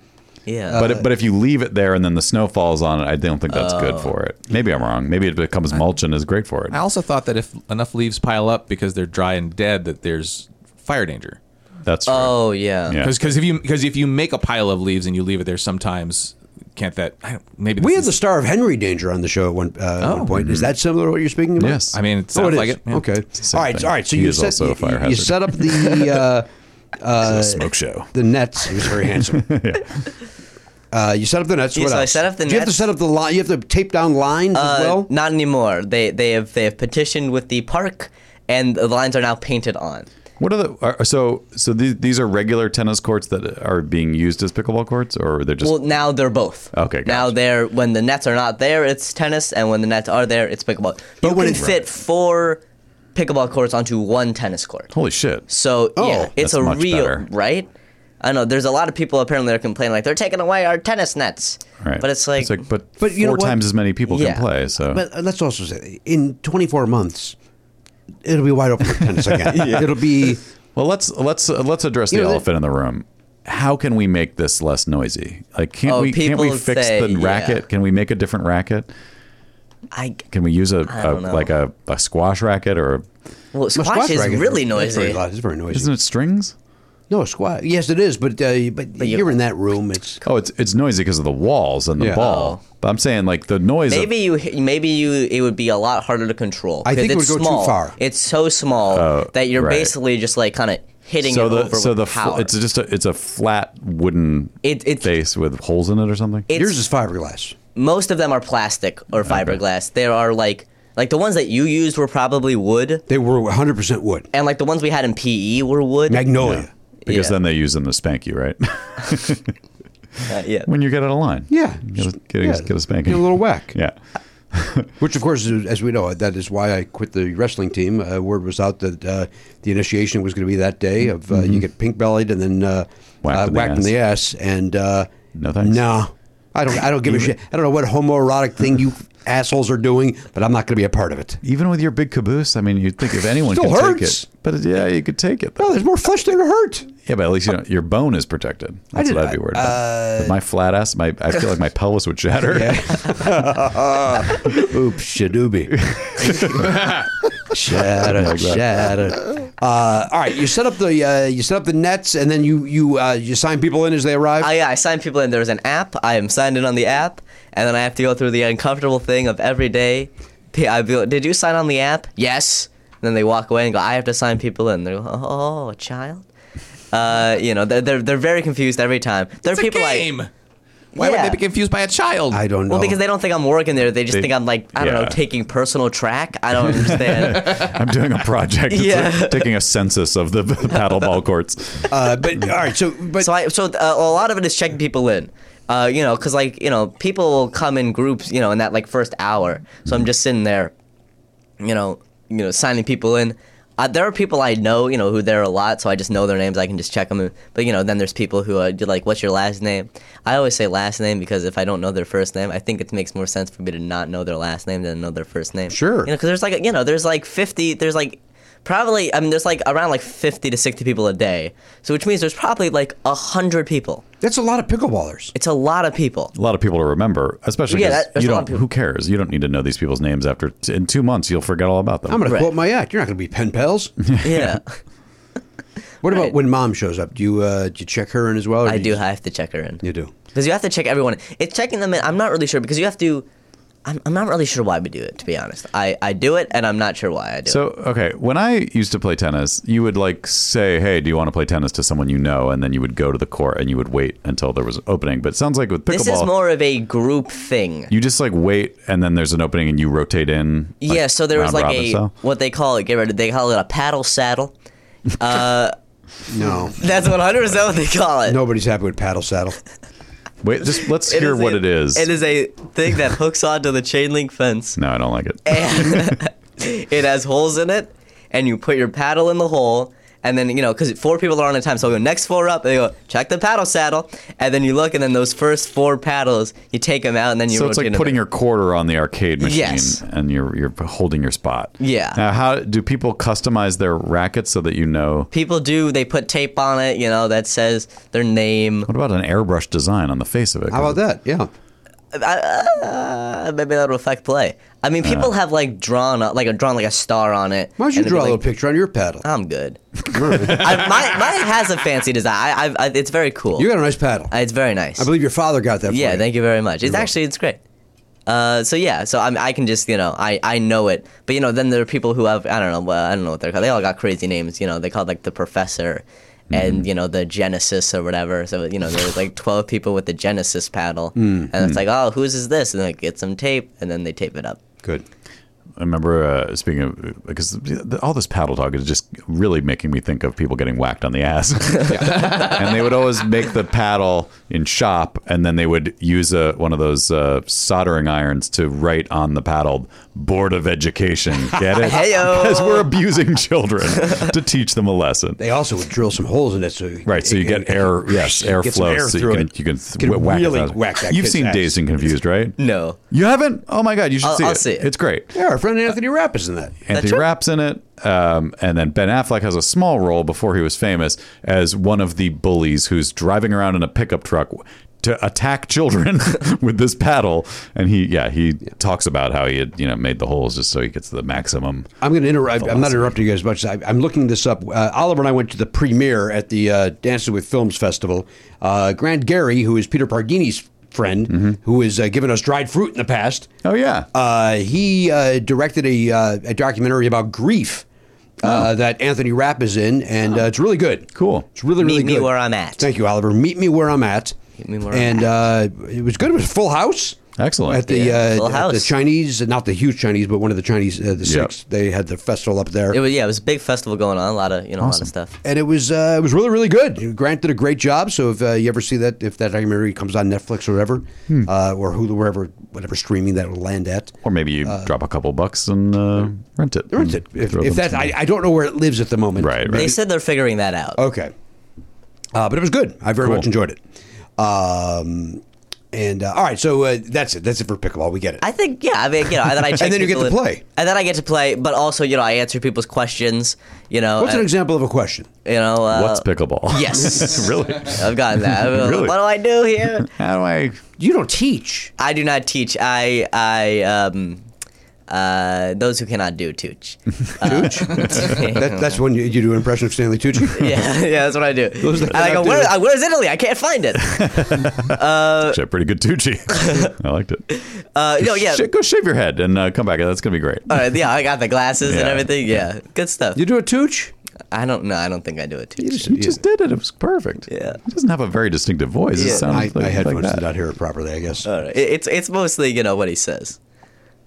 Yeah. uh, But, but if you leave it there and then the snow falls on it, I don't think that's good for it. Maybe I'm wrong. Maybe it becomes mulch and is great for it. I also thought that if enough leaves pile up because they're dry and dead, that there's fire danger. That's true. oh yeah. Yeah. Because if you because if you make a pile of leaves and you leave it there, sometimes can't that I don't, maybe we this had is- the Star of Henry danger on the show at one, uh, at one Oh. point. Is that similar to what you're speaking about? mm-hmm. Yes. I mean, it sounds oh, it is. like it. yeah. Okay. same All right. thing. All right. So He you is set, also a fire you- you hazard. set up the uh, It's a smoke show. the nets. He was very handsome. Uh, you set up the nets. Yeah, what so I else? set up the Do you have to nets. set up the line. You have to tape down lines Uh, as well. Not anymore. They they have they have petitioned with the park, and the lines are now painted on. What are the are, so so these, these are regular tennis courts that are being used as pickleball courts, or they're just Well, now they're both. Okay, Now gotcha. they're when the nets are not there, it's tennis, and when the nets are there, it's pickleball. But you when can it- fit four pickleball courts onto one tennis court. holy shit. So yeah, Oh, that's it's a much real better. right. I know there's a lot of people apparently that are complaining like they're taking away our tennis nets, Right. but it's like, but, But you know four what? times as many people Yeah. can play. So But Uh, let's also say, in 24 months, it'll be wide open for tennis again. It'll be well, let's let's uh, let's address the know, that- elephant in the room. How can we make this less noisy? Like, can't Oh, we can't we people fix say- the yeah. racket? Can we make a different racket? I Can we use a, a don't know. like a, a squash racket or well my squash is racket. really It's very noisy. loud. It's very noisy. isn't it strings? No, squat. Yes, it is, but uh, but, you- you're in that room. It's Oh, it's it's noisy because of the walls and the Yeah. ball. But I'm saying like the noise. of- Oh. Maybe you, maybe you, it would be a lot harder to control. I 'cause think it it's would go too small. far. It's so small that you're Oh, right. basically just like kind of hitting so it the over so with the fl- power. it's just a it's a flat wooden It- it's- face with holes in it or something. It's- yours is fiberglass. Most of them are plastic or fiberglass. There are like like the ones that you used were probably wood, They were 100 percent wood. and like the ones we had in PE were wood. Magnolia. because yeah. then they use them to spank you, right? Uh, yeah. when you get out of line. Yeah. Get a, get a, Yeah. get a spanking. Get a little whack. Yeah. Which, of course, is- as we know, that is why I quit the wrestling team. Uh, word was out that uh, the initiation was going to be that day. Of uh, you get pink bellied and then uh, Mm-hmm. Whacked uh, in the whacked in the ass, and uh, No thanks. No, I don't. I don't give a shit. I don't know what homoerotic thing you assholes are doing, but I'm not going to be a part of it. Even with your big caboose, I mean, you'd think if anyone Still could hurts. take it, but yeah, you could take it. No, Though. there's more flesh there to hurt. Yeah, but at least you know, your bone is protected. That's did- Uh, what I'd be worried about. With my flat ass, my I feel like my pelvis would shatter. Oops, shadooby. shut up, shut up. Uh, all right, you set up the uh, you set up the nets, and then you you uh, you sign people in as they arrive. Oh yeah, I sign people in. There's an app. I am signed in on the app, and then I have to go through the uncomfortable thing of every day. P- I be, like, did you sign on the app? Yes. And then they walk away and go, I have to sign people in. They go, oh, a child. Uh, you know, they're, they're they're very confused every time. There It's are a people game. like, Why Yeah. would they be confused by a child? I don't know. well, because they don't think I'm working there. They just They- think I'm like, I don't yeah. know, taking personal track. I don't understand. I'm doing a project. It's Yeah. like taking a census of the paddleball courts. Uh, but all right, so but so I so uh, a lot of it is checking people in. Uh, you know, cause like you know, people will come in groups. You know, in that like first hour. So I'm just sitting there, you know, you know, signing people in. Uh, there are people I know, you know, who there a lot, so I just know their names. I can just check them. But you know, then there's people who are like, "What's your last name?" I always say last name because if I don't know their first name, I think it makes more sense for me to not know their last name than know their first name. Sure. You know, because there's like you know, there's like 50, there's like probably I mean, there's like around like 50 to 60 people a day. So which means there's probably like hundred people. that's a lot of pickleballers. It's a lot of people. a lot of people to remember, especially Yeah, 'cause that- there's you a lot of don't. people. Who cares? You don't need to know these people's names after in two months. You'll forget all about them. I'm going to Right. quote my act. You're not going to be pen pals. Yeah, What about Right. when mom shows up? Do you uh, do you check her in as well? or I you do just- have to check her in. You do. Because you have to check everyone. It's checking them in. I'm not really sure because you have to. I'm, I'm not really sure why we do it, to be honest. I, I do it, and I'm not sure why I do So okay, when I used to play tennis, you would like say, "Hey, do you want to play tennis?" to someone you know, and then you would go to the court and you would wait until there was an opening. But it sounds like with it. This is pickleball, more of a group thing. you just like wait, and then there's an opening, and you rotate in. like, yeah, so there was round like robin a. style. What they call it, get rid of They call it a paddle saddle. No, That's 100% what they call it. nobody's happy with paddle saddle. Wait, just let's It hear is what a- it is. It is a thing that hooks onto the chain link fence. No, I don't like it. and it has holes in it, and you put your paddle in the hole, and then you know, because four people are on at a time, so we go next four up, and they go check the paddle saddle, and then you look, and then those first four paddles, you take them out, and then you. so it's rotate like 'em putting in. your quarter on the arcade machine Yes. and you're you're holding your spot. Yeah. Now, how do people customize their rackets so that you know? People do. They put tape on it, you know, that says their name. What about an airbrush design on the face of it? How about that? Yeah. Uh, maybe that'll affect play. I mean, people Uh. have like drawn a- like a drawn like a star on it. Why don't you and Oh. they'd be draw a like, little picture on your paddle? I'm good. I, my mine has a fancy design. I, I, I it's very cool. You got a nice paddle. Uh, it's very nice. I believe your father got that. Yeah, for you. thank you very much. It's actually it's great. Uh, so yeah, so I'm, I can just you know I, I know it, but you know then there are people who have I don't know well, I don't know what they're called. They all got crazy names. You know they called like the professor, Mm-hmm. and you know the Genesis or whatever. So you know there was like twelve people with the Genesis paddle, Mm, and it's like oh whose is this? And they get some tape, and then they tape it up. Good. I remember uh, speaking of because the, the, all this paddle talk is just really making me think of people getting whacked on the ass. and they would always make the paddle in shop, and then they would use a, one of those uh, soldering irons to write on the paddle "Board of Education." Get it? Heyo. Because we're abusing children to teach them a lesson. They also would drill some holes in it, so Right, so you get air, yes, Get some airflow, air so you through can it. you can, Can wh- whack a really thousand- whack that You've kid's seen ass. Dazed and Confused, right? No, you haven't. Oh my God, you should I'll- see I'll it. see it. It's great. Yeah, our friend Anthony Rapp is in that. Anthony true. Rapp's in it, um, and then Ben Affleck has a small role before he was famous as one of the bullies who's driving around in a pickup truck, to attack children with this paddle. And he, yeah, he talks about how he had, you know, made the holes just so he gets the maximum. I'm going to interrupt. I'm not interrupting you as much. as I, I'm looking this up. Uh, Oliver and I went to the premiere at the uh, Dances with Films Festival. Uh, Grant Gary, who is Peter Pardini's friend, Mm-hmm. who has uh, given us dried fruit in the past, Oh yeah, uh, he uh, directed a, uh, a documentary about grief uh, that Anthony Rapp is in, and uh, it's really good. Oh. Cool. It's really, really Meet good. Me Where I'm At. Thank you, Oliver. Meet me where I'm at. Meet Me Where I'm and uh, it was good. It was full house. Excellent. At the, Yeah, full uh, at the house. Chinese, not the huge Chinese, but one of the Chinese, uh, the six. They had the festival up there. It was yeah, it was a big festival going on, a lot of you know, a lot of stuff. and it was uh, it was really really good. Grant did a great job. So if uh, you ever see that, if that documentary comes on Netflix or whatever, Hmm. uh, or Hulu, wherever, whatever streaming that will land at, or maybe you drop a couple bucks and uh, rent it. uh, rent it. and If, throw them if that, some- I, I don't know where it lives at the moment. right, They right. said they're figuring that out. Okay. Uh, but it was good. I very Cool. much enjoyed it. Um, and uh, all right, so uh, that's it. That's it for pickleball. We get it. I think yeah. I mean, you know, and then I check then you get people to in- play. and then I get to play. But also, you know, I answer people's questions. You know, What's an uh, example of a question? you know, uh, What's pickleball? Yes. really. I've gotten that. I'm like, Really? What do I do here? How do I? You don't teach. I do not teach. I I um uh those who cannot do teach. Uh, That, that's when you, you do an impression of Stanley Tucci. yeah, yeah, that's what I do. are And the I go, cannot where, do." I- where's Italy? I can't find it. Actually, a pretty good Tucci. I liked it. Uh, no, yeah. Sh- go shave your head and uh, come back. That's gonna be great. All right, yeah, I got the glasses and Yeah. everything. Yeah, good stuff. You do a Tucci. I don't know. I don't think I do it too. He just did it. It was perfect. Yeah. He doesn't have a very distinctive voice. It Yeah. sounds My, like, my like headphones that. Uh, did not hear it properly. I guess. All right. It- It's it's mostly you know what he says.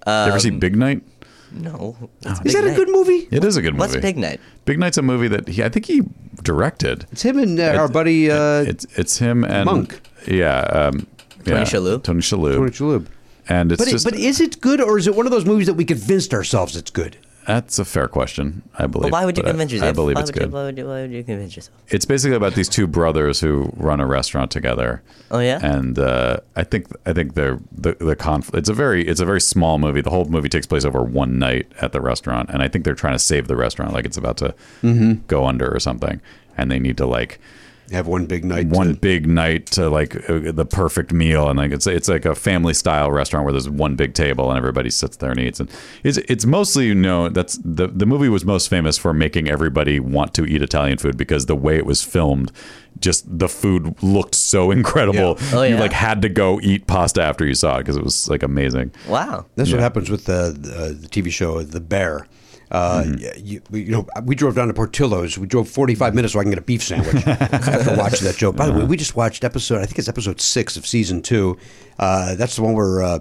Um, you ever see Big Night? No, Is that a good movie? It is a good movie. What's Big Night? Big Night's a movie that he, I think he directed. It's him and uh, our buddy. Uh, it's it's him and Monk. Yeah, um, yeah, Shalhoub? Tony Shalhoub. Tony Shalhoub. And it's But, just it, but is it good, or is it one of those movies that we convinced ourselves it's good? that's a fair question. I believe. Well, why would you but I- convince I, yourself? believe why it's would you- good. why would you? Why would you convince yourself? It's basically about these two brothers who run a restaurant together. Oh, yeah? and uh, I think I think they're the the conflict. It's a very it's a very small movie. The whole movie takes place over one night at the restaurant, and I think they're trying to save the restaurant, like it's about to Mm-hmm. go under or something, and they need to like Have one big night. one big night to like uh, the perfect meal and like it's it's like a family style restaurant where there's one big table and everybody sits there and eats and it's it's mostly you know that's the the movie was most famous for making everybody want to eat Italian food because the way it was filmed just the food looked so incredible Oh, you yeah. like had to go eat pasta after you saw it because it was like amazing Wow. That's what happens with the, the, the TV show The Bear. Uh, Mm-hmm. yeah, you, we- you know, we drove down to Portillo's. We drove 45 minutes so I can get a beef sandwich after watching that show. By Uh-huh. the way, we just watched episode, I think it's episode six of season two. Uh, that's the one where uh,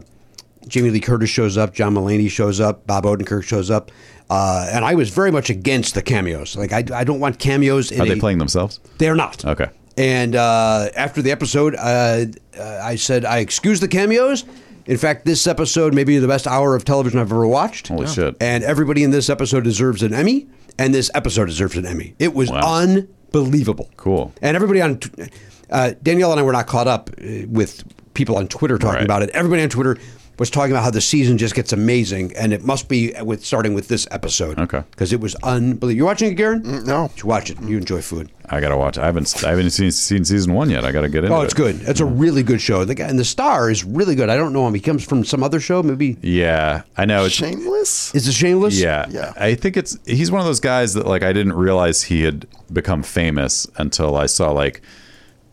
Jamie Lee Curtis shows up, John Mulaney shows up, Bob Odenkirk shows up. Uh, and I was very much against the cameos. Like, I, I don't want cameos in are they a- playing themselves they're not. Okay. And uh, after the episode, uh, uh, I said I excuse the cameos. In fact, this episode may be the best hour of television I've ever watched. Holy shit. And everybody in this episode deserves an Emmy, and this episode deserves an Emmy. It was Wow. unbelievable. Cool. And everybody on t- uh, Danielle and I were not caught up uh, with people on Twitter talking Right. about it. Everybody on Twitter was talking about how the season just gets amazing, and it must be with starting with this episode. Okay. Because it was unbelievable. You watching it, Garen? Mm, no. You should watch it. You enjoy food. I gotta watch I haven't I haven't seen, seen season one yet I gotta get into Oh, it's it. good. It's a really good show. The guy and the star is really good. I don't know him. He comes from some other show. Maybe yeah I know it's Shameless? is it Shameless? Yeah. Yeah. I think it's he's one of those guys that like I didn't realize he had become famous until I saw like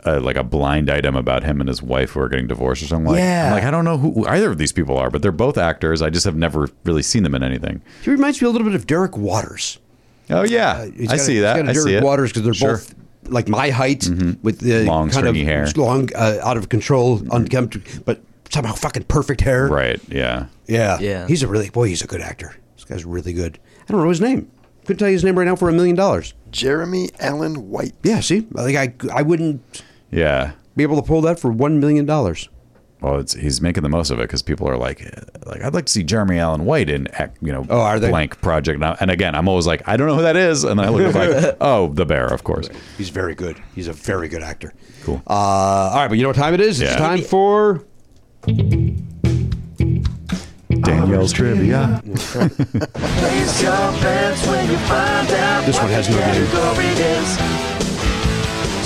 a, like a blind item about him and his wife who are getting divorced or something like Yeah. I'm like I don't know who either of these people are, but they're both actors. I just have never really seen them in anything. He reminds me a little bit of Derek Waters. Oh yeah. Uh, He's I got a- see he's that. got a I Derek see it. Waters because they're Sure. Mm-hmm. both like my height with the Long, kind of stringy hair. long, uh, out of control, unkempt, but somehow fucking perfect hair. Right. Yeah. Yeah. Yeah. He's a really boy. He's a good actor. This guy's really good. I don't know his name. Couldn't tell you his name right now for a million dollars. Jeremy Allen White. Yeah. See, like I, I wouldn't Yeah. be able to pull that for one million dollars. Well, it's, he's making the most of it because people are like, eh, like I'd like to see Jeremy Allen White in, eh, you know, Oh, are they? blank project. And, I- and again, I'm always like, I don't know who that is, and then I look up like, oh, the bear, of course. He's very good. He's a very good actor. Cool. Uh, all right, but you know what time it is? It's Yeah. time for. Danielle's trivia. Raise your pants when you find out This what one has the no name. category is.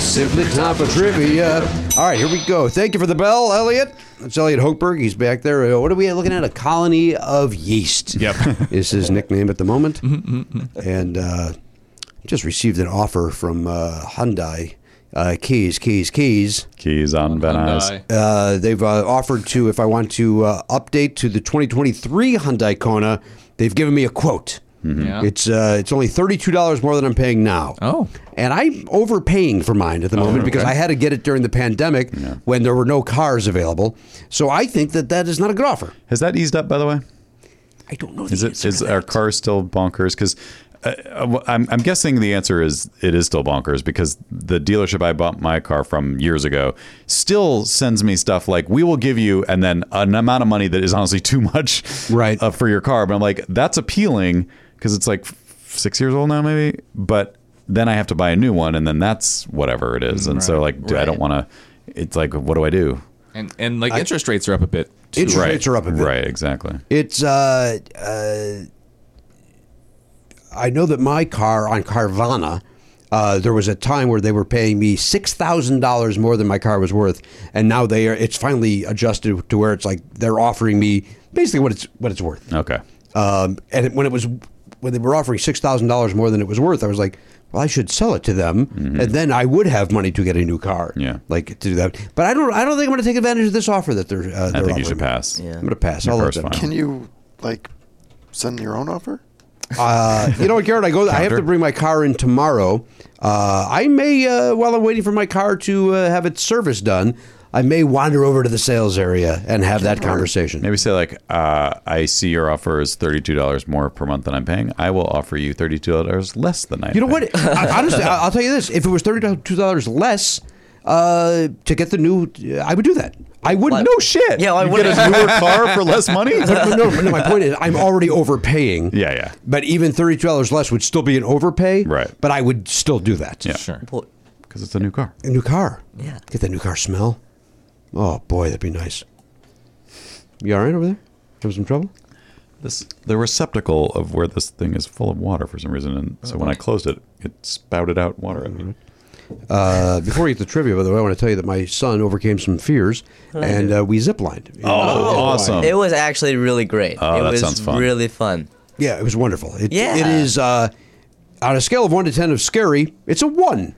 Simply Top of Trivia. All right, here we go. Thank you for the bell, Elliot. That's Elliot Hochberg. He's back there. Uh, What are we looking at? A colony of yeast. Yep. Mm-hmm, is his nickname at the moment. and uh, just received an offer from uh, Hyundai. Uh, keys, keys, keys. Keys on Van Nuys. Hyundai. Uh, they've uh, offered to, if I want to uh, update to the 2023 Hyundai Kona, they've given me a quote. Hmm. Yeah. Mm-hmm. It's uh, it's only thirty two dollars more than I'm paying now. Oh. and I'm overpaying for mine at the Oh, moment because I had to get it during the pandemic when there were no cars available. So I think that that is not a good offer. Has that eased up, by the way? I don't know. The Is it answer is to our that. car still bonkers? Because I'm I'm guessing the answer is it is still bonkers because the dealership I bought my car from years ago still sends me stuff like we will give you and then an amount of money that is honestly too much Right. uh, for your car. But I'm like that's appealing because it's like f- six years old now maybe, but then I have to buy a new one and then that's whatever it is. And so like do I don't want to. It's like what do I do? And and like interest rates are up a bit. Too. Interest rates are up a bit. Right, exactly. It's uh, uh, I know that my car on Carvana, uh, there was a time where they were paying me six thousand dollars more than my car was worth, and now they are. It's finally adjusted to where it's like they're offering me basically what it's what it's worth. Okay. Um, and it- when it was when they were offering six thousand dollars more than it was worth, I was like, well, I should sell it to them, and then I would have money to get a new car. Mm-hmm. Yeah. like to do that. But I don't. I don't think I'm going to take advantage of this offer that they're. Uh, I they're think you should offering me. pass. Yeah. I'm going to pass. Your I'll let car's them. fine. Can you like send your own offer? Uh, you know what, Garrett? I go. I have to bring my car in tomorrow. Uh, I may, uh, while I'm waiting for my car to uh, have its service done, I may wander over to the sales area and have that conversation. Maybe say like, uh, I see your offer is thirty-two dollars more per month than I'm paying. I will offer you thirty-two dollars less than I. You know what? I, honestly, I- I'll tell you this: if it was thirty-two dollars less uh, to get the new, I would do that. I would What? no shit. Yeah, I You would get a newer car for less money. But no, no, no, my point is, I'm already overpaying. Yeah, yeah. But even thirty-two dollars less would still be an overpay. Right. But I would still do that. Yeah, Sure. because it's a new car. A new car. Yeah. Get that new car smell. Oh boy, that'd be nice. You all right over there? Having some trouble? This the receptacle of where this thing is full of water for some reason, and so when Uh-huh. I closed it, it spouted out water at me. Uh, before we get to trivia, by the way, I want to tell you that my son overcame some fears, and uh, we ziplined. Oh, awesome! It was actually really great. Oh, it that was sounds fun. really fun. Yeah, it was wonderful. It, Yeah. it is uh, on a scale of one to ten of scary. It's a one.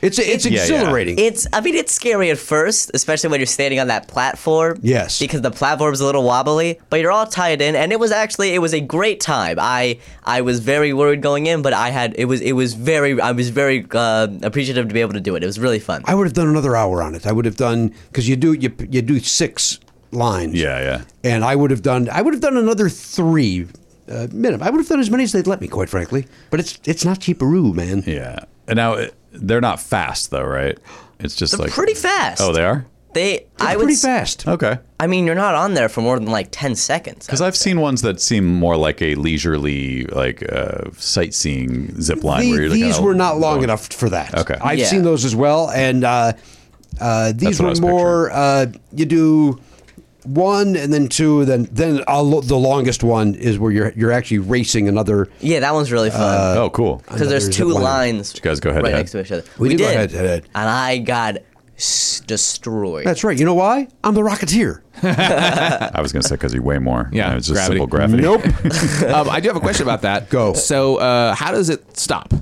It's it's Yeah, yeah. exhilarating. It's I mean it's scary at first, especially when you're standing on that platform. Yes. Because the platform's a little wobbly, but you're all tied in and it was actually it was a great time. I I was very worried going in, but I had it was it was very I was very uh, appreciative to be able to do it. It was really fun. I would have done another hour on it. I would have done because you do you you do six lines. Yeah, yeah. And I would have done I would have done another three uh, minimum. I would have done as many as they'd let me, quite frankly. But it's it's not cheaperoo, man. Yeah, and now it, they're not fast though, right? It's just They're like pretty fast. Oh, they are. they I It's would pretty s- fast. Okay. I mean you're not on there for more than like 10 seconds. Because I've seen ones that seem more like a leisurely, like uh, sightseeing zip line. The- where you're "Oh, these kinda were not long going- enough for that. Okay. I've Yeah. seen those as well, and uh, uh, That's these what I were was more. Uh, you do one and then two, then then a lo- the longest one is where you're you're actually racing another. yeah, that one's really fun. Oh, cool. because there's Another two zip line. lines. you guys go head to right head? next to each other. We did go head to head. and I got s- destroyed. That's right. You know why? I'm the Rocketeer. I was going to say because you weigh more. Yeah, it's just gravity. simple gravity. um, I do have a question about that. Go. So, uh, how does it stop?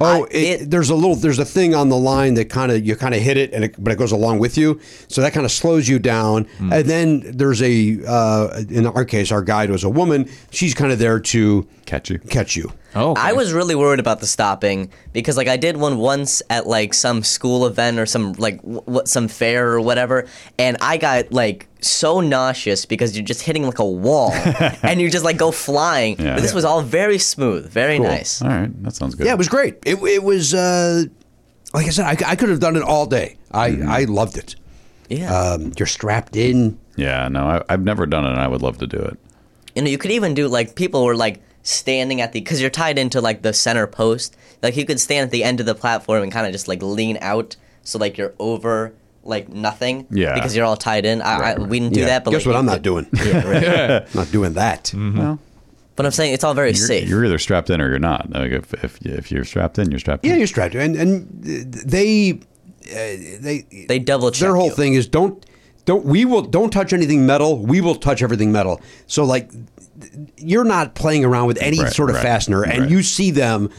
Oh, I- it, it- there's a little, there's a thing on the line that kind of you kind of hit it, and it, but it goes along with you, so that kind of slows you down. Hmm. And then there's a, uh, in our case, our guide was a woman. She's kind of there to Catch you. catch you. Oh, I was really worried about the stopping because like I did one once at like some school event or some like w- w- some fair or whatever, and I got like so nauseous because you're just hitting like a wall and you just like go flying. Yeah. But this was all very smooth, very Cool. nice. All right, that sounds good. Yeah, it was great. It, it was, uh, like I said, I, I could have done it all day. I, I loved it. Yeah, Um, Mm-hmm. you're strapped in. Yeah, no, I, I've never done it, and I would love to do it. you know, you could even do like people were like standing at the because you're tied into like the center post. Like you could stand at the end of the platform and kind of just like lean out, so like you're over like nothing. Yeah. because you're all tied in. I, I we didn't do Yeah. that, but Guess like, what? you I'm could- not doing. not doing that. Well, But But I'm saying it's all very safe. You're either strapped in or you're not. Like if, if, if you're strapped in, you're strapped Yeah, in. you're strapped, and and they they they double check. their whole you. thing is don't don't we will don't touch anything metal. We will touch everything metal. So like you're not playing around with any Right, sort of right, fastener, and right. you see them.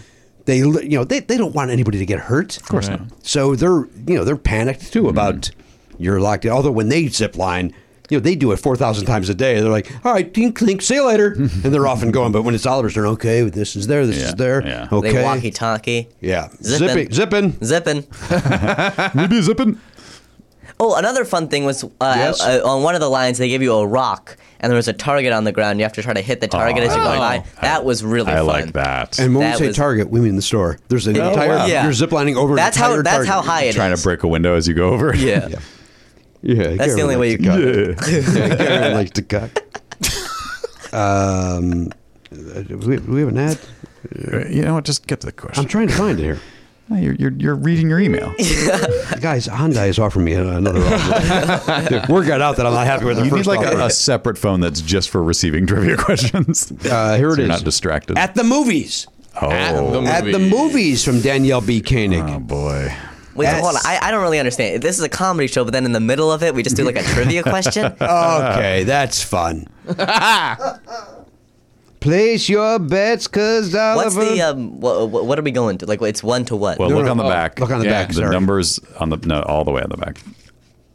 They li- you know they, they don't want anybody to get hurt. Of course not. So they're you know they're panicked Mm-hmm. too about you're locked in. Although when they zip line. You know, they do it 4,000 times a day. They're like, all right, tink, clink, see you later. And they're off and going. But when it's Oliver's turn, okay, this is there, this Yeah, is there. yeah. Okay. They walkie talkie. Yeah. Zipping. Zipping. Zipping. Zipping. You be zipping. Oh, another fun thing was uh, Yes? uh, on one of the lines they gave you a rock and there was a target on the ground. You have to try to hit the target as you go I by. like- That was really I fun. like that. And when we That say was- Target, we mean the store. There's an entire wow. Yeah. you're ziplining over. an That's how entire that's how Target. high it is. Trying to break a window as you go over. Yeah. Yeah, Gary That's the only way you likes can. Yeah. to cook. Gary likes to cook. Um, uh, do we, do we have an ad? You know what? Just get to the I'm question. trying to find it here. You're, you're, you're reading your email. Guys, Hyundai is offering me another offer. Dude, Word got out that I'm not happy with their You need first like offer. a, a separate phone that's just for receiving trivia questions. Uh, here so it You're is. not distracted. at the movies. oh, At the- At the movies from Danielle B. Koenig. oh boy. Wait, That's- hold on. I, I don't really understand. This is a comedy show, but then in the middle of it, we just do like a trivia question. Okay, that's fun. Place your bets, cause Oliver. What's the um? What, what are we going to? Like, it's one to one. Well, No, look no, on the oh, back. look on the Yeah, back, sorry. numbers on the no, all the way on the back.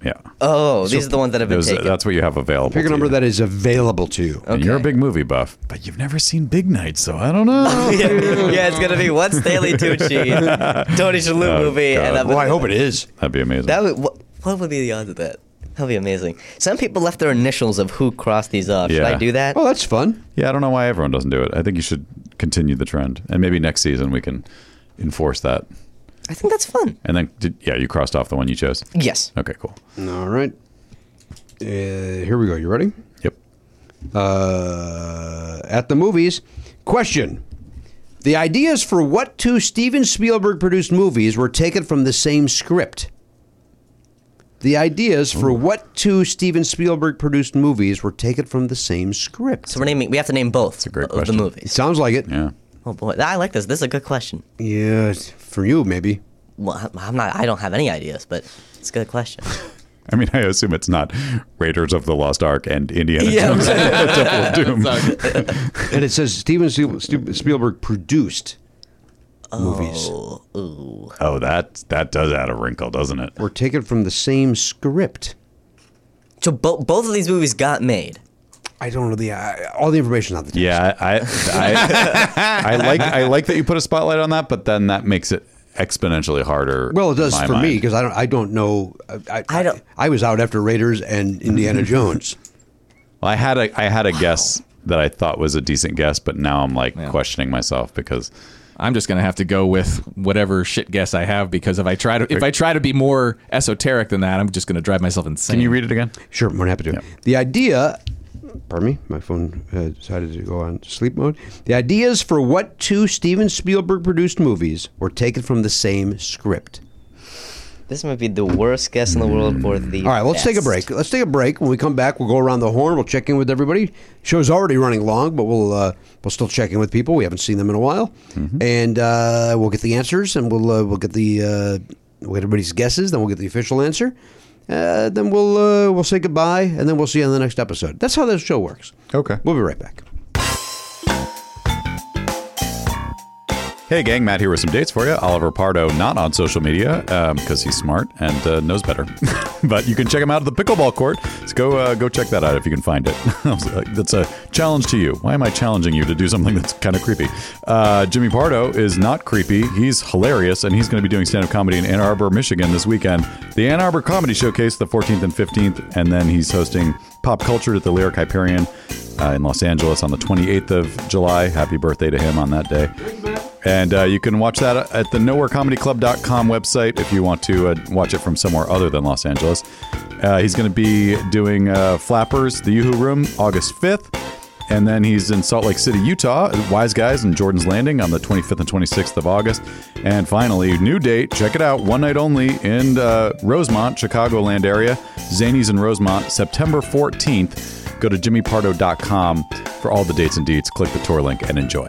Yeah. oh, these are the ones that have been Those- taken. that's what you have available. Pick a to number you. that is available to you. And you're a big movie buff, but you've never seen Big Night, so I don't know. yeah, yeah, it's gonna be one Stanley Tucci, Tony Shalhoub movie, and God. I'm, Well, Oh, I hope it is. That'd be amazing. that would, what, what would be the odds of that? That'd be amazing. Some people left their initials of who crossed these off. Should Yeah. I do that? Oh, that's fun. yeah, I don't know why everyone doesn't do it. I think you should continue the trend, and maybe next season we can enforce that. I think that's fun. And then, did, yeah, you crossed off the one you chose. Yes. Okay, cool. All right. Uh, here we go. You ready? Yep. Uh, at the movies. Question. The ideas for what two Steven Spielberg produced movies were taken from the same script? The ideas for what two Steven Spielberg produced movies were taken from the same script? So we're naming. We have to name both great of question. the It movies. sounds like it. Yeah. Oh boy, I like this. This is a good question. Yeah, it's for you maybe. Well, I'm- I'm not. I don't have any ideas, but it's a good question. I mean, I assume it's not Raiders of the Lost Ark and Indiana Yeah. Jones and the Temple of Doom. And it says Steven Spiel- Stu- Spielberg produced movies Oh, ooh. Oh, that that does add a wrinkle, doesn't it? were taken from the same script. So bo- both of these movies got made. I don't know the I, all the information on the text. Yeah, I I, I like I like that you put a spotlight on that, but then that makes it exponentially harder. Well, it in does my for me mind. because I don't I don't know I, I, I don't- I was out after Raiders and Indiana Jones. Well, I had a I had a guess that I thought was a decent guess, but now I'm like questioning myself because I'm just gonna have to go with whatever shit guess I have because if I try to if I try to be more esoteric than that, I'm just gonna drive myself insane. can you read it again? Sure, more than happy to. The idea, pardon me, my phone uh, decided to go on sleep mode. The ideas for what two Steven Spielberg produced movies were taken from the same script. This might be the worst guess in the world, or the. All right, let's take a best. break. Let's take a break. When we come back, we'll go around the horn. We'll check in with everybody. Show's already running long, but we'll uh, we'll still check in with people. We haven't seen them in a while, and uh, we'll get the answers, and we'll uh, we'll get the uh, we'll get everybody's guesses. Then we'll get the official answer. Uh, then we'll uh, we'll say goodbye, and then we'll see you on the next episode. That's how this show works. Okay. We'll be right back. Hey, gang, Matt here with some dates for you. Oliver Pardo, not on social media because he's smart and uh, knows better. but you can check him out at the pickleball court. So go uh, go check that out if you can find it. I was like, that's a challenge to you. Why am I challenging you to do something that's kind of creepy? Uh, Jimmy Pardo is not creepy. He's hilarious, and he's going to be doing stand up comedy in Ann Arbor, Michigan this weekend. The Ann Arbor Comedy Showcase, the 14th and 15th, and then he's hosting Pop Culture at the Lyric Hyperion uh, in Los Angeles on the 28th of July. Happy birthday to him on that day. And uh, you can watch that at the nowherecomedyclub.com website if you want to uh, watch it from somewhere other than Los Angeles. Uh, he's going to be doing uh, Flappers, the Yoo-Hoo Room, August 5th. And then he's in Salt Lake City, Utah, at Wise Guys and Jordan's Landing on the 25th and 26th of August. And finally, new date, check it out, one night only in uh, Rosemont, Chicagoland area, Zanies in Rosemont, September 14th. Go to jimmypardo.com for all the dates and deets. Click the tour link and enjoy.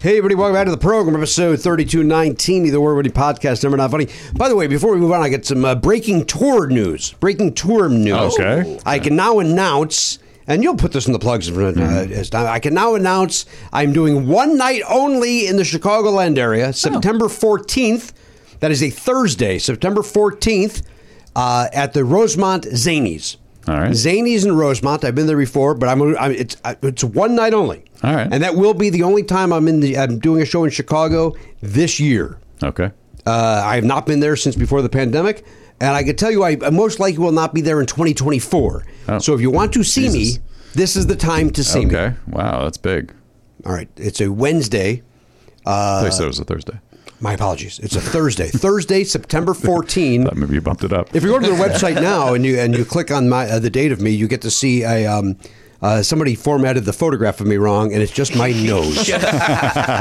Hey, everybody, welcome back to the program, episode 3219 of the Word Woody podcast, number not funny. By the way, before we move on, I get some uh, breaking tour news. Breaking tour news. Okay. I can now announce, and you'll put this in the plugs for, uh, Hmm. as time. I can now announce I'm doing one night only in the Chicagoland Oh. area, September 14th. That is a Thursday, September 14th, uh, at the Rosemont Zanies. All right. Zanies in Rosemont. I've been there before, but I'm, I'm it's I- it's one night only. All right. And that will be the only time I'm in the I'm doing a show in Chicago this year. Okay. Uh, I have not been there since before the pandemic, and I can tell you I I most likely will not be there in 2024. Oh. So if you want to see Jesus. me, this is the time to see me. Okay. Wow, that's big. All right, it's a Wednesday. I thought you said it was a Thursday. My apologies. It's a Thursday. Thursday, September 14. That maybe you bumped it up. If you go to their website now and you and you click on my uh, the date of me, you get to see a um, uh, somebody formatted the photograph of me wrong, and it's just my nose.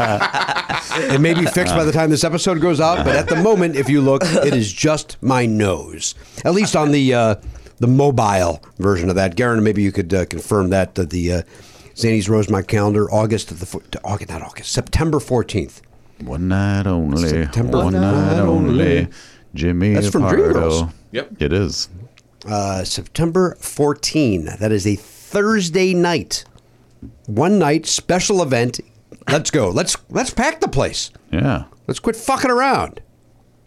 it may be fixed by the time this episode goes out, but at the moment, if you look, it is just my nose. At least on the uh, the mobile version of that. Garen, maybe you could uh, confirm that that the uh, Zany's Rose My Calendar, August the fo- August, not August, September fourteenth. One night only. September. One One night night only. only. Jimmy That's from Pardo. Dreamgirls. Yep. It is. Uh, September 14. That is a Thursday night. One night special event. Let's go. Let's let's pack the place. Yeah. Let's quit fucking around.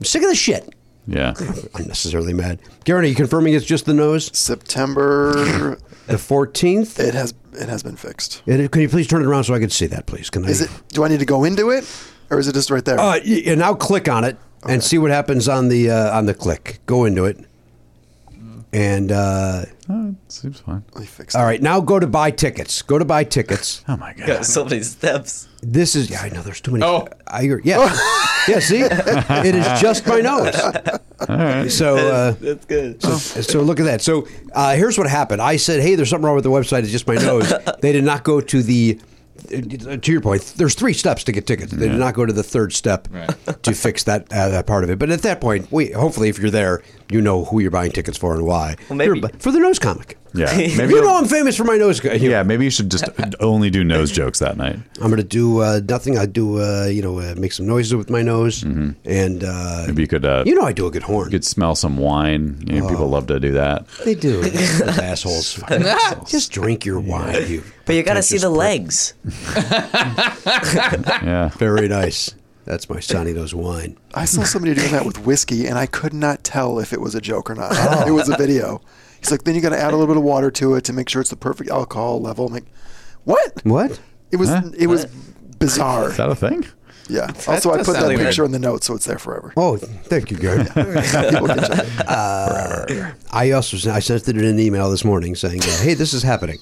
I'm sick of this shit. Yeah. Unnecessarily mad. Garen, are you confirming it's just the nose? September. The 14th? it has it has been fixed. And can you please turn it around so I can see that, please? Can I? Is it? Do I need to go into it, or is it just right there? Uh, y- and now click on it and see what happens on the uh, on the click. Go into it. Mm. And uh, Oh, it seems fine. We fixed all right, now go to buy tickets. Go to buy tickets. Oh my god. so many steps. This is yeah, I know there's too many. Oh. I hear yeah, yeah. See, it is just my nose. So uh, That's good. so look at that. So uh, here's what happened. I said, hey, there's something wrong with the website. It's just my nose. they did not go to the. To your point, there's three steps to get tickets. They did not go to the third step Right. to fix that uh, that part of it. But at that point, we hopefully, if you're there, you know who you're buying tickets for and why. Well, maybe- You're bu- for the nose comic. Yeah. Maybe you you'll- know I'm famous for my nose. co- yeah, maybe you should just only do nose jokes that night. I'm gonna do uh, nothing. I do uh, you know uh, make some noises with my nose, and uh, Maybe you could uh, you know I do a Mm-hmm. good horn. you could smell some wine. You know, Oh. people love to do that. They do Those assholes. Just drink your wine, you. But you gotta see pretentious the prick. legs. Yeah. Very nice. That's my Sonny Knows wine. I saw somebody doing that with whiskey, and I could not tell if it was a joke or not. Oh. It was a video. He's like, then you got to add a little bit of water to it to make sure it's the perfect alcohol level. I'm like, what? What? It was it was bizarre. Is that a thing? yeah. Also, I does put that sound weird. picture in the notes, so it's there forever. Oh, thank you, Gary. People can check it. I also sen- I sent it in an email this morning saying, uh, "Hey, this is happening,"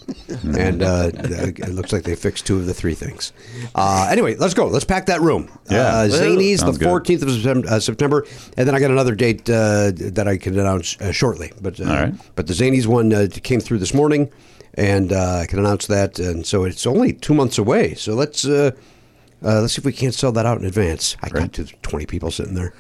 and uh, th- it looks like they fixed two of the three things. Uh, anyway, let's go. Let's pack that room. Yeah. uh, Zanies the Sounds good. fourteenth of Septem- uh, September, and then I got another date uh, that I can announce uh, shortly. But uh, All right. but the Zanies one uh, came through this morning, and uh, I can announce that. And so it's only two months away. So let's. Uh, uh, let's see if we can't sell that out in advance. I got to 20 people sitting there.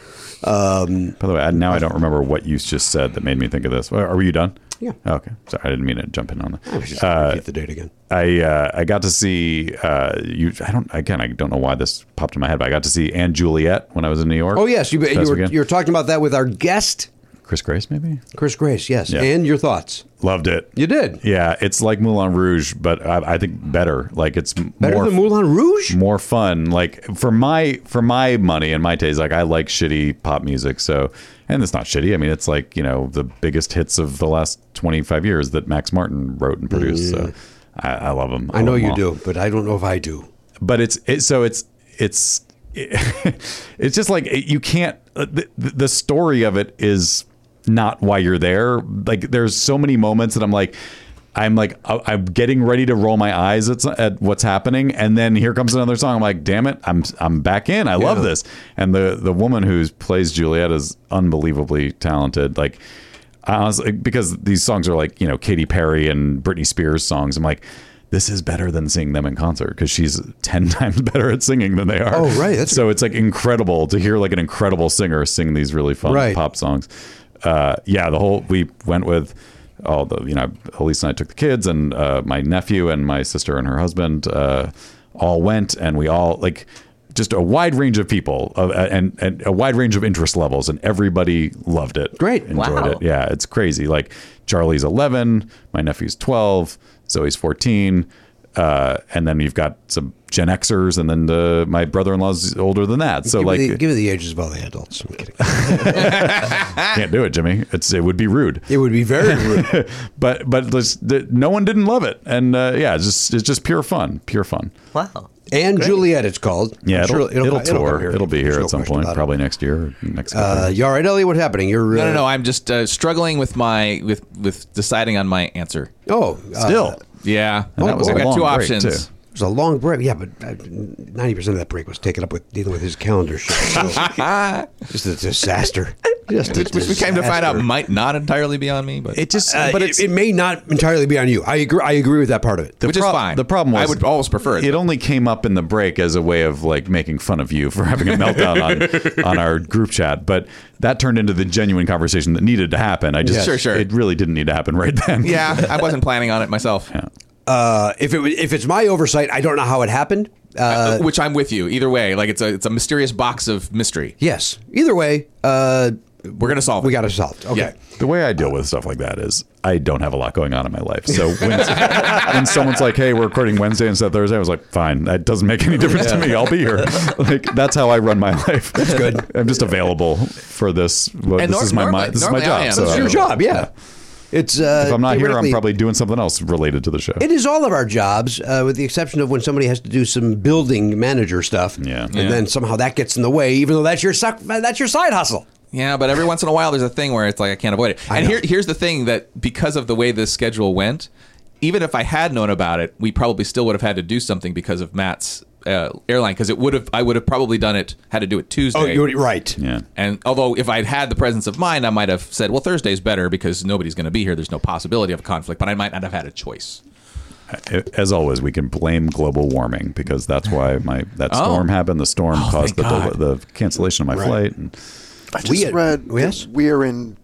Um, By the way, I, now I don't remember what you just said that made me think of this. Are, are you done? Oh, Yeah. Okay. Sorry, I didn't mean to jump in on I was just that. gonna Uh, repeat the date again. I uh, I got to see uh, you. I don't again. I don't know why this popped in my head, but I got to see Anne Juliet when I was in New York. Oh yes, you, this you, past were, weekend. you were talking about that with our guest, Chris Grace, maybe Chris Grace. Yes, Yeah. and your thoughts. loved it. You did Yeah, it's like Moulin Rouge, but I, I think better. Like it's m- better more than Moulin Rouge. more fun. Like for my for my money and my taste, like I like shitty pop music. So and it's not shitty. I mean, it's like you know the biggest hits of the last twenty five years that Max Martin wrote and produced. So I, I love him. I know love 'em you all. do, but I don't know if I do. but it's it, so it's it's it's just like you can't uh, the, the story of it is not why you're there like there's so many moments that i'm like i'm like I- i'm getting ready to roll my eyes at, at what's happening and then here comes another song i'm like damn it i'm i'm back in i love Yeah. this and the the woman who plays juliet is unbelievably talented like honestly, because these songs are like you know Katy Perry and Britney Spears songs. I'm like, this is better than seeing them in concert because she's ten times better at singing than they are. Oh, right. That's- so it's like incredible to hear like an incredible singer sing these really fun Right. pop songs. Uh, yeah, the whole we went with all the you know Elise and I took the kids and uh, my nephew and my sister and her husband uh, all went and we all like just a wide range of people uh, and, and a wide range of interest levels and everybody loved it Great. enjoyed Wow. it yeah it's crazy like charlie's 11 my nephew's 12 zoe's 14 uh, and then you've got some Gen Xers, and then the, my brother-in-law's older than that. So give, like, me the, give me the ages of all the adults. I'm kidding. can't do it, Jimmy. It's it would be rude. it would be very rude. But but this, the, no one didn't love it, and uh, yeah, it's just it's just pure fun, pure fun. Wow. And Juliet, it's called. Yeah, I'm it'll, sure it'll, come- tour. come It'll, be There's here no at some question point, about it. probably next year, or next. Uh, couple. you all right, Elliot? What's happening? You're No, uh, no, no. I'm just uh, struggling with my with with deciding on my answer. Oh, uh, Still, Yeah, that was I Oh, a got long two break, options. too. It was a long break. Yeah, but uh, ninety percent of that break was taken up with dealing with his calendar shit. So just a disaster. Just a which, which we came to find out disaster. might not entirely be on me, but It just, Uh, but it- it's, it, may not entirely be on you. I agree. I agree with that part of it. the which prob- is fine. The problem was I would always prefer it. It only came up in the break as a way of like making fun of you for having a meltdown on, on our group chat, but that turned into the genuine conversation that needed to happen. I just Yes. Sure, sure. It really didn't need to happen right then. yeah, I wasn't planning on it myself, Uh, if it was, if it's my oversight, I don't know how it happened. Uh, Uh, which I'm with you. Either way, like it's a it's a mysterious box of mystery. yes. Either way, uh, We're gonna solve. we it. got it solved. Okay. Yeah. The way I deal with stuff like that is I don't have a lot going on in my life. So when, when someone's like, "Hey, we're recording Wednesday instead of Thursday," I was like, "Fine, that doesn't make any difference to me. I'll be here." Like that's how I run my life. That's good. I'm just available for this. Well, this And nor- is my normally- mi- this is my normally job. I am. So It's It's your I- job. Yeah. It's. Uh, Uh, If I'm not here, I'm theoretically- probably doing something else related to the show. It is all of our jobs, uh, with the exception of when somebody has to do some building manager stuff. Yeah. And Yeah. then somehow that gets in the way, even though that's your suck, that's your side hustle. Yeah, but every once in a while, there's a thing where it's like I can't avoid it. And know. here, here's the thing that because of the way this schedule went, even if I had known about it, we probably still would have had to do something because of Matt's uh, airline. Because it would have, I would have probably done it had to do it Tuesday. Oh, you're right. Yeah. And although if I'd had the presence of mind, I might have said, "Well, Thursday's better because nobody's going to be here. There's no possibility of a conflict." But I might not have had a choice. As always, we can blame global warming because that's why my that Oh. storm happened. The storm caused the, thank del- God. the cancellation of my flight. And I just We- read yes? that we are in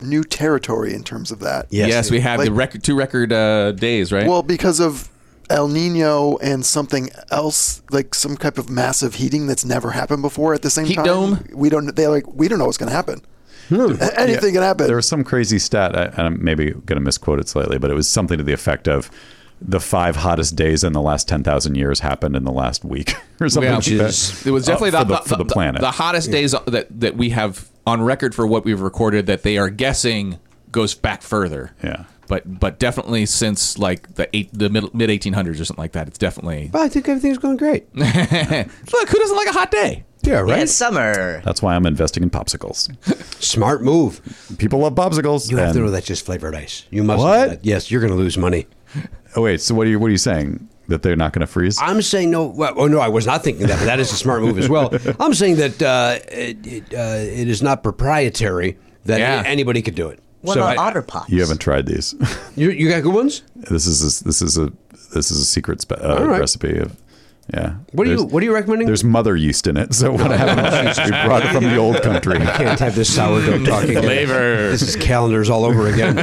new territory in terms of that. Yes. Yes, we have the Like- record two record uh, days, right? Well, because of El Nino and something else, like some type of massive heating that's never happened before at the same Heat time. dome? Hmm. We don't. They like we don't know what's going to happen. A- Anything can happen. There was some crazy stat, I- and I'm maybe going to misquote it slightly, but it was something to the effect of the five hottest days in the last 10,000 years happened in the last week or something. Yeah, like which that. it was Uh, definitely for the, the, for the planet. The hottest days that that we have on record for what we've recorded that they are guessing goes back further. Yeah. But but definitely since like the eight the mid mid eighteen hundreds or something like that, it's definitely But I think everything's going great. look who doesn't like a hot day. Yeah, right. It's summer. That's why I'm investing in popsicles. Smart move. People love popsicles. You have to and- know that's just flavored ice. You must. know What? that. Yes, you're going to lose money. Oh, wait. So what are you, what are you saying? That they're not going to freeze? I'm saying no. Well, oh no, I was not thinking that, but that is a smart move as well. I'm saying that uh, it, it, uh, it is not proprietary that Yeah. anybody could do it. What so about I- otter pops? you haven't tried these. you, you got good ones. this is a, this is a this is a secret spe- uh, All right. recipe of yeah. What are you- what are you recommending? There's mother yeast in it. So what Oh, happened? was we brought it from the old country. Can't have this sourdough talking Flavor. This is calendars all over again.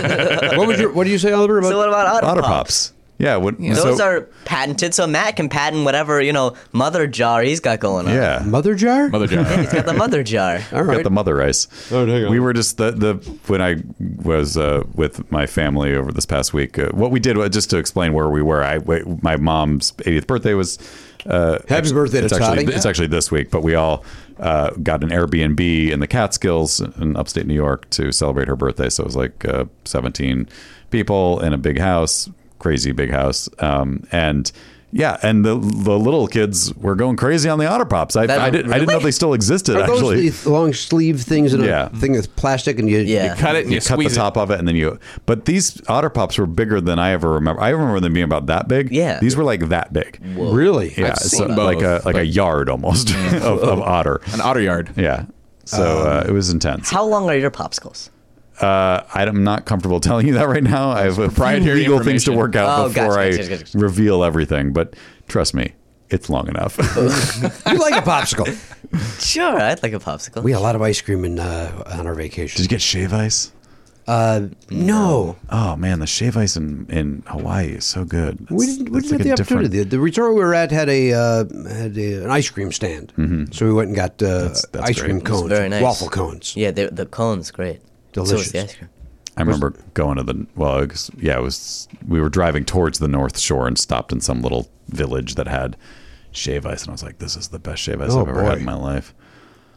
what would you What do you say, Oliver? About So what about otter, Otter pops? pops. Yeah. What, Those so- are patented, so Matt can patent whatever you know mother jar he's got going on. yeah. mother jar? Mother John. he's got the mother jar. all We right. got the mother ice. Oh, hang on. We were just the the when I was uh, with my family over this past week. Uh, what we did was just to explain where we were. I we- my mom's 80th birthday was. Uh, Happy act- birthday to it's actually, Toddy. It's actually this week, but we all uh, got an Airbnb in the Catskills in upstate New York to celebrate her birthday. So it was like uh, 17 people in a big house, crazy big house, um, and. Yeah, and the the little kids were going crazy on the otter pops. I, That- I, didn't, I didn't know really? they still existed. Are those actually, the long sleeve things in a Yeah. thing with plastic and you? Yeah. Cut it and you, you cut the squeeze top off it and then you but these otter pops were bigger than i ever remember i remember them being about that big Yeah. these were like that big Really? yeah I've so seen both, like a like a but- yard almost of, of otter it. An otter yard. yeah so uh, it was intense How long are your popsicles? uh, i'm not comfortable telling you that right now i have a few proprietary legal things to information. work out Oh, before gotcha, i gotcha, gotcha, gotcha. reveal everything but trust me it's long enough You like a popsicle? Sure, I'd like a popsicle. We had a lot of ice cream in, uh, on our vacation. did you get shave ice Uh, no. oh man the shave ice in, in hawaii is so good We It's- didn't, we it's like didn't have the a different- opportunity. The, the resort we were at had a uh, had a, an ice cream stand, so we went and got uh, Mm-hmm. that's ice great. cream That's cones, Very nice. waffle cones. Yeah, the, the cone's great. So Delicious. is the ice cream. I remember going to the well, it was, yeah, it was. We were driving towards the North Shore and stopped in some little village that had shave ice, and I was like, "This is the best shave ice Oh, I've ever had boy. in my life."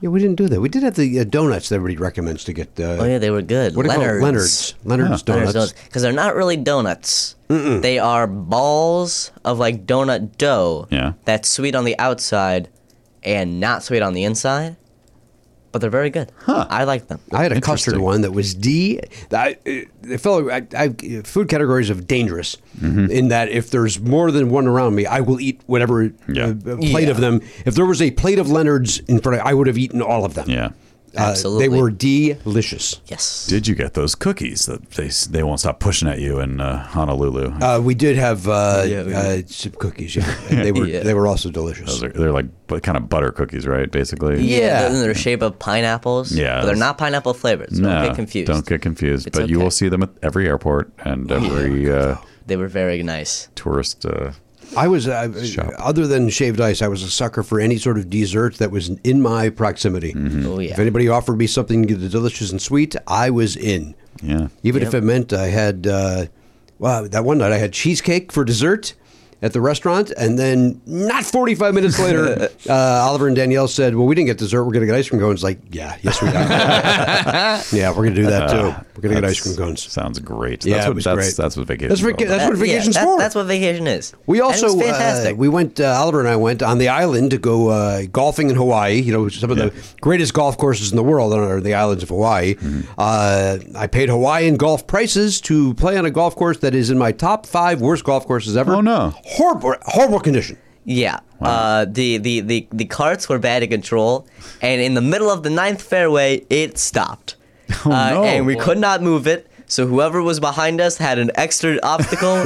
Yeah, we didn't do that. We did have the uh, donuts that everybody recommends to get. Uh, Oh yeah, they were good. what do you call it? Leonard's. Leonard's Leonard's Leonard's donuts. donuts. Because they're not really donuts. They are balls of like donut dough. Yeah. That's sweet on the outside and not sweet on the inside. but they're very good. I like them. I had a custard one that was D. I, I- the fellow, I, I, food categories of dangerous Mm-hmm. in that if there's more than one around me, I will eat whatever Yeah. uh, plate of Yeah. them. If there was a plate of Leonard's in front of I would have eaten all of them. Yeah. Uh, Absolutely. they were delicious. Yes. Did you get those cookies that they they won't stop pushing at you in uh, Honolulu? Uh, we did have uh, Yeah, we uh, some cookies, yeah. And they were Yeah. they were also delicious. those are, they're like but kind of butter cookies, right? Basically. Yeah. Yeah. They're in the shape of pineapples. Yeah, But they're that's- not pineapple flavored. So No, don't get confused. Don't get confused. but you okay. will see them at every airport and every Oh, uh, They were very nice. tourist. Uh, I was, uh, Shop. other than shaved ice, I was a sucker for any sort of dessert that was in my proximity. Mm-hmm. Oh, yeah. If anybody offered me something delicious and sweet, I was in. yeah. Even if it meant I had, uh, well, that one night I had cheesecake for dessert at the restaurant, and then not 45 minutes later, uh, Oliver and Danielle said, Well, we didn't get dessert, we're going to get ice cream cones. Like, yeah, yes, we are. yeah, we're going to do that too. We're going to get That's- ice cream cones. Sounds great. Yeah, that's it what was that's, great. that's what vacation. That's, vac- that's what That- Uh, yeah, vacation's that- for. That's what vacation is. We And it also was uh, fantastic. we went uh, Oliver and I went on the island to go uh, golfing in Hawaii. You know some of Yeah. Mm-hmm. the greatest golf courses in the world are on the islands of Hawaii. Uh, I paid Hawaiian golf prices to play on a golf course that is in my top five worst golf courses ever. Oh, no. horrible horrible condition. Yeah. Uh, the, the, the, the carts were bad in control, and in the middle of the ninth fairway, it stopped. uh, no. And we could not move it. So whoever was behind us had an extra obstacle.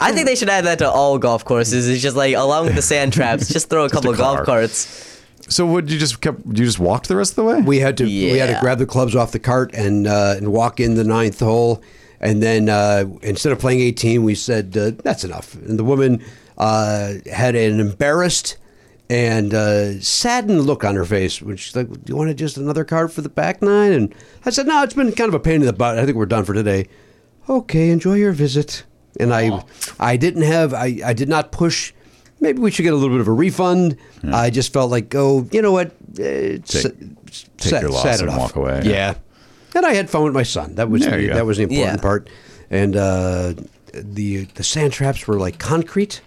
I think they should add that to all golf courses. It's just like along with the sand traps, just throw a couple of golf car. carts. So would you just kept you just walked the rest of the way? We had to we had to Yeah. grab the clubs off the cart and uh, and walk in the ninth hole, and then uh, instead of playing eighteen, we said uh, that's enough. And the woman uh, had an embarrassed and uh, saddened look on her face when she's like, "Do you want to just another card for the back nine? And I said, "No, it's been kind of a pain in the butt. I think we're done for today." Okay, enjoy your visit. And I I didn't have I, I did not push. Maybe we should get a little bit of a refund. I just felt like, oh, you know what? Uh, s- take your loss it and off. walk away. Yeah. and I had fun with my son. That was There you the, go. that was the important Yeah. part. And uh, the the sand traps were like concrete.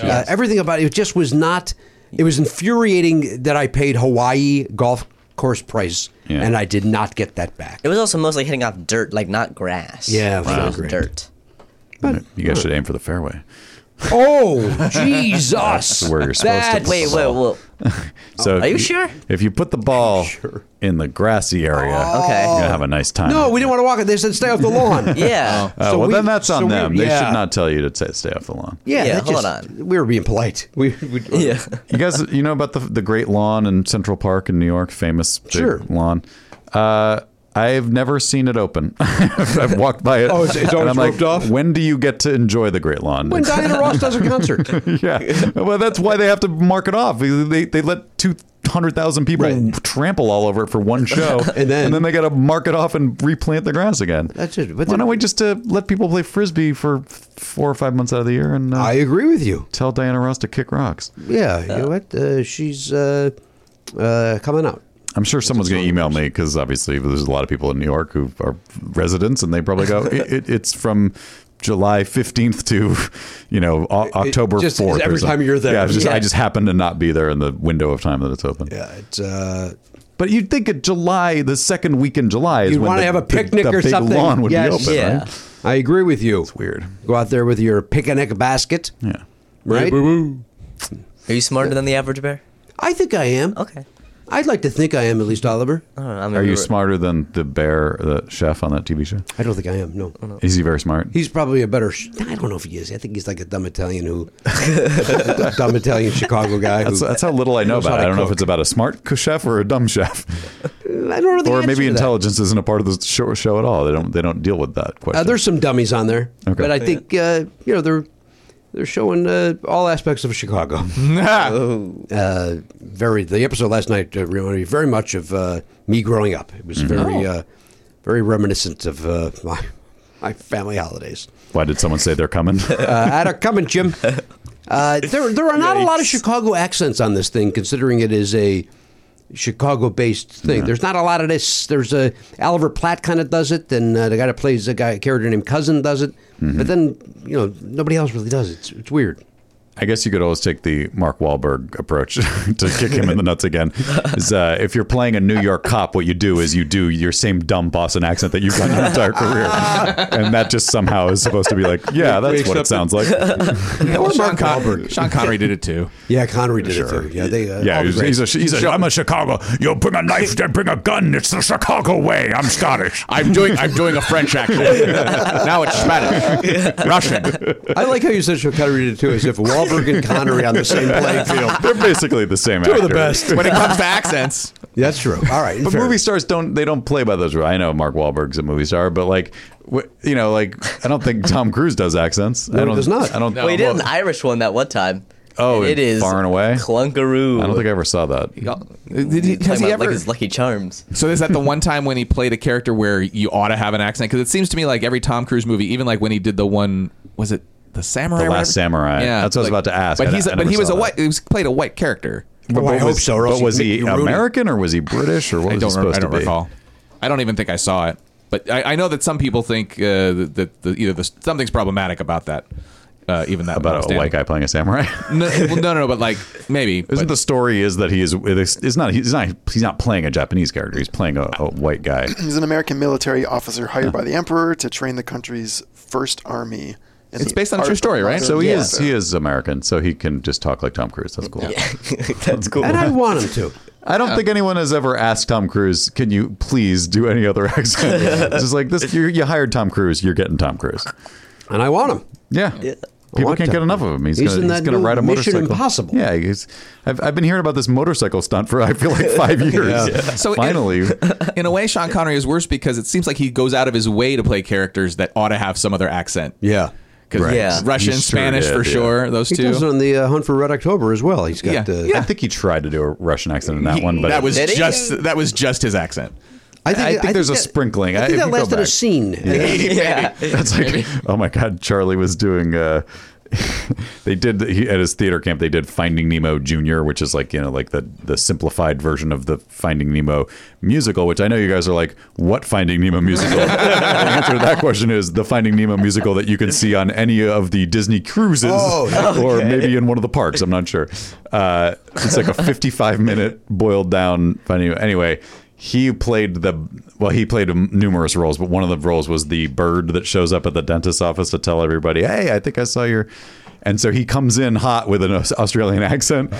Uh, everything about it just was not. It was infuriating that I paid Hawaii golf course price, Yeah. and I did not get that back. It was also mostly hitting off dirt, like not grass. Yeah, it wow. was Great. dirt. you guys should aim for the fairway. oh Jesus! That's where you're supposed to That's- play. Wait, wait, wait. So Oh, Are you sure? If you put the ball in the grassy area, Oh, Okay. you're gonna have a nice time. No, we didn't want to walk it. They said stay off the lawn. Yeah. Oh, so well, we- then that's on so we- them. They yeah. should not tell you to t- stay off the lawn. Yeah, Yeah, that hold just- on. We were being polite. We, we yeah. You guys, you know about the the Great Lawn in Central Park in New York, famous big Sure. lawn. Uh, I've never seen it open. I've walked by it. Oh, it's- it's and always I'm like, roped off? When do you get to enjoy the Great Lawn? when Diana Ross does a concert. yeah. Well, that's why they have to mark it off. They they let two hundred thousand people Right. trample all over it for one show, And then- they got to mark it off and replant the grass again. That's it. But why the- don't we just uh, let people play frisbee for four or five months out of the year and uh, I agree with you. tell Diana Ross to kick rocks? Yeah, you know what? Uh, she's uh, uh, coming out. I'm sure someone's going to email me because obviously there's a lot of people in New York who are residents, and they probably go, it, it, "It's from July 15th to, you know, o- October just- 4th." or every something." time you're there. yeah, it's just, Yeah. I just happen to not be there in the window of time that it's open. Yeah, it's, uh, But you'd think at July, the second week in July, is You'd when wanna the have a big- picnic the or big something. lawn would Yes. be open. Yeah. right? I agree with you. It's weird. Go out there with your picnic basket. Yeah. Right? Are you smarter than the average bear? I think I am. Okay. Uh, I'd like to think I am, at least, Oliver. I don't know. I mean, Are we you were- smarter than the bear, the chef on that TV show? I don't think I am, no. Is he very smart? He's probably a better. Sh- I don't know if he is. I think he's like a dumb Italian who, a dumb Italian Chicago guy. Who, That's, that's how little I know knows about it. how to I don't know if cook. it's about a smart chef or a dumb chef, I don't know the or answer maybe to that. intelligence isn't a part of the show, show at all. They don't they don't deal with that question. Uh, there's some dummies on there, Okay. but I think uh, you know they're they're showing uh, all aspects of Chicago. uh, very the episode last night uh, reminded me very much of uh, me growing up. It Mm-hmm. was very Oh. uh, very reminiscent of uh, my my family holidays. Why did someone say they're coming? Uh, at a coming, Jim. Uh, there, there are not a lot of Chicago accents on this thing, considering it is a Chicago-based thing. There's not a lot of this. There's a Oliver Platt kind of does it, and uh, the guy that plays Mm-hmm. the guy character named Cousin does it. But then, you know, nobody else really does it. It's, it's weird. I guess you could always take the Mark Wahlberg approach to kick him in the nuts again. Is uh, if you're playing a New York cop, what you do is you do your same dumb Boston accent that you've done your entire career, and that just somehow is supposed to be like, yeah, that's what it sounds like. Well, Sean, Con- Sean Connery did it too. Yeah, Connery did it too. Yeah, they. Uh, Yeah, all the he's, greats. he's a, he's a, I'm a Chicago. You'll bring a knife, then bring a gun. It's the Chicago way. I'm Scottish. I'm doing I'm doing a French accent. now it's Spanish. Russian. I like how you said Sean Connery did it too, as if Wahlberg and Connery on the same playing field. They're basically the same. Two of the best. When it comes to accents, That's true. All right, But fair. movie stars don't they don't play by those rules. I know Mark Wahlberg's a movie star, but like wh- you know, like I don't think Tom Cruise does accents. I don't, does not. I don't. well, he did an I Irish one that one time. Oh, And it in is Far and Away? Clunkaroo. don't think I ever saw that. Did he- has he Talking about, like ever? his Lucky Charms. So is that the one time when he played a character where you ought to have an accent? Because it seems to me like every Tom Cruise movie, even like when he did the one, was it the Samurai? The or Last whatever? Samurai. That's what I was about to ask. But I- he's I but never he was saw a that. white. He was played a white character. Oh, I But hope was- so. Or else but was you- he uh, you ruin it. American or was he British or what was I he don't. supposed rem- I to don't be? recall. I don't even think I saw it. But I, I know that some people think uh, that, that the, either the, something's problematic about that, uh, even that About a notwithstanding. white guy playing a samurai. No, well, no, no, no, but like maybe Isn't but- the story is that he is? It's not. He's not. He's not playing a Japanese character. He's playing a, a white guy. He's an American military officer hired by the emperor to train the country's first army. in It's the based on a art true of story, right? modern So he warfare. is. He is American. So he can just talk like Tom Cruise. That's cool. That's cool. and I want him to. I don't think anyone has ever asked Tom Cruise, "Can you please do any other accent?" it's just like this: you, you hired Tom Cruise, you're getting Tom Cruise. And I want him. Yeah, I people want can't get Tom enough of him. He's, He's gonna, in he's that gonna new ride a Mission motorcycle. Impossible. Yeah, he's, I've, I've been hearing about this motorcycle stunt for I feel like five years. So So it- finally, in a way, Sean Connery is worse because it seems like he goes out of his way to play characters that ought to have some other accent. Yeah. because Right. Yeah. Russian, He sure Spanish did, for yeah. sure. Those He two. does it on the uh, Hunt for Red October as well. He's got. Yeah. Uh, I think he tried to do a Russian accent in that He- one, but that was Did he? just that was just his accent. I I think there's a that- sprinkling. I I- think if that you go lasted a back. scene. yeah. That's like, oh my God, Charlie was doing. Uh, they did he, at his theater camp. They did Finding Nemo Junior, which is like you know like the the simplified version of the Finding Nemo musical. Which I know you guys are like, what Finding Nemo musical? the answer to that question is the Finding Nemo musical that you can see on any of the Disney cruises, or maybe in one of the parks. I'm not sure. Uh, it's like a 55 minute boiled down Finding Nemo. Anyway he played the well he played numerous roles but one of the roles was the bird that shows up at the dentist's office to tell everybody hey i think i saw your and so he comes in hot with an Aus- australian accent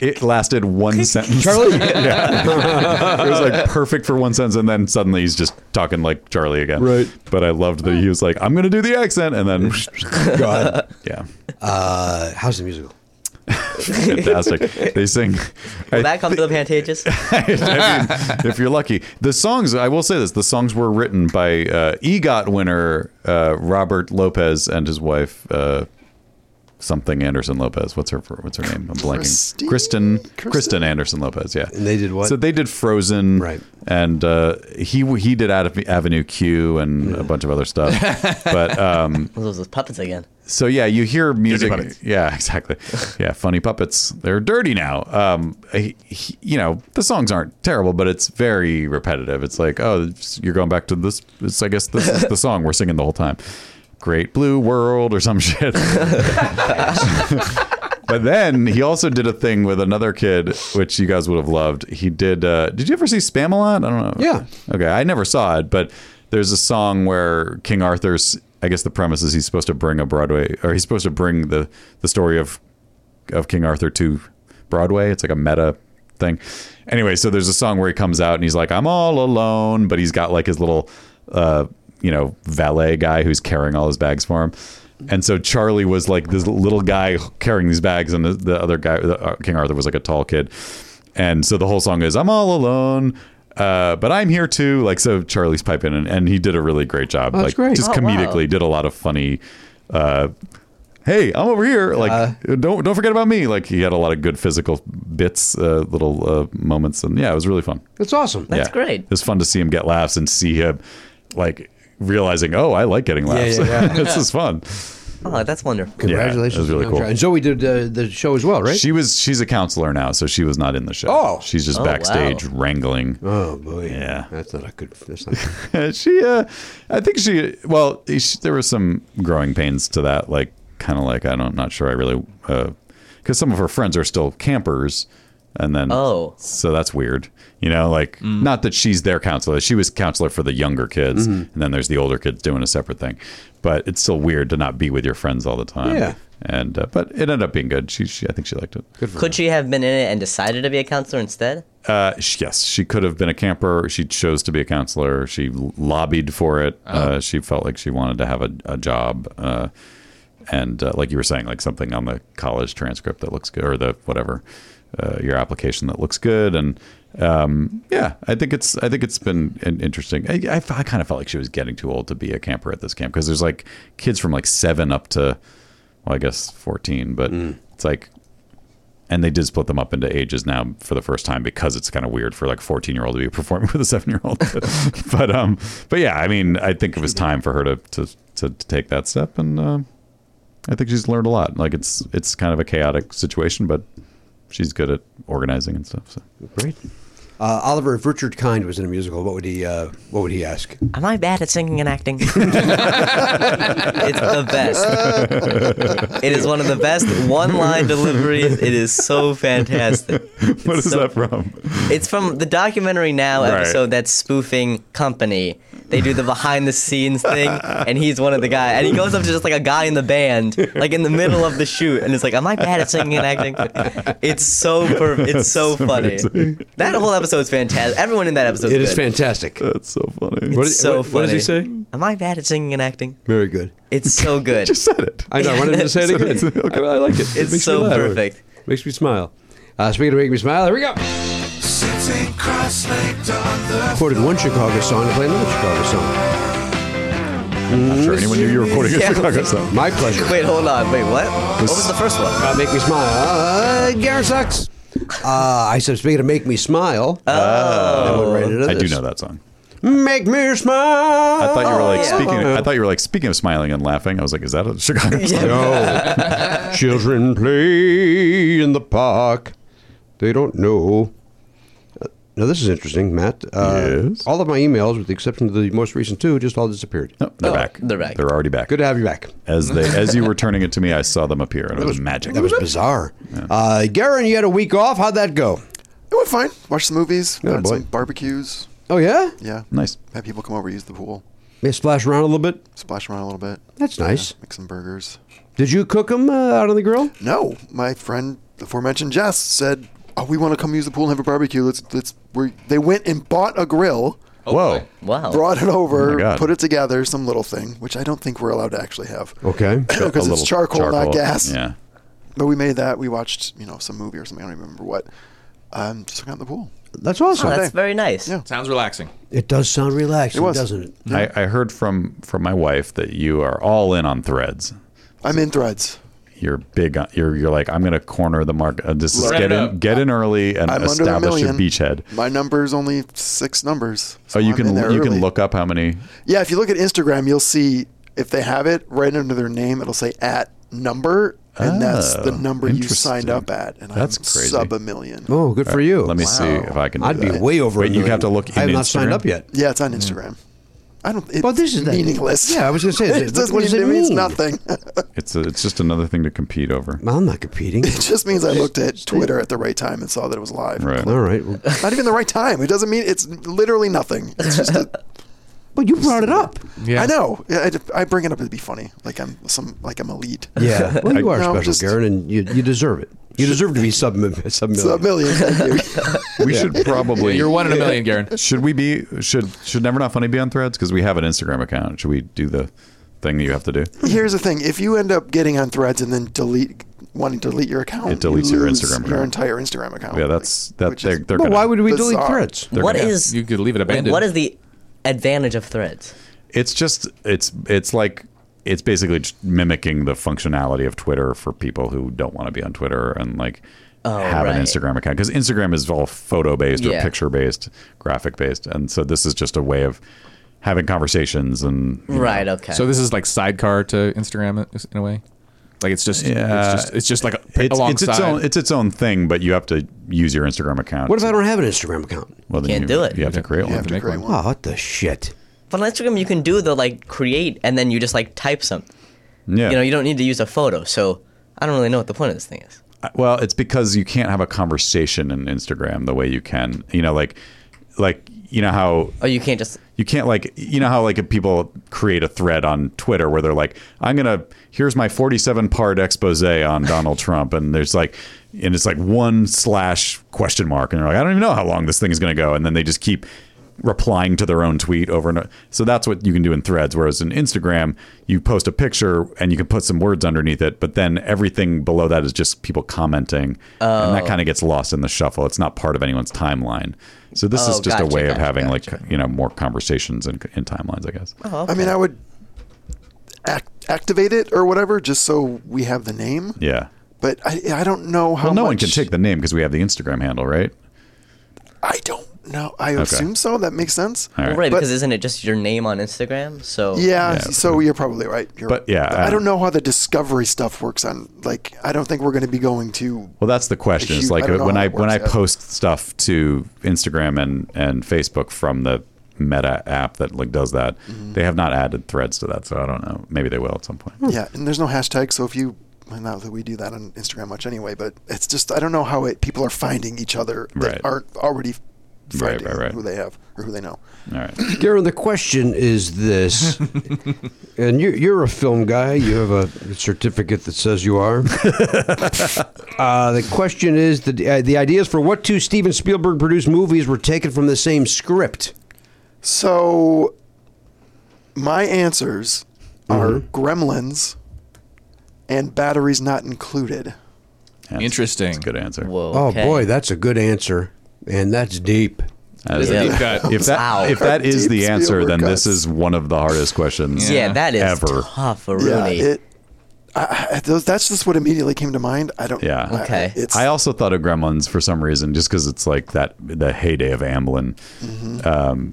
it lasted one sentence charlie yeah. it was like perfect for one sentence and then suddenly he's just talking like charlie again Right. but i loved that he was like i'm gonna do the accent and then God. yeah Uh, how's the musical? fantastic they sing Will that come to the Pantages? I mean, if you're lucky, the songs. I will say this: the songs were written by uh, EGOT winner uh, Robert Lopez and his wife, uh, something Anderson Lopez. What's her What's her name? I'm blanking. Christine- Kristen Kristen? Kristen Anderson Lopez. Yeah. And they did what? So they did Frozen, Right. And uh, he he did Ave- Avenue Q and a bunch of other stuff. but um, Those those puppets again. so yeah, you hear music. puppets. Yeah, exactly. Yeah, funny puppets. They're dirty now. Um, he- he- you know the songs aren't terrible, but it's very repetitive. It's like oh, it's- you're going back to this. It's I guess this is the song we're singing the whole time. Great Blue World or some shit. but then he also did a thing with another kid, which you guys would have loved. He did. Uh, did you ever see Spamalot? I don't know. Yeah. Okay, I never saw it, but there's a song where King Arthur's. I guess the premise is he's supposed to bring a Broadway, or he's supposed to bring the the story of of King Arthur to Broadway. It's like a meta thing. Anyway, so there's a song where he comes out and he's like, "I'm all alone," but he's got like his little, uh, you know, valet guy who's carrying all his bags for him. And so Charlie was like this little guy carrying these bags, and the, the other guy, uh, King Arthur, was like a tall kid. And so the whole song is, "I'm all alone." Uh, but I'm here too. Like so, Charlie's piping, and, and he did a really great job. that's like great. just Oh, wow. comedically, did a lot of funny uh, hey, I'm over here. Like, don't don't forget about me. Like, he had a lot of good physical bits, uh, little uh, moments, and yeah, it was really fun. That's awesome. That's yeah. great. It was fun to see him get laughs and see him like realizing, oh, I like getting laughs. yeah, yeah. this is fun. Oh, that's wonderful. Congratulations. Yeah, it was really I'm cool. trying- And Zoe did uh, the show as well, right? She was she's a counselor now, so she was not in the show. Oh. she's just Oh, backstage wow. wrangling. oh boy. Yeah. That's not a good. That's not. Good. she uh i think she well she, there were some growing pains to that like kind of like I don't, I'm not sure I really because some of her friends are still campers, and then Oh. so that's weird. You know, like not that she's their counselor; she was counselor for the younger kids, and then there's the older kids doing a separate thing. But it's still weird to not be with your friends all the time. Yeah. And uh, but it ended up being good. She, she I think she liked it. Good Could she have been in it and decided to be a counselor instead? uh, sh- yes, she could have been a camper. She chose to be a counselor. She l- lobbied for it. Uh, she felt like she wanted to have a, a job. Uh, and uh, like you were saying, like something on the college transcript that looks good or the whatever, uh, your application that looks good. And um, yeah, I think it's I think it's been an interesting. I, I, f- I kind of felt like she was getting too old to be a camper at this camp because there's like kids from like seven up to, well, I guess 14, but it's like and they did split them up into ages now for the first time because it's kind of weird for like a 14 year old to be performing with a 7 year old but um but yeah i mean i think it was time for her to to to, to take that step and uh, i think she's learned a lot like it's it's kind of a chaotic situation but she's good at organizing and stuff so Great. Uh, Oliver, if Richard Kind was in a musical, what would he uh, what would he ask? Am I bad at singing and acting? it's the best. It is one of the best one line deliveries. It is so fantastic. what is so- that from It's from the documentary now Right. episode that's spoofing company. They do the behind the scenes thing, and he's one of the guy, and he goes up to just like a guy in the band, like in the middle of the shoot, and it's like, "Am I bad at singing and acting?" It's so per- it's so funny. amazing. That whole episode's fantastic. Everyone in that episode It is fantastic. that's so funny What- It's so what- what does he funny. say? Am I bad at singing and acting? Very good. It's so good. just said it I know. I wanted to say it again. I, I like it. It It's makes me so laugh. perfect. Makes me smile. Uh, speaking of making me smile, here we go. Sitting cross-legged on the Recorded one Chicago song and played another Chicago song. i'm sure anyone knew you were recording a Yeah. chicago song My pleasure. Wait, hold on. Wait, what? What was the first one? Uh, make me smile. Uh, Garrett sucks. Uh, I said, speaking of make me smile, I went right into Oh, i do this. know that song Make me smile. Oh. I thought you were like Oh, yeah. speaking. I thought you were like speaking of smiling and laughing. I was like, is that a Chicago song? No. Children play in the park. They don't know. Uh, Now, this is interesting, Matt. Uh, Yes? All of my emails, with the exception of the most recent two, just all disappeared. No, they're back. Oh, they're back. They're already back. Good to have you back. As they as you were turning it to me, I saw them appear, and it was magic. That was bizarre. Uh, Garen, you had a week off. How'd that go? It went fine. Watched some movies. Yeah, had boy. some barbecues. Oh, yeah? Yeah. nice. Had people come over, use the pool, They splash around a little bit. splash around a little bit. That's nice. Make some burgers. Did you cook them uh, out on the grill? No, my friend, the aforementioned Jess, said, "Oh, we want to come use the pool and have a barbecue. Let's let's." We they went and bought a grill, Whoa. Wow. brought it Oh my over, God. put it together, some little thing, which I don't think we're allowed to actually have. Okay. A because it's little charcoal, not gas. Yeah. But we made that. We watched, you know, some movie or something. I don't remember what. Um, just hung out in the pool. That's awesome. Oh, that's very nice. Yeah. Sounds relaxing. it does sound relaxing, It was. doesn't it? I, I heard from from my wife that you are all in on threads. I'm in threads. You're big. On, you're you're like I'm going to corner the market. Uh, this is Right. get Right in up. get in early and I'm under the establish your million. beachhead. My number is only six numbers. so Oh, you I'm in can there you early. can look up how many. Yeah, if you look at Instagram, you'll see if they have it right under their name, it'll say at number, and that's the Oh, number you interesting. signed up at. And That's I'm crazy. sub a million. Oh, good for you. Let me see if I can. Do I'd be that. way over. But a you million. have to look. In I have not signed Instagram. up yet. Yeah, it's Hmm. on Instagram. I don't. It's Well, this is that- meaningless. Yeah, I was gonna say, is it- it doesn't what does mean, it means mean? nothing. It's a, it's just another thing to compete over. Well, I'm not competing. it just means I looked at Twitter at the right time and saw that it was live. Right. All right. Well, Not even the right time. It doesn't mean it's literally nothing. It's just a, but you brought it up. I know. Yeah, I, I bring it up to be funny. Like I'm some. Like I'm elite. Yeah. Well, you I- are no, special, just- Garen, and you, you deserve it. You deserve to be sub sub Sub million. million. Thank you. We should probably. You're one in a million, Garen. Should we be should should never not funny be on threads because we have an Instagram account? Should we do the thing that you have to do? Here's the thing: if you end up getting on Threads and then delete, wanting to delete your account, It deletes you your lose Instagram Your account. entire Instagram Oh. account. Yeah, that's that. Which They're, is- they're But gonna, why would we delete Bizarre. threads? they're What gonna- is You could leave it like, abandoned. what is the advantage of threads? It's just it's it's like it's basically just mimicking the functionality of Twitter for people who don't want to be on Twitter and like have an Oh, right. Instagram account because Instagram is all photo based or Yeah. picture based, graphic based, and so this is just a way of having conversations and you know, Right. Okay. So this is like sidecar to Instagram in a way. Like it's just Yeah. it's just it's just like a, It's, it's alongside. its own it's its own thing, but you have to use your Instagram account. What if I don't have an Instagram account? Well, then Can't you, do it. You have to create You one. have to create one. Oh, what the shit! but on Instagram, you can do the like create, and then you just like type something. Yeah. You know, you don't need to use a photo. So I don't really know what the point of this thing is. Well, it's because you can't have a conversation in Instagram the way you can. You know, like, like you know how Oh, you can't just. you can't like you know how like if people create a thread on Twitter where they're like, I'm gonna here's my 47 part expose on Donald Trump, and there's like, and it's like one slash question mark, and they're like, I don't even know how long this thing is gonna go, and then they just keep replying to their own tweet over and over. So that's what you can do in threads. Whereas in Instagram, you post a picture and you can put some words underneath it, but then everything below that is just people commenting. And Oh. that kind of gets lost in the shuffle. It's not part of anyone's timeline. So this is Oh, just a gotcha, way of gotcha, having like gotcha. you know more conversations and, and timelines i guess I mean, I would act, activate it or whatever just so we have the name. yeah But I, I don't know how well no one much- can take the name because we have the instagram handle right I don't know. I assume so. That makes sense. All Well, right. right, But- because isn't it just your name on Instagram? So Yeah, Yeah. so you're probably right. You're But, yeah, I, I don't don't- know how the discovery stuff works on. Like, I don't think we're going to be going to. well that's the question Shoot, it's I like don't know when how i that when i works yet. post stuff to instagram and and facebook from the meta app that like does that they have not added threads to that so i don't know maybe they will at some point Yeah, and there's no hashtag. So if you, well, not that we do that on Instagram much anyway, but it's just I don't know how it. People are finding each other that Right. aren't already Right, finding right, right. who they have or who they know. all right Darren, the question is this, and you, you're a film guy. You have a certificate that says you are. uh, the question is the uh, the ideas for what two Steven Spielberg produced movies were taken from the same script. So, my answers Mm-hmm. are Gremlins and batteries not included. That's- Interesting. that's a good answer whoa. Oh okay. boy, that's a good answer, and that's deep. That is- Yeah. Deep cut. if that Wow. if that is Deep the answer then Spielberg this cuts. is one of the hardest questions Yeah, that is ever. tough, Yeah, Rooney. it. I, I, those, that's just what immediately came to mind. I don't. Yeah. I- Okay. it's. I also thought of Gremlins for some reason, just because it's like that the heyday of Amblin. Mm-hmm. Um,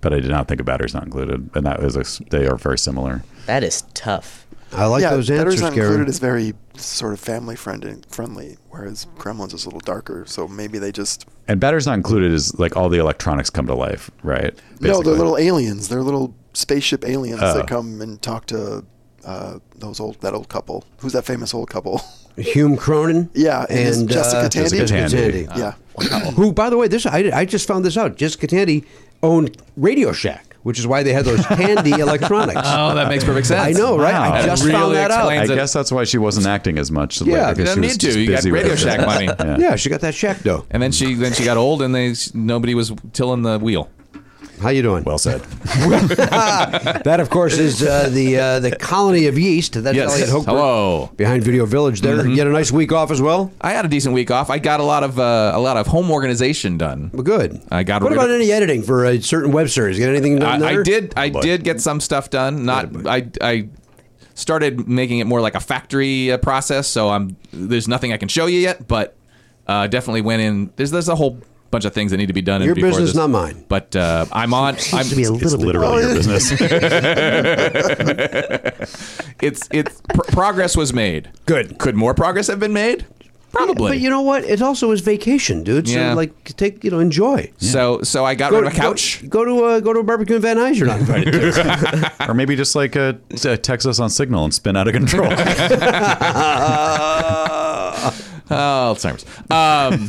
but I did not think of batteries not included, and that was a, s- they are very similar. that is tough. I like yeah, those Better's answers, Not Gary. Included is very sort of family friend friendly, whereas Gremlins is a little darker. So maybe they just And batteries not included is like all the electronics come to life, right? no, they're Basically. Oh. little aliens. They're little spaceship aliens that come and talk to uh, those old that old couple. Who's that famous old couple? Hume Cronin. uh, Yeah, and is Jessica Tandy? Jessica Tandy. Tandy. Uh, yeah, Who, by the way, this I, I just found this out. Jessica Tandy owned Radio Shack, which is why they had those Tandy electronics. Oh, that makes perfect sense. I know, right? Wow. I That just really found that out. I explains it. guess that's why she wasn't acting as much. Yeah, you don't need to. You got Radio Shack money. Yeah. Yeah, she got that shack dough. And then she then she got old, and they nobody was tilling the wheel. How you doing? Well said. that of course is uh, the uh, the colony of yeast. That's Elliot Hochberg Hello. Mm-hmm. behind Video Village. There, you had a nice week off as well. I had a decent week off. I got a lot of uh, a lot of home organization done. Well, good. I got What rid about of- any editing for a certain web series? Get anything done I, I there? did. I But- did get some stuff done. Not. I. I started making it more like a factory uh, process. So I'm. There's nothing I can show you yet, but uh, definitely went in. There's there's a whole bunch of things that need to be done. in Your before business, this. not mine. But uh, I'm on. I'm, It's literally Oh, your business. it's it's pr- progress was made. Good. Could more progress have been made? Probably. But you know what? It also is vacation, dude. So Yeah. like, take you know, enjoy. so so I got rid of a couch. Go, to uh, go to a barbecue in Van Nuys. You're not invited to. or maybe just like uh, t- text us on Signal and spin out of control. Oh, Alzheimer's. Um,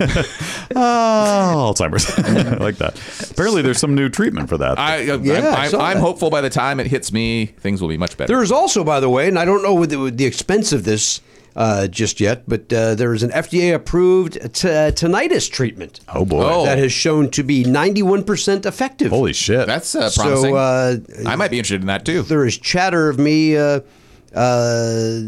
oh, Alzheimer's. I like that. Apparently, there's some new treatment for that. I, I, Yeah, I am saw that. hopeful by the time it hits me, things will be much better. There is also, by the way, and I don't know with the, with the expense of this uh, just yet, but uh, there is an FDA-approved t- uh, tinnitus treatment oh boy. Oh. that has shown to be 91% effective. Holy shit. That's uh, promising. so uh, I might be interested in that too. there is chatter of me uh, uh,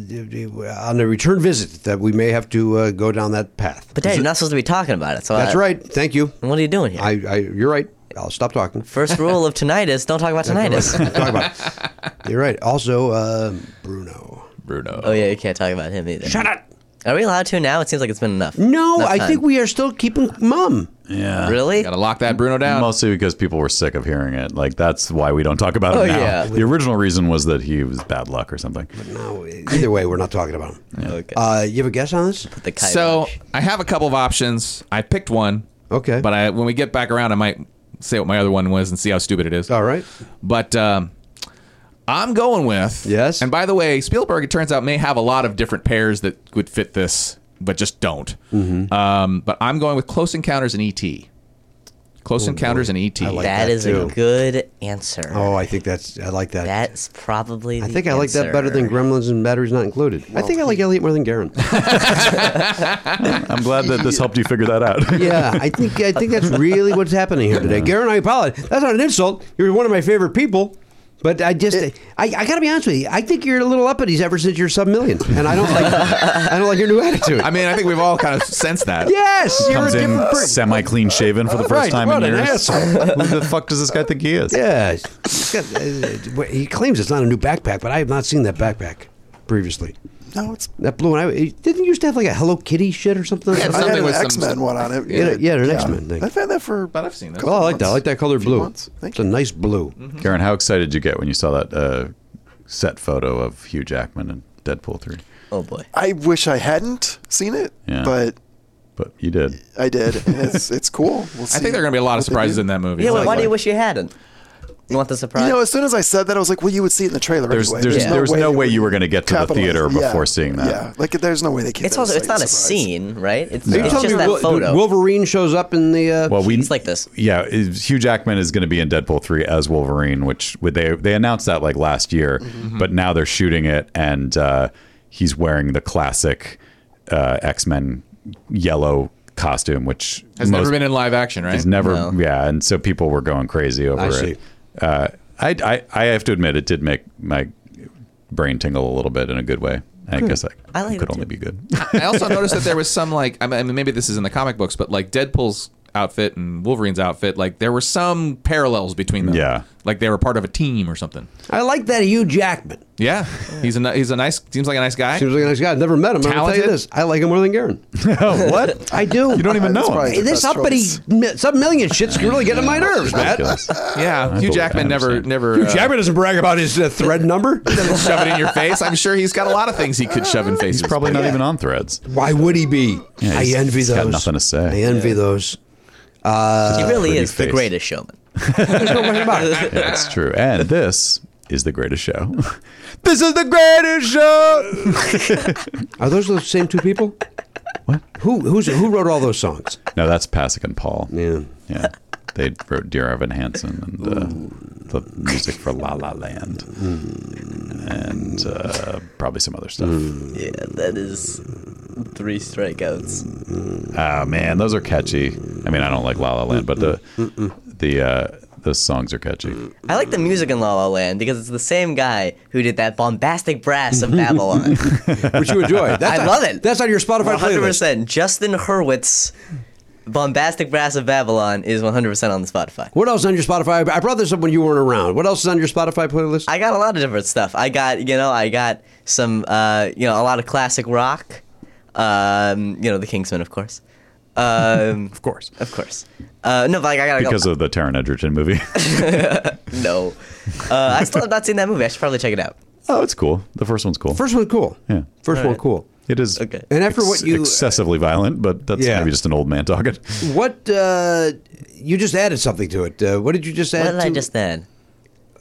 on a return visit that we may have to uh, go down that path. But Dad, you're not supposed to be talking about it. So That's I- right. Thank you. What are you doing here? I, I, you're right. I'll stop talking. First rule of tinnitus: don't talk about tinnitus. Talk about it. You're right. Also, uh, Bruno. Bruno. uh, oh yeah, you can't talk about him either. Shut up. Are we allowed to now? It seems like it's been enough. No, Enough I time. think we are still keeping mum. yeah. really. Gotta lock that Bruno down. Mostly because people were sick of hearing it. Like that's why we don't talk about it Oh, now. yeah. The original reason was that he was bad luck or something. No, either way, we're not talking about him. Okay. Uh, you have a guess on this? the kibosh. so I have a couple of options. I picked one. Okay. But I, when we get Uh, back around, I might say what my other one was and see how stupid it is. All right. But um, I'm going with Yes? And by the way, Spielberg, it turns out, may have a lot of different pairs that would fit this, but just don't. Mm-hmm. Um, but I'm going with Close Encounters and ET. Close Encounters and E ET. Oh, like that that is too. a good answer. Oh, I think that's I like that. That's probably. I the think I like that better than answer. Gremlins and Batteries Not Included. I think I like Elliot more than Garen. I'm glad that this helped you figure that out. yeah, I think I think that's really what's happening here today. Garen, I apologize. That's not an insult. You're one of my favorite people. But I just, I, I got to be honest with you. I think you're a little uppity ever since you're sub million, and I don't like, I don't like your new attitude. I mean, I think we've all kind of sensed that. yes, you're a Comes in different person. semi clean shaven for the first Right, time what in an years. Who the fuck does this guy think he is? Yeah, He's got- uh, uh, he claims it's not a new backpack, but I have not seen that backpack previously. No, it's That blue one, I, it- didn't you used to have like a Hello Kitty shit or something? Yeah, I something had an with some- X Men one on it. Yeah, yeah, an X-Men thing. I've had that for. But I've seen that. oh, I like that. I like that color Few blue. months. Thank It's a nice blue. Karen, how excited did you get when you saw that uh, set photo of Hugh Jackman and Deadpool 3? Oh boy. I wish I hadn't seen it, Yeah. but But you did. I did, and it's it's cool. We'll I think there are going to be a lot of surprises in that movie. Yeah, It's well, like- why do you wish you hadn't? You want the surprise? You know, as soon as I said that, I was like, "Well, you would see it in the trailer." There's, anyway. there's, Yeah. there's no way you were going to get to the capitalize- theater yeah, before seeing that. Yeah, like there's no way they can. it's also it's not a scene, right? It's, it's Tell just me that Wil- photo. Wolverine shows up in the. Uh, Well, we It's like this. Yeah, is- Hugh Jackman is going to be in Deadpool three as Wolverine, which would they they announced that like last year, but now they're shooting it and uh, he's wearing the classic uh, X Men yellow costume, which Has never been in live action, right? He's never, yeah, and so people were going crazy over I it. see. Uh, I, I I have to admit, it did make my brain tingle a little bit in a good way. I guess I, I like could that only too. be good. I also noticed that there was some like I mean maybe this is in the comic books, but like Deadpool's outfit and Wolverine's outfit, like there were some parallels between them. Yeah. like they were part of a team or something. I like that Hugh Jackman. Yeah, he's a ni- he's a nice seems like a nice guy. Seems like a nice guy. I've never met him. but I'll tell you Talented. this: I like him more than Garen. oh, what? I do. You don't even know him. Hey, this uppity mi- sub million shit's really getting on my nerves, man. Ridiculous. Yeah, Hugh believe- Jackman I never understand. never Hugh uh, Jackman doesn't brag about his uh, thread number. shove it in your face. I'm sure he's got a lot of things he could shove in faces. He's probably not even on threads. Why would he be? I he's- envy he's those. got nothing to say. I envy those. Uh, he really pretty is the face. greatest showman. Yeah, it's true. And this is the greatest show. this is the greatest show. Are those the same two people? What? Who who's who wrote all those songs? No, that's Pasek and Paul. Yeah. Yeah. They wrote Dear Evan Hansen and uh, the, the music for La La Land Mm. and uh, probably some other stuff. Yeah, that is three strikeouts. Oh man, those are catchy. I mean, I don't like La La Land, but the the uh, the songs are catchy. Mm. I like the music in La La Land because it's the same guy who did that bombastic brass of Babylon. Which you enjoy. That's I on- love it. That's on your Spotify playlist. 100%. Justin Hurwitz, bombastic brass of Babylon is 100% on the Spotify. What else is on your Spotify? I brought this up when you weren't around. What else is on your Spotify playlist? I got a lot of different stuff. I got you know I got some uh, you know a lot of classic rock, um, you know the Kingsmen of course, um, of course, of course. Uh, no, but like, I got Because of the Taron Edgerton movie. no. Uh, I still have not seen that movie. I should probably check it out. oh, it's cool. The first one's cool. First one cool. Yeah. First one cool. It is Okay. And after what you- excessively violent, but that's Yeah. maybe just an old man talking. What uh, you just added something to it? Uh, what did you just add? What did I to- just then?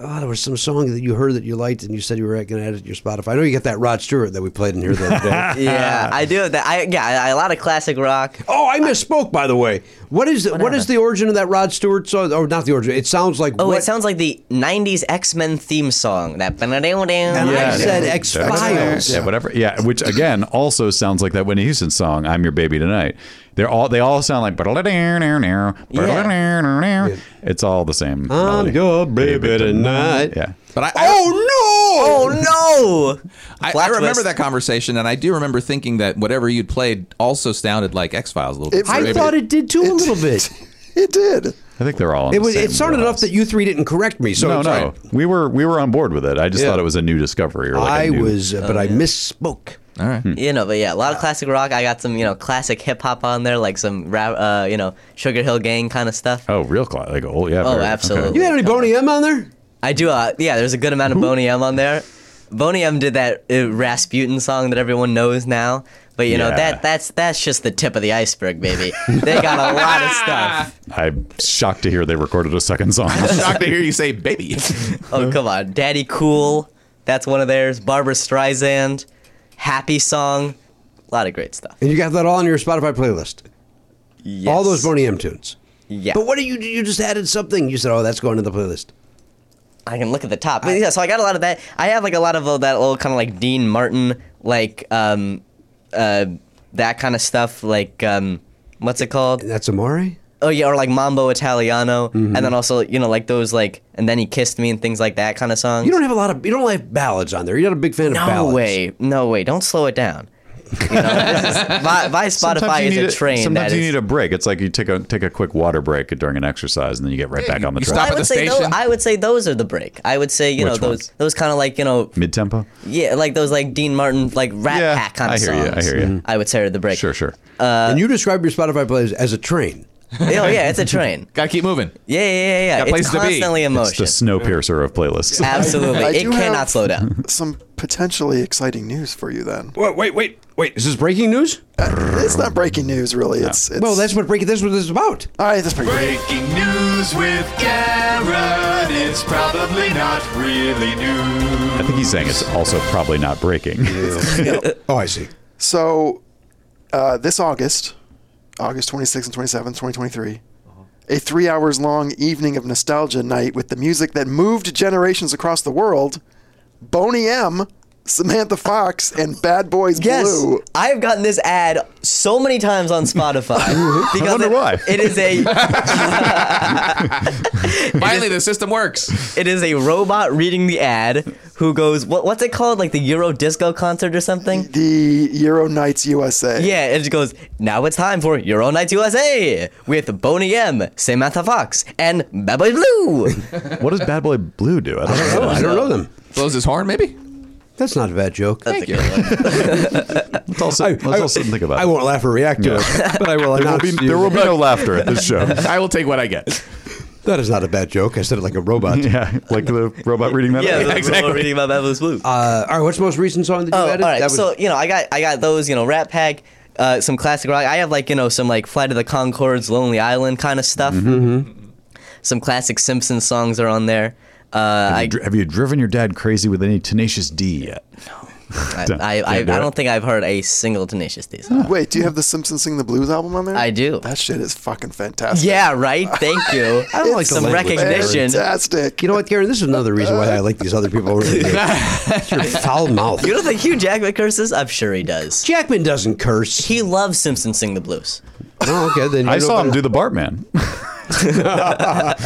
Oh, there was some song that you heard that you liked, and you said you were going to add it to your Spotify. I know you got that Rod Stewart that we played in here the other day. Yeah, I do have that. I yeah, I, I, a lot of classic rock. Oh, I misspoke, by the way. What is the, what is the origin of that Rod Stewart song? Oh, not the origin. It sounds like Oh, what, it sounds like the '90s X-Men theme song. That And Yeah, I said yeah. X Files. Yeah, whatever. Yeah, which again also sounds like that Whitney Houston song, "I'm Your Baby Tonight." They're all they all sound like. It's all the same. melody. I'm your baby tonight. Yeah. But I, I Oh no! Oh no! I, I Plot remember twist. that conversation, and I do remember thinking that whatever you'd played also sounded like X Files a little bit. It- I Maybe thought it did too a little bit. It did. I think they're all. in It the was. same It sounded enough wheelhouse. that you three didn't correct me. So No, it's no, like- we were we were on board with it. I just Yeah. thought it was a new discovery. Or like a I new- was, uh, but Oh, I misspoke. All right. You know, but yeah, a lot of classic rock. I got some, you know, classic hip hop on there, like some rap, uh, you know, Sugar Hill Gang kind of stuff. Oh, real cla Like oh yeah. Oh, very- okay. absolutely. You had any Boney M on there? I do, uh, yeah, there's a good amount of Boney M on there. Boney M did that uh, Rasputin song that everyone knows now, But you know Yeah. that that's that's just the tip of the iceberg, baby. they got a lot of stuff. I'm shocked to hear they recorded a second song. Shocked to hear you say baby. Oh come on, Daddy Cool, that's one of theirs. Barbara Streisand, Happy Song, a lot of great stuff. And you got that all on your Spotify playlist. Yes. All those Boney M tunes. Yeah. But what do you do? You just added something. You said, oh, that's going to the playlist. I can look at the top. But yeah, so I got a lot of that. I have like a lot of uh, that old kind of like Dean Martin, like um, uh, that kind of stuff. Like um, what's it called? That's Amari? Oh yeah, or like Mambo Italiano, and then also you know like those like and then he kissed me and things like that kind of songs. You don't have a lot of, you don't like ballads on there. You're not a big fan no of ballads. way, no way. Don't slow it down. You know, this is- my, my Spotify Sometimes is you need a train. Sometimes that you is- need a break. It's like you take a take a quick water break during an exercise, and then you get right back on the you track. stop I at would the say those, station. I would say those are the break. I would say you know Which those ones? those kind of like you know Mid tempo. Yeah, like those like Dean Martin like Rat Yeah, Pack kind I of hear you, I songs. hear Mm-hmm. you. Mhm. I would say are the break. Sure, sure. and you describe your Spotify playlist as a train. oh yeah, it's a train. Gotta keep moving. Yeah, yeah, yeah, yeah. Got it's place to be. constantly in It's motion. the Snowpiercer of playlists. Absolutely, I it do have- cannot slow down. Some potentially exciting news for you then. Wait, wait, wait, wait. Is this breaking news? It's not breaking news, really. It's, it's Well, that's what breaking. That's what this is about. all right. That's pretty great. Breaking news with Garrett. It's probably not really I news. think he's saying it's also probably not breaking. Oh, I see. So, uh, this August, August 26th and 27th, 2023, a three hours long evening of nostalgia night with the music that moved generations across the world, Boney M, Samantha Fox, and Bad Boys Yes, Blue. I've gotten this ad so many times on Spotify. because wonder it- why. It is a Finally, the system works. it is a robot reading the ad who goes what what's it called like the Euro disco concert or something. The Euro Nights USA. Yeah, and she goes, now it's time for Euro Nights USA with Boney M, Samantha Fox, and Baboy Blue. what does Bad Boy Blue do? I don't know. Oh, I don't know them. Blows his horn, maybe. That's not a bad joke. That's a good one. Let's all sit, let's all sit and think about I it. won't laugh or react to it, but I will There will announce be you there will be no laughter at this show. I will take what I get. that is not a bad joke. I said it like a robot. Yeah, like the robot reading that. Yeah, out. the exactly. reading about Baboy Blue. Uh, all right, what's the most recent song that you oh, all added? right. That was- So you know, I got I got those. You know, Rat Pack, uh, some classic rock. I have like you know some like Flight of the Concords, Lonely Island kind of stuff. Mm-hmm, Some classic Simpsons songs are on there. Uh, I, Dri- Have you driven your dad crazy with any Tenacious D yet? I, Don't- I, I, I can't do it. don't think I've heard a single Tenacious D song. Wait, do you have the Simpsons Sing the Blues album on there? I do. That shit is fucking fantastic. Yeah, right. Thank you. I don't like the some language recognition. Fantastic. you know what, Garen? This is another reason why I like these other people. Really Your foul mouth. You don't think Hugh Jackman curses? I'm sure he does. Jackman doesn't curse. He loves Simpson sing the blues. oh, okay. Then you I know saw him better. do the Bartman.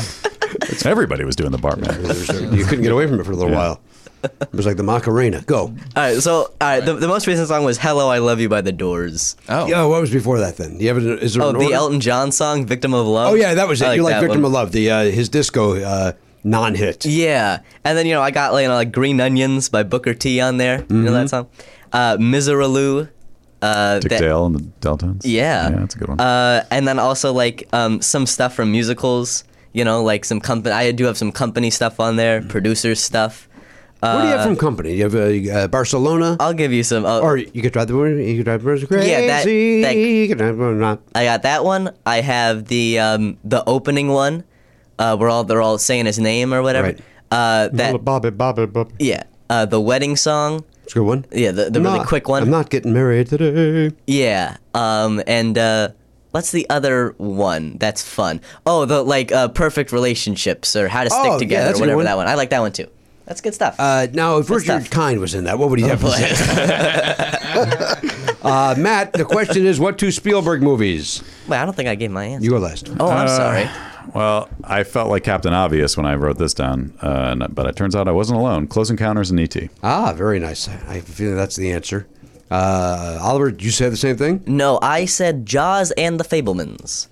Everybody was doing the Bartman. You couldn't get away from it for a little while. It was like the Macarena. Go. All right, so all right, The, the most recent song was "Hello, I Love You" by The Doors. Oh, Yeah, what was before that then? You have it, is there Oh, an the order? Elton John song "Victim of Love." Oh yeah, that was it. I You're like that Victim one. of Love, the uh, his disco uh, non-hit. Yeah, and then you know I got like, you know, like "Green Onions" by Booker T on there. You know Mm-hmm. that song? Uh, "Miseraloo." Uh, Dick that- Dale and the Deltones. Yeah. yeah, that's a good one. Uh, and then also like um, some stuff from musicals. You know, like some company. I do have some company stuff on there, producers stuff. Mm-hmm. what do you have from company? You have uh, uh, Barcelona, I'll give you some. Uh, or you could drive the you could drive the birds crazy. Yeah, that- that- you could drive the birds not. I got that one. I have the um, the opening one, uh, where all they're all saying his name or whatever. Right. Uh, that Bobby, Bobby, Bobby. yeah, uh, the wedding song. It's a good one. Yeah, the, the I'm really not- quick one. I'm not getting married today. Yeah. Um, and uh, what's the other one that's fun? Oh, the like uh, perfect relationships or how to stick Oh, yeah, together that's or a good whatever one. that one. I like that one too. That's good stuff. Uh, now, if Richard tough. Kind was in that, what would he have Oh, to But- say? Uh, Matt, the question is, what two Spielberg movies? Wait, I don't think I gave my answer. You go uh, last. oh, I'm sorry. Uh, Well, I felt like Captain Obvious when I wrote this down, uh, and- but it turns out I wasn't alone. Close Encounters and E ET. Ah, very nice. I have a feeling that's the answer. Uh, Oliver, did you say the same thing? No, I said Jaws and the Fablemans.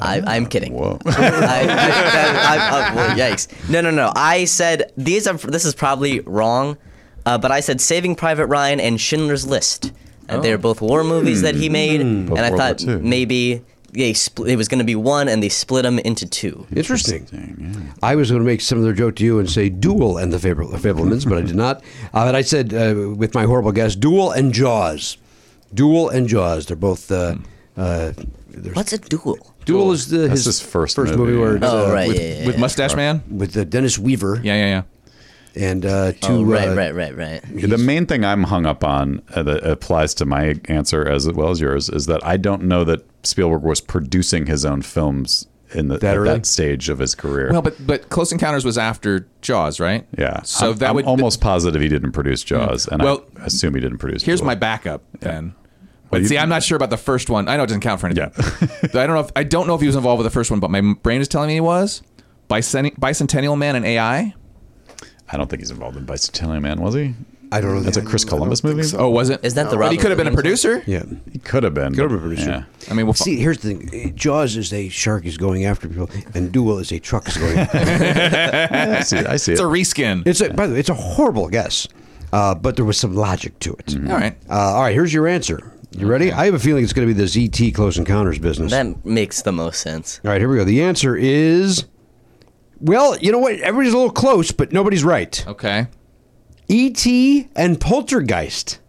I, I'm kidding. Whoa. I, I, I, I, well, yikes! No, no, no. I said these are. This is probably wrong, uh, but I said Saving Private Ryan and Schindler's List. And They're both war movies that he made, and I World War thought Two. maybe they spl- it was going to be one, and they split them into two. Interesting. I was going to make a similar joke to you and say Duel and the Fable- Fablemans, but I did not. Uh, but I said, uh, with my horrible guess, Duel and Jaws. Duel and Jaws. They're both. Uh, uh, there's- What's a duel? Duel is the, That's his his, first first movie, movie, where yeah. it's, uh, oh right, with, yeah, yeah, with Mustache Man. with uh, Dennis Weaver Yeah, yeah, yeah. and uh, two. Oh, right, uh, right, right, right. The main thing I'm hung up on uh, that applies to my answer as well as yours is that I don't know that Spielberg was producing his own films in the, That at early? that stage of his career. Well, but but Close Encounters was after Jaws, right? yeah, So I'm, that I'm would almost positive he didn't produce Jaws, and Well, I assume he didn't produce. Here's Duel. my backup then. Well, But you- see, I'm not sure about the first one. I know it doesn't count for anything. Yeah. But I don't know. If, I don't know if he was involved with the first one, but my brain is telling me he was. Bicen- Bicentennial Man and AI. I don't think he's involved in Bicentennial Man, was he? I don't know. That's a Chris Columbus movie. so. Oh, was it? Is that the But he Robin could have been a Williams producer. yeah. He could have been. Could have been but- producer. yeah. I mean, we'll See, here's the thing. Jaws is a shark is going after people, and Duel is a truck is going. after people. I see. I see. it's it. a reskin. It's a, by the way, it's a horrible guess, uh, but there was some logic to it. All right. Uh, all right, here's your answer. You ready? I have a feeling it's going to be the ZT Close Encounters business. That makes the most sense. all right, here we go. The answer is, well, you know what? Everybody's a little close, but nobody's right. Okay. ET E and Poltergeist.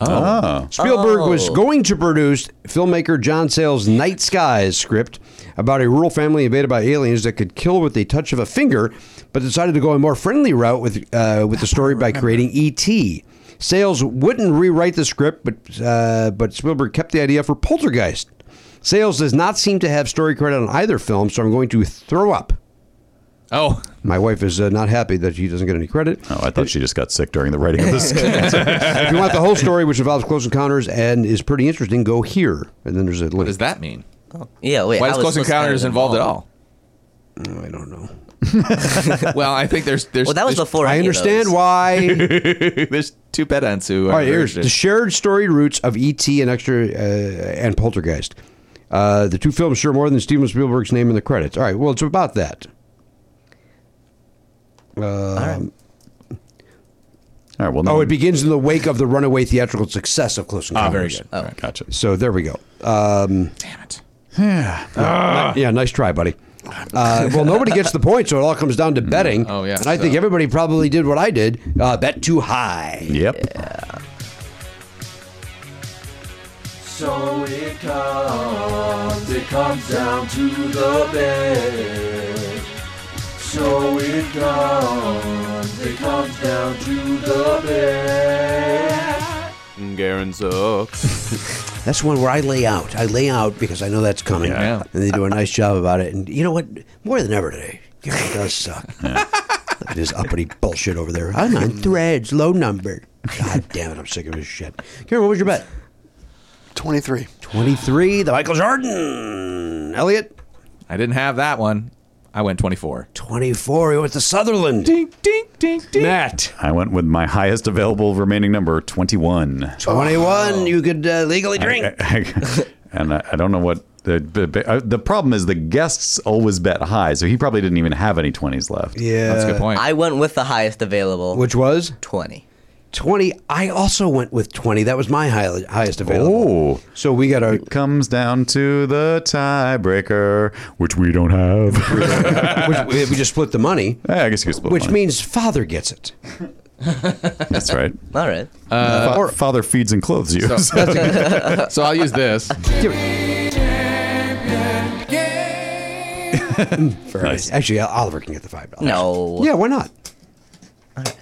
Ah. oh. Spielberg was Oh. going to produce filmmaker John Sayles' Night Skies script about a rural family invaded by aliens that could kill with a touch of a finger, but decided to go a more friendly route with uh, with the story by creating E.T. Sayles wouldn't rewrite the script, but uh, but Spielberg kept the idea for Poltergeist. Sayles does not seem to have story credit on either film, so I'm going to throw up. Oh, My wife is uh, not happy that she doesn't get any credit. Oh, I thought she just got sick during the writing of this. if you want the whole story, which involves close encounters and is pretty interesting, go here. And then there's a what link. does that mean? Yeah, wait. Why how is is Close Encounters involved at all? I don't know. well, I think there's there's Well, that was there's, before. I any of understand those. why. there's two pedants who. All right, here's the shared story roots of E.T. and extra uh, and Poltergeist. Uh, the two films share more than Steven Spielberg's name in the credits. All right, well, it's about that. All right. Well, no. Oh, it begins in the wake of the runaway theatrical success of Close Encounters. ah, very good. All right. gotcha. So there we go. Um, Damn it. Ah. yeah, nice try, buddy. Uh, well, nobody gets the point, so it all comes down to betting. Oh, yeah, and I think so- everybody probably did what I did: uh, bet too high. Yep. So it comes, it comes down to the bed. So it comes, it comes down to the bed. Garen sucks. That's one where I lay out. I lay out because I know that's coming. Yeah. And they do a nice job about it. And you know what? More than ever today, yeah, it does suck. This uppity bullshit over there. I'm on threads, low number. God damn it, I'm sick of this shit. Karen, what was your bet? 23. 23, the Michael Jordan. Elliot, I didn't have that one. I went 24. 24, he went to Sutherland. Ding, ding, ding, ding. Matt, I went with my highest available remaining number, 21. 21, you could uh, legally drink. and I, I don't know what the, the uh, the problem is. The guests always bet high, so he probably didn't even have any twenties left. yeah. That's a good point. I went with the highest available. Which was? twenty? 20. I also went with 20. That was my high, highest Oh. available. So we got our Comes down to the tiebreaker, which we don't have. which we, we just split the money, Eh, I guess you could split. which mine. means father gets it. that's right. All right. Uh, Fa- father feeds and clothes you. so I'll use this. Nice. Actually, uh, Oliver can get the five dollars. no. Yeah, why not?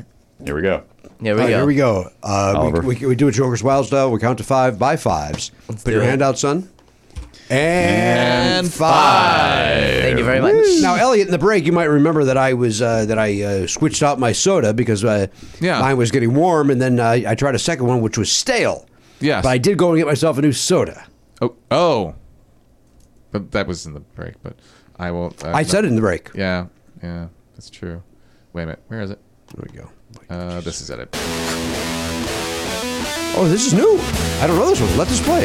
Here we go. Oh, Here we All right, go. here we go. Uh, Oliver. we, we, we do a Joker's Wild style. We count to five by fives. Put do your it. hand out, son. And, five. Thank you very much. Now, Elliot, in the break, you might remember that I was uh, that I uh, switched out my soda because uh, Yeah. mine was getting warm, and then uh, I tried a second one, which was stale. Yes. But I did go and get myself a new soda. Oh, oh. But that was in the break. But I will. Uh, I said it in the break. Yeah, yeah, that's true. Wait a minute, where is it? There we go. Uh, this is edit. Oh, this is new. I don't know this one. Let this play.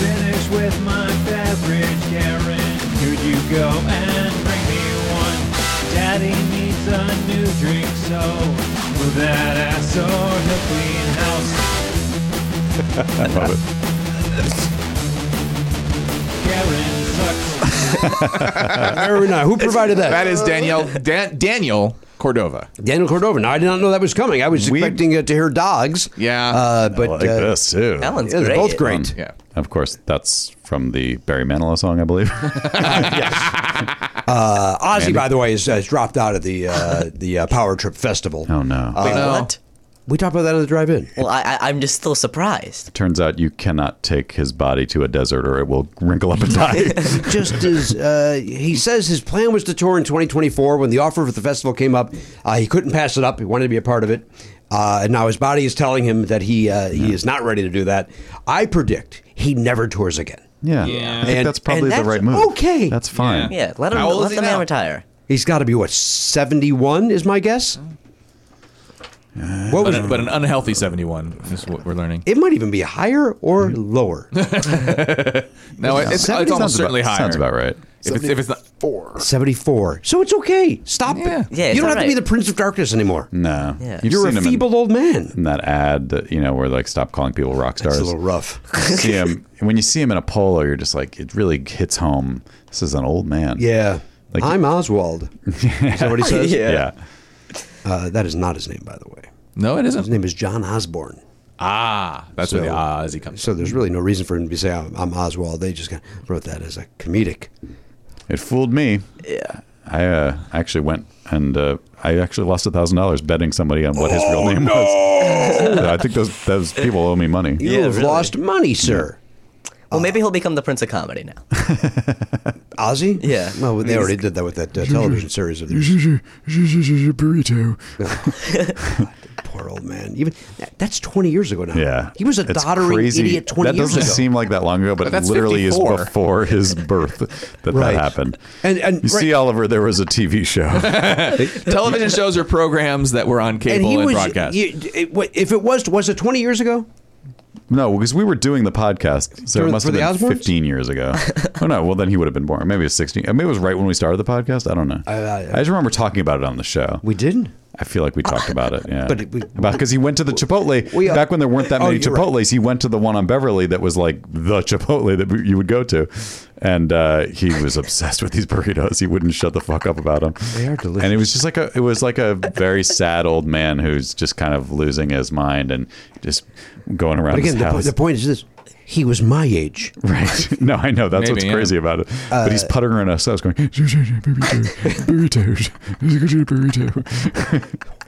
Finish with my beverage, Karen. Could you go and bring me one? Daddy needs a new drink, so move that ass or he'll clean house. Love it. Karen sucks. Very nice. uh, Who provided that? That is Danielle Dan- Daniel Cordova. Daniel Cordova. Now, I did not know that was coming. I was We- expecting uh, to hear dogs. Yeah. Uh, I but like uh, this too. That one's yeah, they're great. both great. Yeah. Um, Of course, that's from the Barry Manilow song, I believe. Um, Uh, Ozzy, by the way, is, has dropped out of the uh, the uh, Power Trip Festival. oh no! Wait, No. what? We talked about that on the drive-in. Well, I, I, I'm just still surprised. Turns out you cannot take his body to a desert, or it will wrinkle up and die. just as uh, he says his plan was to tour in 2024 when the offer for the festival came up uh, he couldn't pass it up he wanted to be a part of it uh, and now his body is telling him that he uh, he is not ready to do that i predict he never tours again yeah, I think And- that's probably and the that's right move. okay. that's fine. Yeah, let him How old let is he the man now? retire. he's got to be what 71 is my guess what But, was an- but an unhealthy 71 is what we're learning. it might even be higher or lower No, it- it's, it's 70 almost sounds certainly about, higher. Sounds about right. If it's, if it's not, Four. 74 so it's okay stop Yeah. it Yeah, it's you don't all have to be right. the prince of darkness anymore No, Yeah. You've you're seen a him in- feeble old man in that ad that you know where like stop calling people rock stars. it's a little rough see him when you see him in a polo, you're just like it really hits home. This is an old man. Yeah. Like- I'm Oswald. Is that what he says? Yeah. yeah. Uh, that is not his name, by the way. no, it His isn't. name is John Osborne. Ah, that's where the So- ah as he comes. So there's really no reason for him to say, I'm, I'm Oswald. They just kind of wrote that as a comedic. It fooled me. Yeah. I uh, actually went and uh, I actually lost a thousand dollars betting somebody on what his real name was. So I think those those people owe me money. You have lost money, sir. Well, maybe he'll become the prince of comedy now. Ozzy? Yeah. Well, they already did that with that uh, television series of theirs. Burrito. Poor old man. Even that- That's 20 years ago now. Yeah. He was a It's doddering crazy. idiot 20 That years doesn't ago. seem like that long ago, but, it that's literally 54. is before his birth that Right. that happened. And- and- you see, right. Oliver, there was a TV show. Television shows are programs that were on and cable he and, was, broadcast. you- it- what- if it was, was it 20 years ago? no, because we were doing the podcast, so For- it must for have the been Osbournes? 15 years ago. oh no, well then he would have been born. Maybe it was 16. Maybe it was right when we started the podcast. I don't know. I, I- just remember talking about it on the show. We didn't. I feel like we talked about it, yeah. But we- about because he went to the Chipotle We, uh, back when there weren't that oh, many you're right. Chipotles. He went to the one on Beverly that was like the Chipotle that you would go to, and uh, he was obsessed with these burritos. He wouldn't shut the fuck up about them. They are delicious. And it was just like a it was like a very sad old man who's just kind of losing his mind and just going around But again, his the, po- house. the point is this he was my age. Right. No, I know. That's Maybe, what's yeah. crazy about it. Uh, but he's puttering us. I was going, burritos, burrito.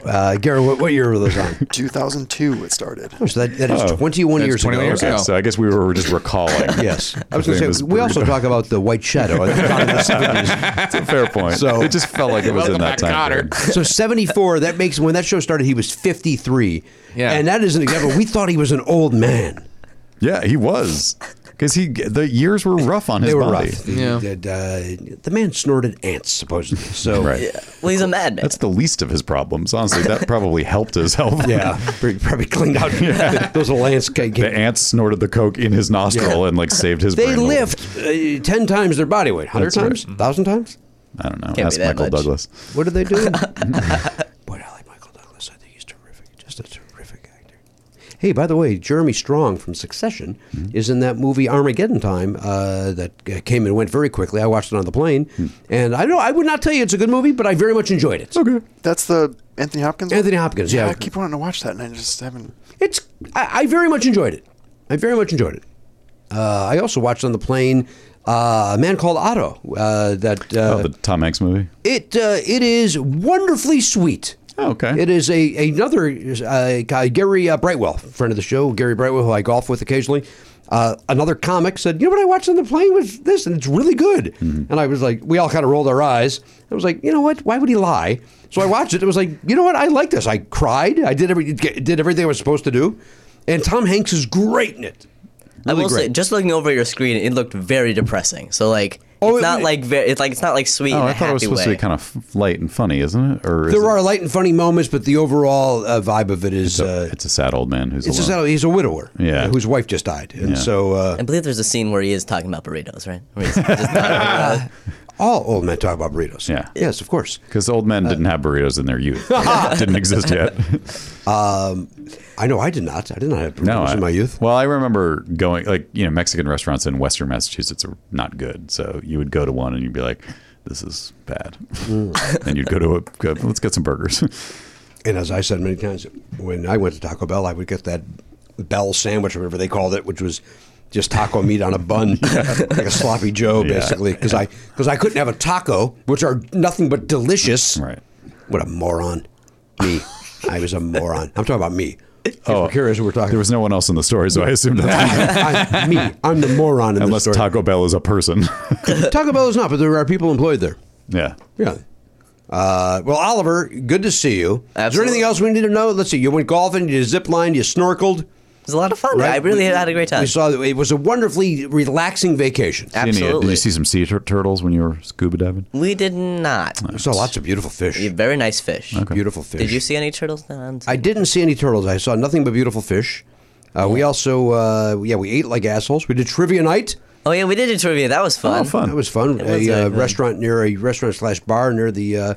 Uh, Gary, what, what year were those on? 2002 it started. Oh, so that, that is 21 That's years 21 ago. years Okay, ago. so I guess we were just recalling. Yes. I was His name going to is say, we also Burrito. talk about the White Shadow. at the bottom of the seventies. That's a fair point. So- So it just felt like it was in Welcome that back, time. Cotter. period. so 74, that makes, when that show started, he was 53. Yeah. And that is an example. We thought he was an old man. Yeah, he was because he the years were rough on his They were body. rough. Yeah. The, the, uh, the man snorted ants, supposedly. So, Right. Well, he's a madman. That's the least of his problems, honestly. That probably helped his health. yeah, pretty- probably cleaned out those little ants. ca- ca- The ants snorted the coke in his nostril and like saved his. They brain a little. lift uh, 10 times their body weight. 100 That's right. times? 1,000 times? I don't know. be Ask that Michael much. Douglas. What do they do? Boy, I like Michael Douglas. I think he's terrific. Just a terrific actor. Hey, by the way, Jeremy Strong from Succession Mm-hmm. is in that movie Armageddon Time uh, that uh, came and went very quickly. I watched it on the plane, Hmm. and I know I would not tell you it's a good movie, but I very much enjoyed it. Okay. That's the Anthony Hopkins. one? Anthony Hopkins, yeah. I keep wanting to watch that, and I just haven't. It's I, I very much enjoyed it. I very much enjoyed it. Uh, I also watched on the plane uh, a man called Otto. Uh, that uh, Oh, the Tom Hanks movie. It uh, it is wonderfully sweet. Oh, okay. It is a another uh, guy Gary uh, Brightwell, friend of the show, Gary Brightwell, who I golf with occasionally. Uh, another comic said, "You know what I watched on the plane was this, and it's really good." Mm-hmm. And I was like, we all kind of rolled our eyes. I was like, you know what? Why would he lie? So I watched it. It was like, you know what? I like this. I cried. I did every did everything I was supposed to do, and Tom Hanks is great in it. I Really will say, great. just looking over your screen, it looked very depressing. So like, Oh, it's it- not like very, it's like it's not like sweet. Oh, in a I thought it was happy supposed way. to be kind of light and funny, isn't it? Or is There it- are light and funny moments, but the overall uh, vibe of it is. uh, It's a sad old man who's It's alone. just how he's a widower. Yeah. Whose wife just died. And Yeah. so uh, I believe there's a scene where he is talking about burritos, right? Where he's just talking about- all old men talk about burritos. Yeah. Yes, of course. Because old men didn't have burritos in their youth. didn't exist yet. I know I did not. I did not have burritos No, I- in my youth. Well, I remember going like you know Mexican restaurants in Western Massachusetts are not good, so you would go to one and you'd be like, this is bad. Mm. and you'd go to a, go, let's get some burgers. And as I said many times, when I went to Taco Bell, I would get that Bell sandwich, or whatever they called it, which was just taco meat on a bun, like a sloppy Joe, Yeah. basically, because I because I couldn't have a taco, which are nothing but delicious. Right. What a moron, me. I was a moron. I'm talking about me. Oh, Oh, I'm curious who we're talking. there was no one else in the story, so I assumed that. I, I, me. I'm the moron in Unless this story. Taco Bell is a person. Taco Bell is not, but there are people employed there. yeah. Yeah. Uh, well, Oliver, good to see you. Is there Absolutely. anything else we need to know? Let's see. You went golfing, you zip lined, you snorkeled. was a lot of fun. I really had a great time. We saw it was a wonderfully relaxing vacation. Any- did Absolutely. you see some sea tur- turtles when you were scuba diving? We did not. We saw lots of beautiful fish. Yeah, Very nice fish. Beautiful fish. Did you see any turtles? No, I didn't see I didn't see any turtles. I saw nothing but beautiful fish. Uh, We also, uh, yeah, we ate like assholes. We did trivia night. Oh yeah, we did a trivia. That was fun. Oh, fun. That was fun. was a very uh, good. restaurant near a restaurant slash bar near the uh,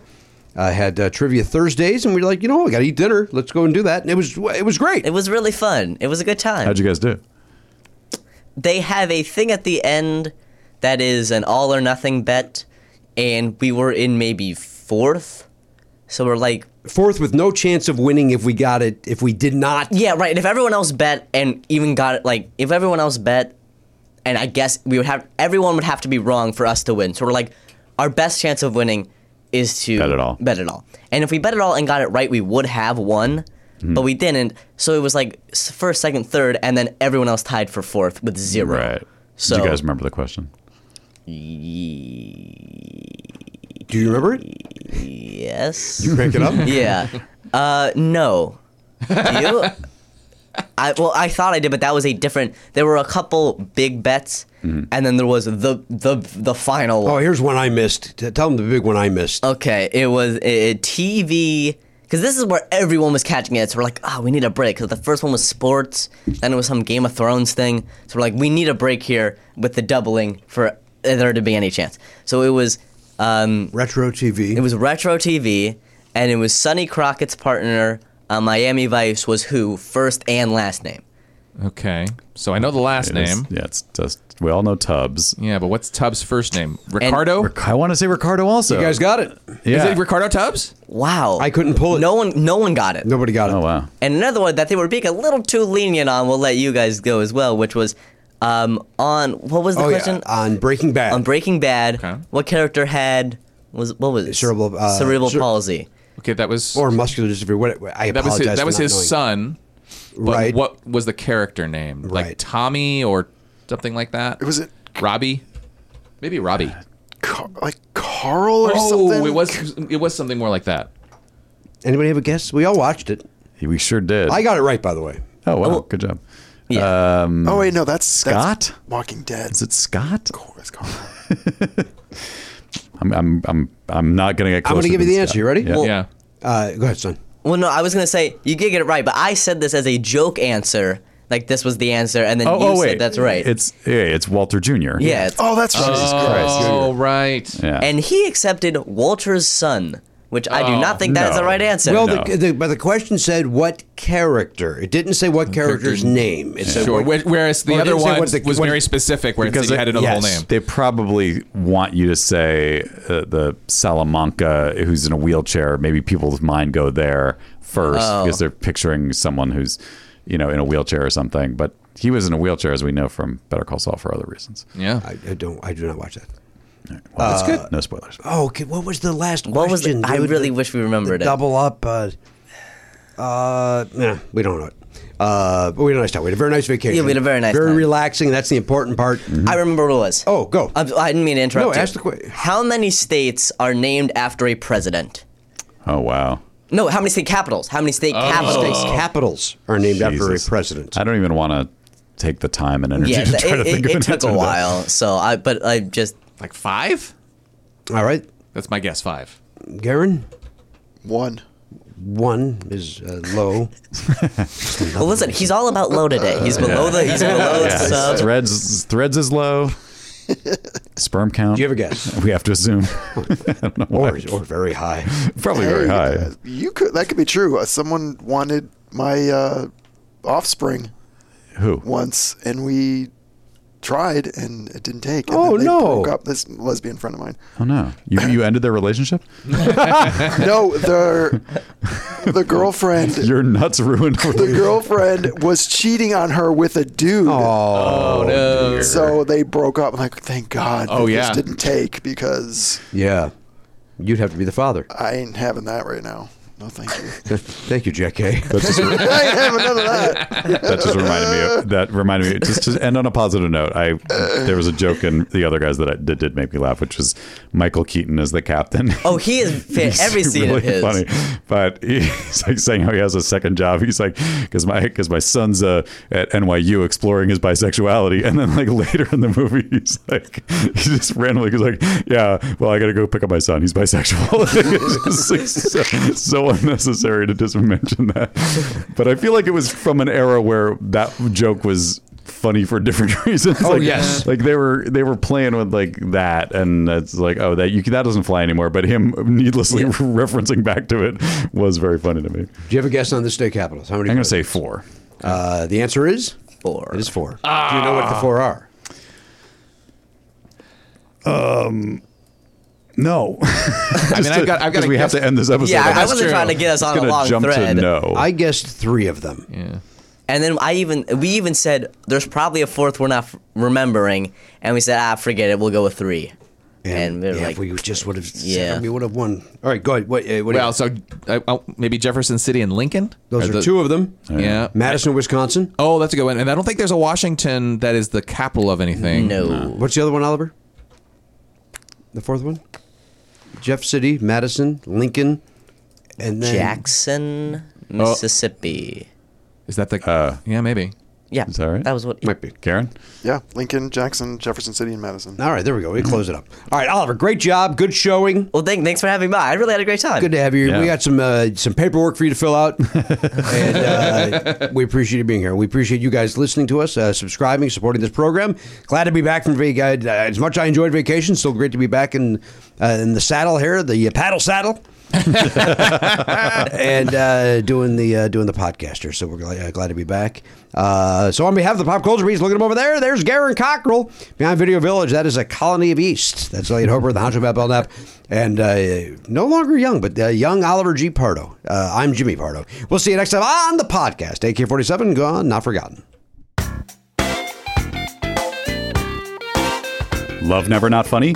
uh, had uh, trivia Thursdays, and we were like, you know, we got to eat dinner. Let's go and do that. And it was it was great. It was really fun. It was a good time. How'd you guys do? they have a thing at the end that is an all or nothing bet, and we were in maybe fourth, so we're like, Fourth with no chance of winning if we got it. If we did not, yeah, right. And if everyone else bet and even got it, like if everyone else bet, and I guess we would have everyone would have to be wrong for us to win. So we're like, our best chance of winning is to Bet it all. Bet it all. And if we bet it all and got it right, we would have won. Hmm. But we didn't, so it was like s- first, second, third, and then everyone else tied for fourth with zero. Right. So did you guys remember the question? do you remember it? yes, Pick it up. yeah. Uh, no. Do you? I well, I thought I did, but that was a different. There were a couple big bets, and then there was the the the final. Oh, one. here's one I missed. T- Tell them the big one I missed. Okay, it was a TV because this is where everyone was catching it. So we're like, oh, we need a break. Because the first one was sports, then it was some Game of Thrones thing. So we're like, we need a break here with the doubling for there to be any chance. So it was. Um, Retro TV. it was retro TV, and it was Sonny Crockett's partner on Miami Vice was who first and last name. Okay. So I know the last It is- name. yeah, it's just, we all know Tubbs. Yeah, but what's Tubbs' first name? Ricardo? I want to say Ricardo also. Oh. you guys got it. yeah. Is it Ricardo Tubbs? Wow, I couldn't pull it. No one, no one got it. Nobody got it. oh, wow. And another one that they were being a little too lenient on. We'll let you guys go as well, which was um, on what was the Oh, yeah, question on Breaking Bad. on Breaking Bad? Okay. What character had was what was it? Cerebral, uh, cerebral cer- palsy? Okay, that was or muscular dystrophy. What, I that was apologize. his, that for was not his knowing. son. But Right. what was the character name? Like Right. Tommy or something like that? It was it Robbie? Maybe Robbie. Car- like Carl or Oh, something? it was it was something more like that. Anybody have a guess? We all watched it. We sure did. I got it right, by the way. oh, wow. Good job. uh, Yeah, Oh wait, no, that's Scott? That's Walking Dead. Is it Scott? Oh, it's Carl. I'm, I'm, I'm, I'm not going to get close. I'm going to give you the answer. You ready? Yeah. yeah. Uh, go ahead, son. Well, no, I was gonna say you did get it right, but I said this as a joke answer, like this was the answer, and then Oh, you oh, said wait. that's right. It's, yeah, it's Walter Jr. yeah, it's, Oh, that's right. Oh, right. Yeah. and he accepted Walter's son, which I do not think that is Oh, no. the right answer. Well, No. the, the, but the question said what character. It didn't say what character's name. It said Sure. what, Wh- Whereas the Well, it other didn't say one what the- was what- very specific, where it said Because you it- had to know the whole yes. name. They probably want you to say uh, the Salamanca who's in a wheelchair. Maybe people's mind go there first because they're picturing someone who's, you know, in a wheelchair or something. But he was in a wheelchair, as we know from Better Call Saul, for other reasons. Yeah. I, I don't. I do not watch that. Well, that's good. No spoilers. Oh, okay. What was the last What was question? it? I dude? really wish we The remembered it. double up. Uh, uh, nah, we don't know it. Uh, but we had a nice time. We had a very nice vacation. Yeah, we had a very nice Very time. Mm-hmm. relaxing. That's the important part. I remember what it was. Oh, go. I'm- I didn't mean to interrupt. No, you. ask the que- How many states are named after a president? Oh wow. No, how many state capitals? How many Oh. state capitals? States' capitals are named after a Jesus. president. I don't even want to take the time and energy Yeah, to it, try to it- think it of an took answer a to that. while. So I, but I just Like five? All right, That's my guess. Five. Garen. One. One is uh, low. well, listen. He's all about low today. He's below the. He's below Uh, Yeah. the sub. Threads threads is low. Sperm count. Do you have a guess? We have to assume or, or very high. probably Oh, very Hey, high. uh, You could that could be true. Uh, someone wanted my uh, offspring Who? once, and we tried and it didn't take. And Oh, then they no. Broke up this lesbian friend of mine. Oh no, you you ended their relationship. no, the the girlfriend. Your nuts ruined. the girlfriend was cheating on her with a dude. Oh, no. So they broke up. I'm like, thank God. Oh, that yeah. This didn't take because Yeah. You'd have to be the father. I ain't having that right now. No, thank you. Uh, Thank you, Jack K. That just, re- I ain't having none of that. that just reminded me. Of, that reminded me. Just to end on a positive note, I there was a joke in the other guys that, I, that did make me laugh, which was Michael Keaton as the captain. Oh, he is fit He's every scene really of his. funny, but he's like saying how he has a second job. He's like, because my because my son's uh, at NYU exploring his bisexuality, and then like later in the movie, he's like, he just randomly goes like, yeah, well, I gotta go pick up my son. He's bisexual. it's just, like, so, so unnecessary to just mention that, but I feel like it was from an era where that joke was funny for different reasons. Oh like, yes. like they were they were playing with like that, and it's like oh that you that doesn't fly anymore. But him needlessly referencing back to it was very funny to me. Do you have a guess on the state capitals? How many? I'm gonna say four. Uh, the answer is Four. It is four. Do you know what the Ah. four are? No, I mean, I've got, I've got because to we have guess- to end this episode. Yeah, I- I That's wasn't trying to get us It's on a gonna long jump thread. To no, I guessed three of them. Yeah. And then I even we even said there's probably a fourth we're not f- remembering, and we said ah forget it, we'll go with three. And, we are yeah, like, if we just would have. Yeah, Yeah. we would have won. All right, go ahead. What, uh, what do you- Well, so uh, uh, maybe Jefferson City and Lincoln. those are the- two of them. Yeah. Madison, Wisconsin. Oh, that's a good one. And I don't think there's a Washington that is the capital of anything. no, What's the other one, Oliver? The fourth one. Jeff City, Madison, Lincoln, and then Jackson, Mississippi. Is that the? yeah, maybe. Yeah, Is that right? That was what. might be. Karen. Yeah, Lincoln, Jackson, Jefferson City, and Madison. All right, there we go. We close it up. All right, Oliver, great job. Good showing. Well, thank, thanks for having me. by. I really had a great time. Good to have you. Yeah. We got some uh, some paperwork for you to fill out, and uh, we appreciate you being here. We appreciate you guys listening to us, uh, subscribing, supporting this program. Glad to be back from vacation. Uh, as much as I enjoyed vacation, still great to be back in uh, in the saddle here, the uh, paddle saddle, and uh, doing the uh, doing the podcast here. So we're glad, uh, glad to be back. Uh, so on behalf of the Pop Culture Beast, look at him over there. There's Garen Cockrell behind Video Village. That is a colony of East. That's Elliot Hober, the Hunchback Bell Nap, and uh, no longer young, but uh, young Oliver G. Pardo. Uh, I'm Jimmy Pardo. We'll see you next time on the podcast. AK47, gone, not forgotten. Love Never Not Funny?